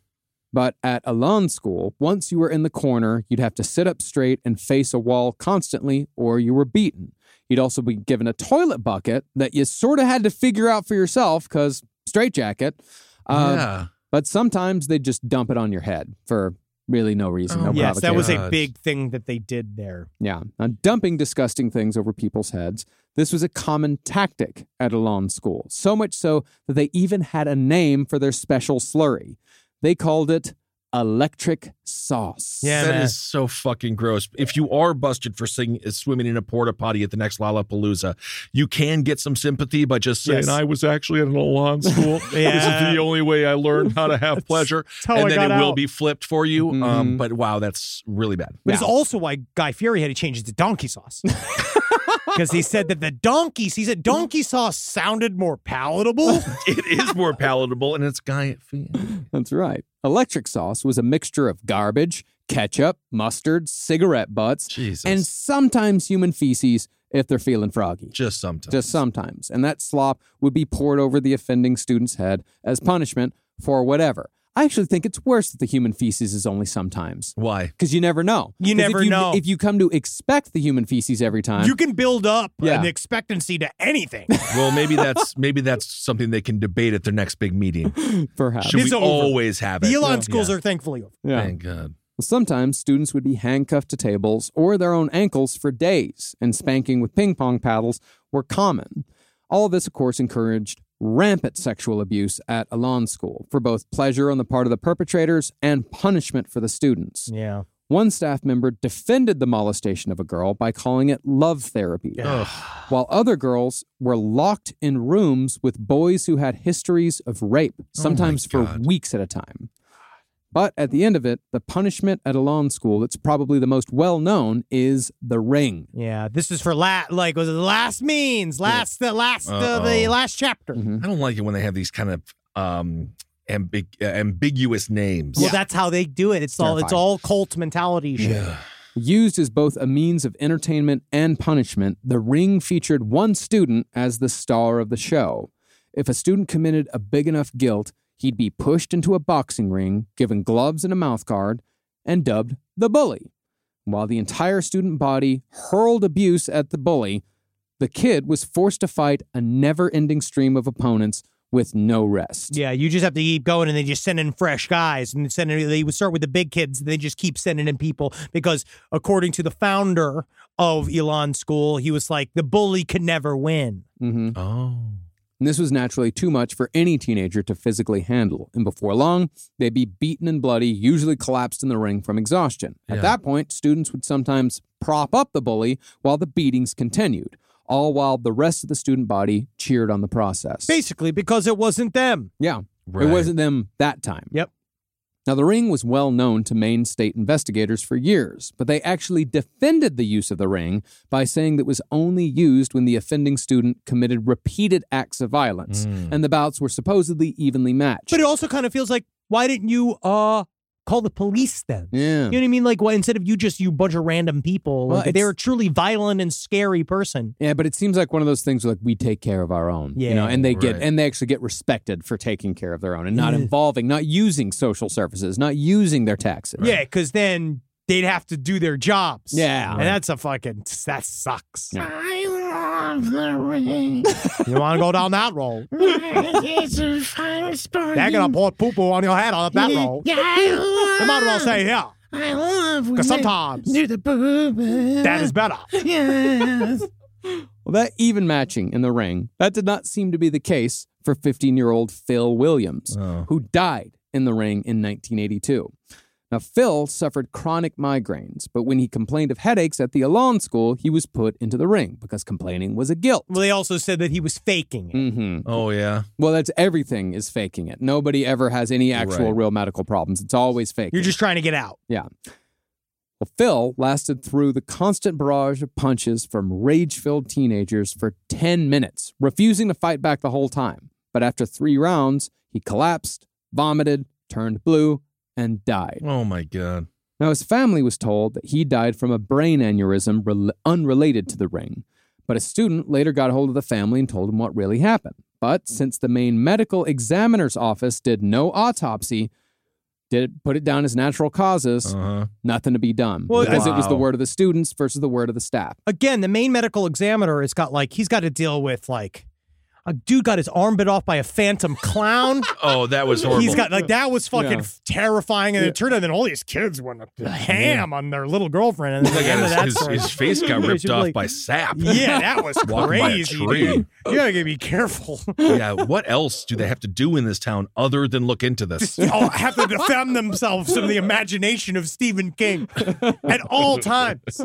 C: But at Alon School, once you were in the corner, you'd have to sit up straight and face a wall constantly, or you were beaten. You'd also be given a toilet bucket that you sort of had to figure out for yourself because straitjacket. Uh,
A: yeah. Um,
C: But sometimes they'd just dump it on your head for really no reason.
A: Oh,
C: no
B: yes, that was a
A: God.
B: big thing that they did there.
C: Yeah, now, dumping disgusting things over people's heads. This was a common tactic at Elon School, so much so that they even had a name for their special slurry. They called it electric sauce.
B: Yeah,
A: That
B: man.
A: is so fucking gross. If you are busted for sing, swimming in a porta potty at the next Lollapalooza, you can get some sympathy by just saying,
B: Yes.
A: "I was actually at an Alon school. This is
B: Yeah.
A: the only way I learned how to have pleasure."
B: how
A: and
B: I
A: then
B: got
A: it will
B: out.
A: be flipped for you. Um,
C: Mhm.
A: but wow, that's really bad.
B: But it's also why Guy Fieri had to change it to donkey sauce. Because he said that the donkeys, he said donkey sauce sounded more palatable.
A: It is more palatable, and it's guy.
C: That's right. Electric sauce was a mixture of garbage, ketchup, mustard, cigarette butts,
A: Jesus,
C: and sometimes human feces if they're feeling froggy.
A: just sometimes.
C: Just sometimes. And that slop would be poured over the offending student's head as punishment for whatever. I actually think it's worse that the human feces is only sometimes.
A: Why?
C: Because you never know.
B: You
C: 'Cause if
B: never know.
C: If you come to expect the human feces every time,
B: you can build up
C: Yeah.
B: an expectancy to anything.
A: Well, maybe that's maybe that's something they can debate at their next big meeting.
C: perhaps.
A: Should
B: It's
A: we
B: over.
A: always have it?
B: The Elon
A: Yeah.
B: schools are thankfully over.
C: Yeah.
A: Thank God.
C: Sometimes students would be handcuffed to tables or their own ankles for days, and spanking with ping pong paddles were common. All of this, of course, encouraged rampant sexual abuse at Alon School for both pleasure on the part of the perpetrators and punishment for the students.
B: Yeah.
C: One staff member defended the molestation of a girl by calling it love therapy, while other girls were locked in rooms with boys who had histories of rape, sometimes for
A: God.
C: weeks at a time. But at the end of it, the punishment at a lawn school that's probably the most well known is the ring.
B: Yeah. This is for la- like was it the last means, last the last uh, the
A: Uh-oh.
B: last chapter.
C: Mm-hmm.
A: I don't like it when they have these kind of um ambig- uh, ambiguous names.
B: Well, that's how they do it. It's all it's
C: Terrifying.
B: all cult mentality shit.
C: Used as both a means of entertainment and punishment, the ring featured one student as the star of the show. If a student committed a big enough guilt, he'd be pushed into a boxing ring, given gloves and a mouth guard, and dubbed the bully. While the entire student body hurled abuse at the bully, the kid was forced to fight a never ending stream of opponents with no rest.
B: Yeah, you just have to keep going, and they just send in fresh guys, and send in, they would start with the big kids, and they just keep sending in people because, according to the founder of Elon School, he was like, the bully can never win.
C: hmm
A: Oh.
C: And this was naturally too much for any teenager to physically handle. And before long, they'd be beaten and bloody, usually collapsed in the ring from exhaustion. At
A: Yeah.
C: that point, students would sometimes prop up the bully while the beatings continued, all while the rest of the student body cheered on the process.
B: Basically, because it wasn't them.
C: Yeah.
A: Right.
C: It wasn't them that time.
B: Yep.
C: Now, the ring was well known to Maine state investigators for years, but they actually defended the use of the ring by saying that it was only used when the offending student committed repeated acts of
B: Mm.
C: violence, and the bouts were supposedly evenly matched.
B: But it also kind of feels like, why didn't you uh Call the police then.
C: Yeah.
B: You know what I mean? Like, why instead of you just you bunch of random people,
C: Well,
B: like,
C: it's-
B: they're a truly violent and scary person.
C: Yeah, but it seems like one of those things where like we take care of our own, you know,
B: Yeah,
C: and they get
A: right.
C: and they actually get respected for taking care of their own and not
B: Yeah.
C: involving, not using social services, not using their taxes.
B: Yeah, because then they'd have to do their jobs.
C: Yeah.
B: and that's a fucking that sucks.
C: Yeah.
F: I love the ring.
B: you want to go down that road?
F: it's a final spark.
B: They're gonna pour poo poo on your head on that road.
F: Yeah, I
B: You might as well
F: love.
B: stay here
F: I love when
B: because
F: they
B: sometimes
F: do the boob.
B: that is better.
F: Yes.
C: Well, that even matching in the ring, that did not seem to be the case for 15 year old Phil Williams,
A: Oh.
C: who died in the ring in 1982. Now, Phil suffered chronic migraines, but when he complained of headaches at the Alon School, he was put into the ring because complaining was a guilt.
B: Well, they also said that he was faking it.
C: hmm
A: Oh yeah.
C: Well, that's everything is faking it. Nobody ever has any actual
A: Right.
C: real medical problems. It's always fake.
B: You're just trying to get out.
C: well, Phil lasted through the constant barrage of punches from rage-filled teenagers for 10 minutes, refusing to fight back the whole time. But after 3 rounds, he collapsed, vomited, turned blue, and died.
A: Oh my god.
C: Now, his family was told that he died from a brain aneurysm rel- unrelated to the ring, but a student later got hold of the family and told him what really happened. But since the Maine medical examiner's office did no autopsy, did it put it down as natural causes,
A: Uh-huh.
C: nothing to be done
B: Well,
C: because it was the
A: Wow.
C: word of the students versus the word of the staff.
B: Again, the main medical examiner has got like he's got to deal with like a dude got his arm bit off by a phantom clown.
A: Oh, that was horrible.
B: He's got like that was fucking
C: Yeah.
B: f- terrifying, and it turned out then all these kids went ham on their little girlfriend. And then
A: Look
B: the end of
A: at
B: that
A: his,
B: story-
A: his, his face got
B: You
A: ripped
B: should be
A: off
B: like,
A: by sap.
B: Yeah, that was
A: Walking by a
B: crazy.
A: tree.
B: dude. You gotta be careful.
A: yeah. What else do they have to do in this town other than look into this?
B: They all have to defend themselves from the imagination of Stephen King at all times.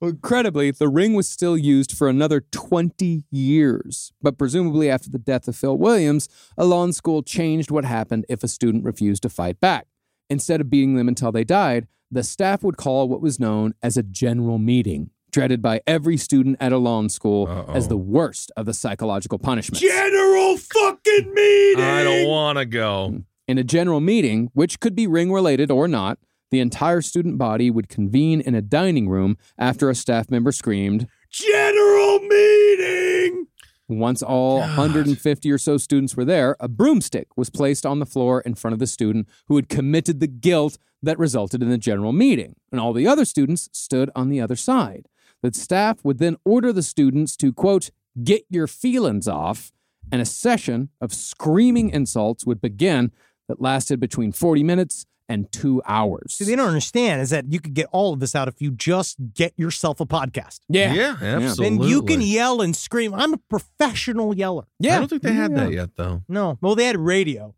C: Incredibly, the ring was still used for another 20 years. But presumably, after the death of Phil Williams, a lawn school changed what happened if a student refused to fight back. Instead of beating them until they died, the staff would call what was known as a general meeting, dreaded by every student at a lawn school
A: Uh-oh.
C: as the worst of the psychological punishments.
B: General fucking meeting.
A: I don't want to go.
C: In a general meeting, which could be ring related or not, the entire student body would convene in a dining room after a staff member screamed,
B: General meeting.
C: Once all 150 or so students were there, a broomstick was placed on the floor in front of the student who had committed the guilt that resulted in the general meeting, and all the other students stood on the other side. The staff would then order the students to, quote, get your feelings off, and a session of screaming insults would begin that lasted between 40 minutes and two hours.
B: See, they don't understand is that you could get all of this out if you just get yourself a podcast.
C: Yeah.
A: Yeah, absolutely.
B: Then you can yell and scream. I'm a professional yeller.
C: Yeah.
A: I don't think they had
C: Yeah.
A: that yet, though.
B: No, well, they had radio.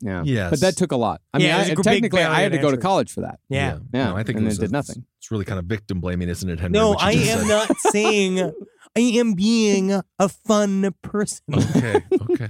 C: Yeah.
A: Yes.
C: But that took a lot. I
B: Yeah, it was a
C: mean, I,
B: big
C: technically,
B: barrier
C: I had
B: to
C: to go to
B: entry.
C: college for that.
B: Yeah.
C: Yeah.
A: No, I think
C: and
A: it
C: they
A: was a-
C: did nothing.
A: It's really kind of victim blaming, isn't it, Henry?
B: No,
A: what you
B: I
A: just
B: am
A: said?
B: not saying I am being a fun person.
A: Okay. Okay.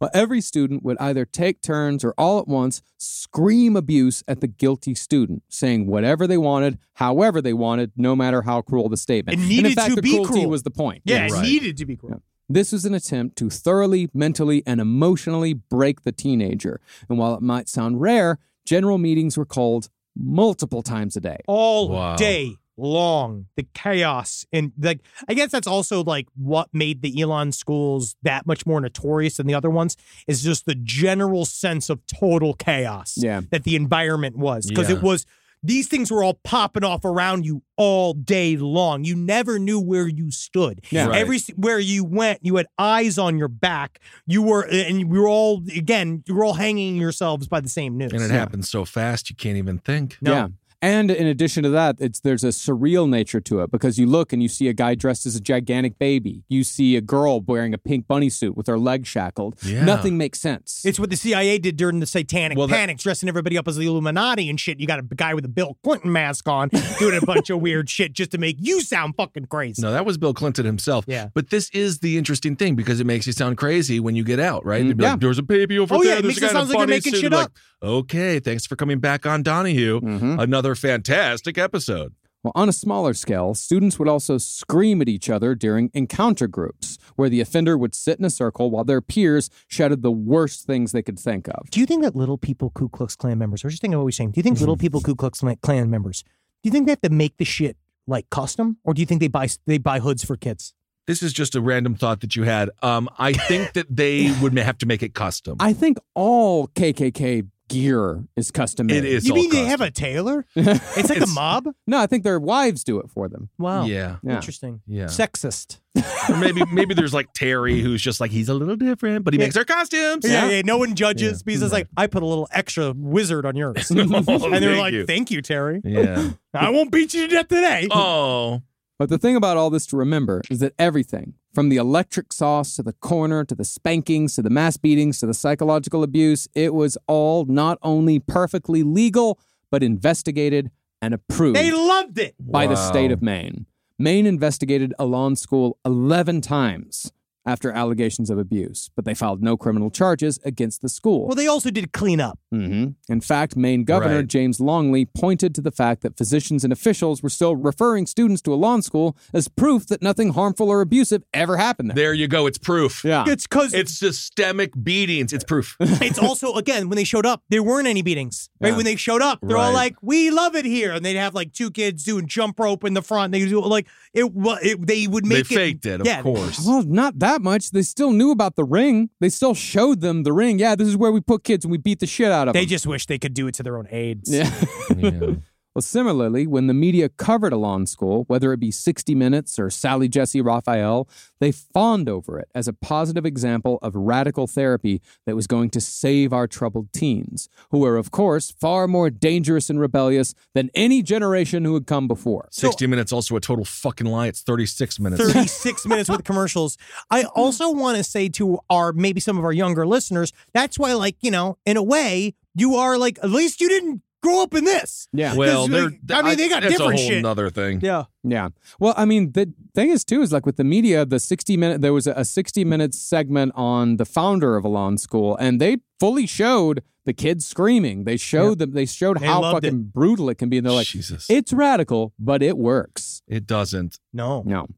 C: Well, every student would either take turns or all at once scream abuse at the guilty student, saying whatever they wanted, however they wanted, no matter how cruel the statement.
B: It
C: And in
B: needed
C: fact,
B: to
C: the
B: be
C: cruelty
B: cruel.
C: was the point.
B: Yeah,
A: Right.
B: it needed to be cruel.
C: This was an attempt to thoroughly, mentally, and emotionally break the teenager. And while it might sound rare, general meetings were called multiple times a day.
B: all
A: Wow.
B: day long. The chaos and like I guess that's also like what made the Elon schools that much more notorious than the other ones is just the general sense of total chaos
C: Yeah.
B: that the environment was because
A: Yeah.
B: it was these things were all popping off around you all day long. You never knew where you stood.
C: Yeah.
A: Right.
B: Every where you went, you had eyes on your back. You were and we were all again, you were all hanging yourselves by the same noose.
A: And it happens so fast you can't even think.
B: No.
C: Yeah. And in addition to that, it's there's a surreal nature to it because you look and you see a guy dressed as a gigantic baby. You see a girl wearing a pink bunny suit with her leg shackled.
A: Yeah.
C: Nothing makes sense.
B: It's what the CIA did during the Satanic
A: Well, that-
B: Panic, dressing everybody up as the Illuminati and shit. You got a guy with a Bill Clinton mask on doing a bunch of weird shit just to make you sound fucking crazy.
A: No, that was Bill Clinton himself.
B: Yeah.
A: But this is the interesting thing because it makes you sound crazy when you get out, right?
C: Mm,
A: They'd be
C: yeah.
A: like, There's a baby over
B: Oh,
A: there.
B: yeah, it
A: There's
B: makes
A: a
B: it
A: guy in a
B: sounds like you're
A: funny
B: making
A: suit."
B: shit
A: Like,
B: up.
A: okay, thanks for coming back on Donahue.
C: Mhm.
A: Another fantastic episode.
C: Well, on a smaller scale, students would also scream at each other during encounter groups, where the offender would sit in a circle while their peers shouted the worst things they could think of.
B: Do you think that little people Ku Klux Klan members? I was just thinking what we were saying. Do you think
A: Mm-hmm.
B: little people Ku Klux Klan members? Do you think they have to make the shit like custom, or do you think they buy they buy hoods for kids?
A: This is just a random thought that you had. Um, I think that they would ma- have to make it custom.
C: I think all KKK gear is custom made.
A: it is.
B: you
A: all
B: mean they
A: custom.
B: have a tailor? It's like a mob.
C: No, I think their wives do it for them.
B: Wow.
A: Yeah.
C: Yeah.
B: Interesting.
A: Yeah.
B: Sexist.
A: or maybe maybe there's like Terry who's just like he's a little different, but he makes our costumes.
B: Yeah. yeah, no one judges because it's like I put a little extra wizard on yours, and they're
A: thank
B: like,
A: you.
B: "Thank you, Terry.
A: Yeah.
B: I won't beat you to death today."
A: Oh.
C: But the thing about all this to remember is that everything, from the electric sauce to the corner to the spankings to the mass beatings to the psychological abuse, it was all not only perfectly legal, but investigated and approved
B: They loved it.
C: by the
A: Wow.
C: state of Maine. Maine investigated a lawn school 11 times after allegations of abuse, but they filed no criminal charges against the school.
B: Well, they also did clean up.
C: hmm In fact, Maine Governor
A: Right.
C: James Longley pointed to the fact that physicians and officials were still referring students to a lawn school as proof that nothing harmful or abusive ever happened there.
A: There you go. It's proof.
C: yeah.
B: It's because Ah. it's,
A: It's systemic beatings. It's proof.
B: also again when they showed up, there weren't any beatings. Right
C: Yeah.
B: when they showed up, they're all
A: Right.
B: like, "We love it here," and they'd have like two kids doing jump rope in the front. They do like it. wa- it they would
A: They
B: make it.
A: faked it, of
B: yeah,
A: course.
C: Well, not that much. They still knew about the ring. They still showed them the ring. Yeah, this is where we put kids and we beat the shit out of
B: They
C: them.
B: just wish they could do it to their own aides.
C: Yeah.
A: Yeah.
C: Well, similarly, when the media covered a lawn school, whether it be 60 Minutes or Sally Jesse Raphael, they fawned over it as a positive example of radical therapy that was going to save our troubled teens, who were, of course, far more dangerous and rebellious than any generation who had come before.
A: 60 minutes also a total fucking lie. It's 36 minutes.
B: 36 minutes with commercials. I also want to say to our maybe some of our younger listeners, that's why, like, you know, in a way, you are like, at least you didn't grow up in this.
C: Yeah.
A: Well,
B: Because,
A: they're,
B: like, I mean, they got
A: that's
B: different
A: a whole
B: shit.
A: Another thing.
B: Yeah.
C: Yeah. Well, I mean, the thing is, too, is like with the media, the 60 minute, there was a, a 60 minute segment on the founder of a lawn school, and they fully showed the kids screaming. They showed them, they showed
B: They
C: how
B: loved it.
C: fucking brutal it can be. And they're like,
A: Jesus, it,
C: It's radical, but it works.
A: doesn't.
B: No.
C: No.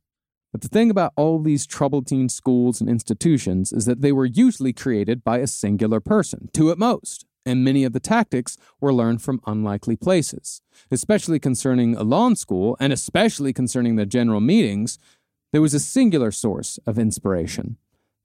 C: But the thing about all these troubled teen schools and institutions is that they were usually created by a singular person, two at most, and many of the tactics were learned from unlikely places. Especially concerning a lawn school, and especially concerning the general meetings, there was a singular source of inspiration.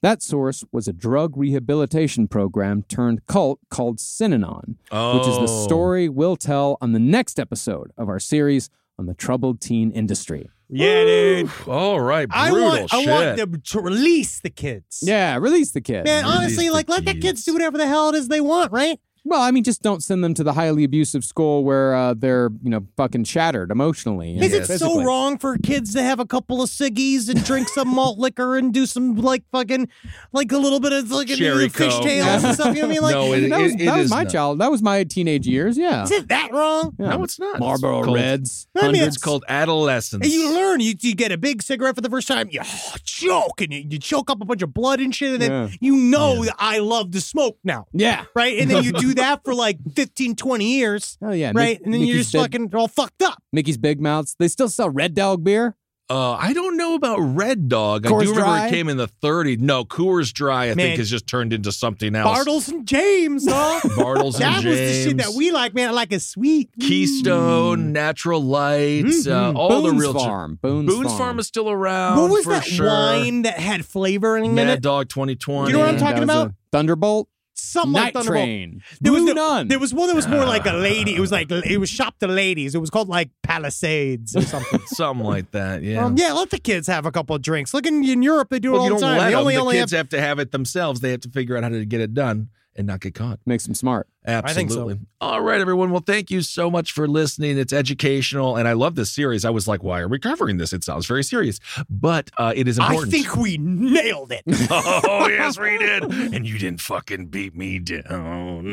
C: That source was a drug rehabilitation program turned cult called Synanon, which is the
A: Oh.
C: story we'll tell on the next episode of our series on the troubled teen industry.
B: Yeah, dude.
A: All right,
B: I
A: brutal
B: want, I
A: shit.
B: want them to release the kids.
C: Yeah, release the kid.
B: Man,
A: Release
B: honestly,
A: the
B: like, let the
A: kids.
B: kids do whatever the hell it is they want, right?
C: Well, I mean, just don't send them to the highly abusive school where uh, they're, you know, fucking shattered emotionally. and
B: Is it so
C: physically.
B: wrong for kids to have a couple of ciggies and drink some malt liquor and do some like fucking like a little bit of like
A: Cherry
B: fish
A: Coke.
B: tails and stuff? You know what I mean? Like,
A: No, it-
C: That was, that was
A: is
C: my
A: not.
C: child. That was my teenage years. Yeah.
B: is it that wrong?
C: Yeah.
A: No, it's not.
C: Marlboro
A: It's called-
C: Reds.
B: I mean,
A: It's called adolescence.
B: And you learn. You, you get a big cigarette for the first time. You choke and you, you choke up a bunch of blood and shit. And then
C: Yeah.
B: you know I love to smoke now.
C: Yeah.
B: Right. And then you do that for like 15, 20 years.
C: Oh yeah.
B: right.
C: Mick-
B: and then you're
C: Mickey's
B: just
C: Big-
B: fucking all fucked up.
C: Mickey's Big Mouths. They still sell Red Dog beer.
A: Uh, I don't know about Red Dog. I
C: Coors
A: do remember
C: Dry?
A: it came in the 30s. No, Coors Dry, I
B: Man.
A: think, has just turned into something else.
B: Bartles and James, huh?
A: Bartles and
B: that was the shit
A: James. Mm.
B: that we Mm. like, man. I like a sweet.
A: Keystone, Natural Lights,
B: Mm-hmm.
A: uh, all
C: Mm. Boone's
A: the real.
C: Farm. Boone's,
A: Boone's Farm. is still around.
B: What was
A: for
B: that
A: sure.
B: wine that had flavoring in
A: Mad
B: it?
A: Dog 2020.
B: You know what I'm
C: And
B: talking
C: that was a
B: about?
C: Thunderbolt.
B: Something
C: Night
B: like Thunderbolt.
C: Train.
B: There was
C: Blue
B: no-
C: Nun.
B: There was one that was more like
A: Ah.
B: a lady. It was like it was shop to ladies. It was called like Palisades or something.
A: Something like that, yeah.
B: Um, yeah, let the kids have a couple of drinks. Look in, in Europe, they do
A: Well,
B: it
A: you
B: all
A: don't
B: the time.
A: let
B: They
A: them.
B: only,
A: the
B: only have
A: kids have... to have it themselves. They have to figure out how to get it done and not get caught.
C: Makes them smart.
B: I think so.
A: Absolutely. All right, everyone. Well, thank you so much for listening. It's educational, and I love this series. I was like, why are we covering this? It sounds very serious, but uh, it is
B: I
A: important.
B: think we nailed it.
A: oh yes, we did, and you didn't fucking beat me down.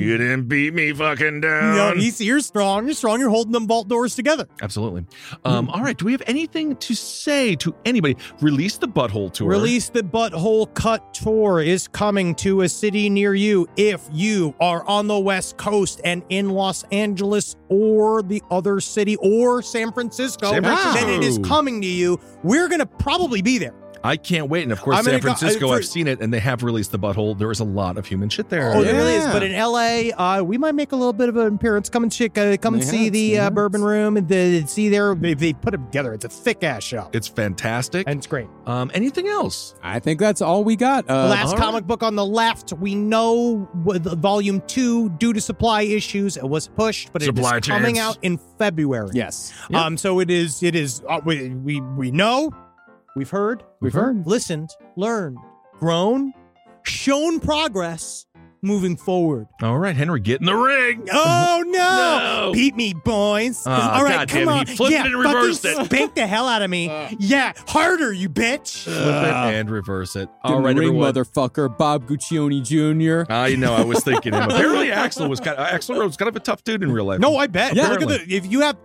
A: You didn't beat me fucking
B: you
A: down.
B: know, you see, you're strong. You're strong. You're holding them vault doors together.
A: Absolutely. Um, all right. Do we have anything to say to anybody? Release the butthole tour.
B: Release the Butthole Cut Tour is coming to a city near you if you are are on the West Coast and in Los Angeles or the other city or San Francisco,
A: San Francisco.
B: then it is coming to you. We're going to probably be there.
A: I can't wait. And of course,
B: I'm
A: San
B: gonna go- I-
A: Francisco,
B: for-
A: I've seen it, and they have released the butthole. There is a lot of human shit there.
B: Oh, there really is.
F: Yeah.
B: But in LA, uh, we might make a little bit of an appearance. Come and check, uh, come and
C: Yes,
B: see the uh,
C: yes.
B: Bourbon Room and the, see their. They, they put them together. It's a thick ass show,
A: It's fantastic.
B: and it's great.
A: um, anything else?
C: I think that's all we got. Uh,
B: Last
A: all right.
B: comic book on the left. We know with volume two, due to supply issues, it was pushed, but
A: Supply
B: it is coming
A: chains.
B: out in February.
C: yes,
A: Yep.
B: Um. So it is. It is. Uh, we, we we know. We've heard.
C: we've heard.
B: Listened. Learned. Grown. Shown progress. Moving forward.
A: All right, Henry, get in the ring.
B: Oh no.
A: No.
B: Beat me, boys!
A: Oh,
B: All right,
A: God
B: come
A: damn it.
B: on.
A: He flipped
B: yeah,
A: it and reversed
B: fucking
A: it. Uh.
B: Spank the hell out of me. yeah, harder, you bitch.
A: Flip it
C: Uh,
A: and reverse it. All
C: Didn't
A: right,
C: ring
A: everyone.
C: motherfucker Bob Guccione Jr.
A: I know. I was thinking him. Apparently, Axel was kind. Of, Axel Rose kind of a tough dude in real life.
B: no, I bet.
C: Yeah.
B: look at the. If you have,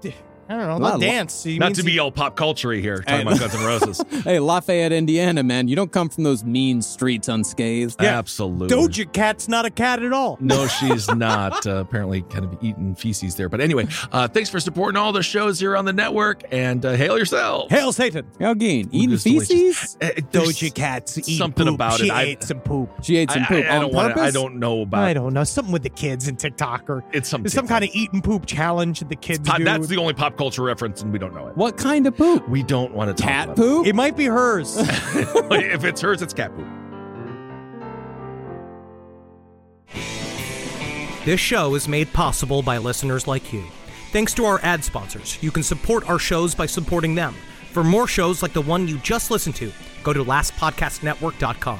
B: I don't know,
C: lot
B: not
C: of-
B: dance. He
A: not
B: means
A: to
B: he-
A: be all pop culture here.
C: Hey.
A: Talking about Guns N' Roses.
C: hey, Lafayette, Indiana, man, you don't come from those mean streets unscathed.
B: Yeah.
A: Absolutely.
B: Doja Cat's not a cat at all.
A: No, she's not. Uh, apparently, kind of eating feces there. But anyway, uh, thanks for supporting all the shows here on the network, and uh, hail yourself.
B: Hail Satan.
C: Elgin, eating
A: Just delicious.
C: feces?
A: Uh, there's-
B: Doja Cat's eat
A: something
B: poop.
A: about
B: she
A: it. I-
B: ate some poop.
C: She ate
A: I,
C: some poop Um,
A: I, I
C: on
A: don't wanna-
C: purpose.
A: I don't know about.
B: I don't know. Something with the kids and TikTok or
A: It's something.
B: some kind of eating poop challenge that the kids
A: Pop-
B: do.
A: that's the only pop culture reference, and we don't know it.
C: What kind of poop?
A: We don't want to talk
C: Cat
A: about
C: poop?
B: it might be hers.
A: It. if it's hers, it's cat poop.
E: This show is made possible by listeners like you. Thanks to our ad sponsors, you can support our shows by supporting them. For more shows like the one you just listened to, go to lastpodcastnetwork.com.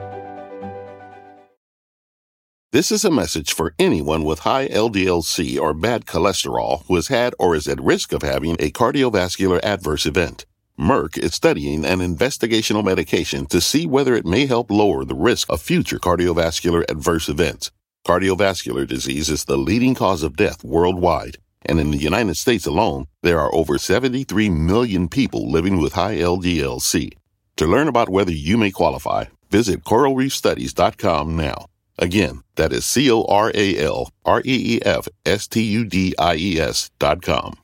G: This is a message for anyone with high LDLC or bad cholesterol who has had or is at risk of having a cardiovascular adverse event. Merck is studying an investigational medication to see whether it may help lower the risk of future cardiovascular adverse events. Cardiovascular disease is the leading cause of death worldwide, and in the United States alone, there are over 73 million people living with high LDLC. To learn about whether you may qualify, visit coralreefstudies.com now. Again, that is C O R A L R E E F S T U D I E S dot com.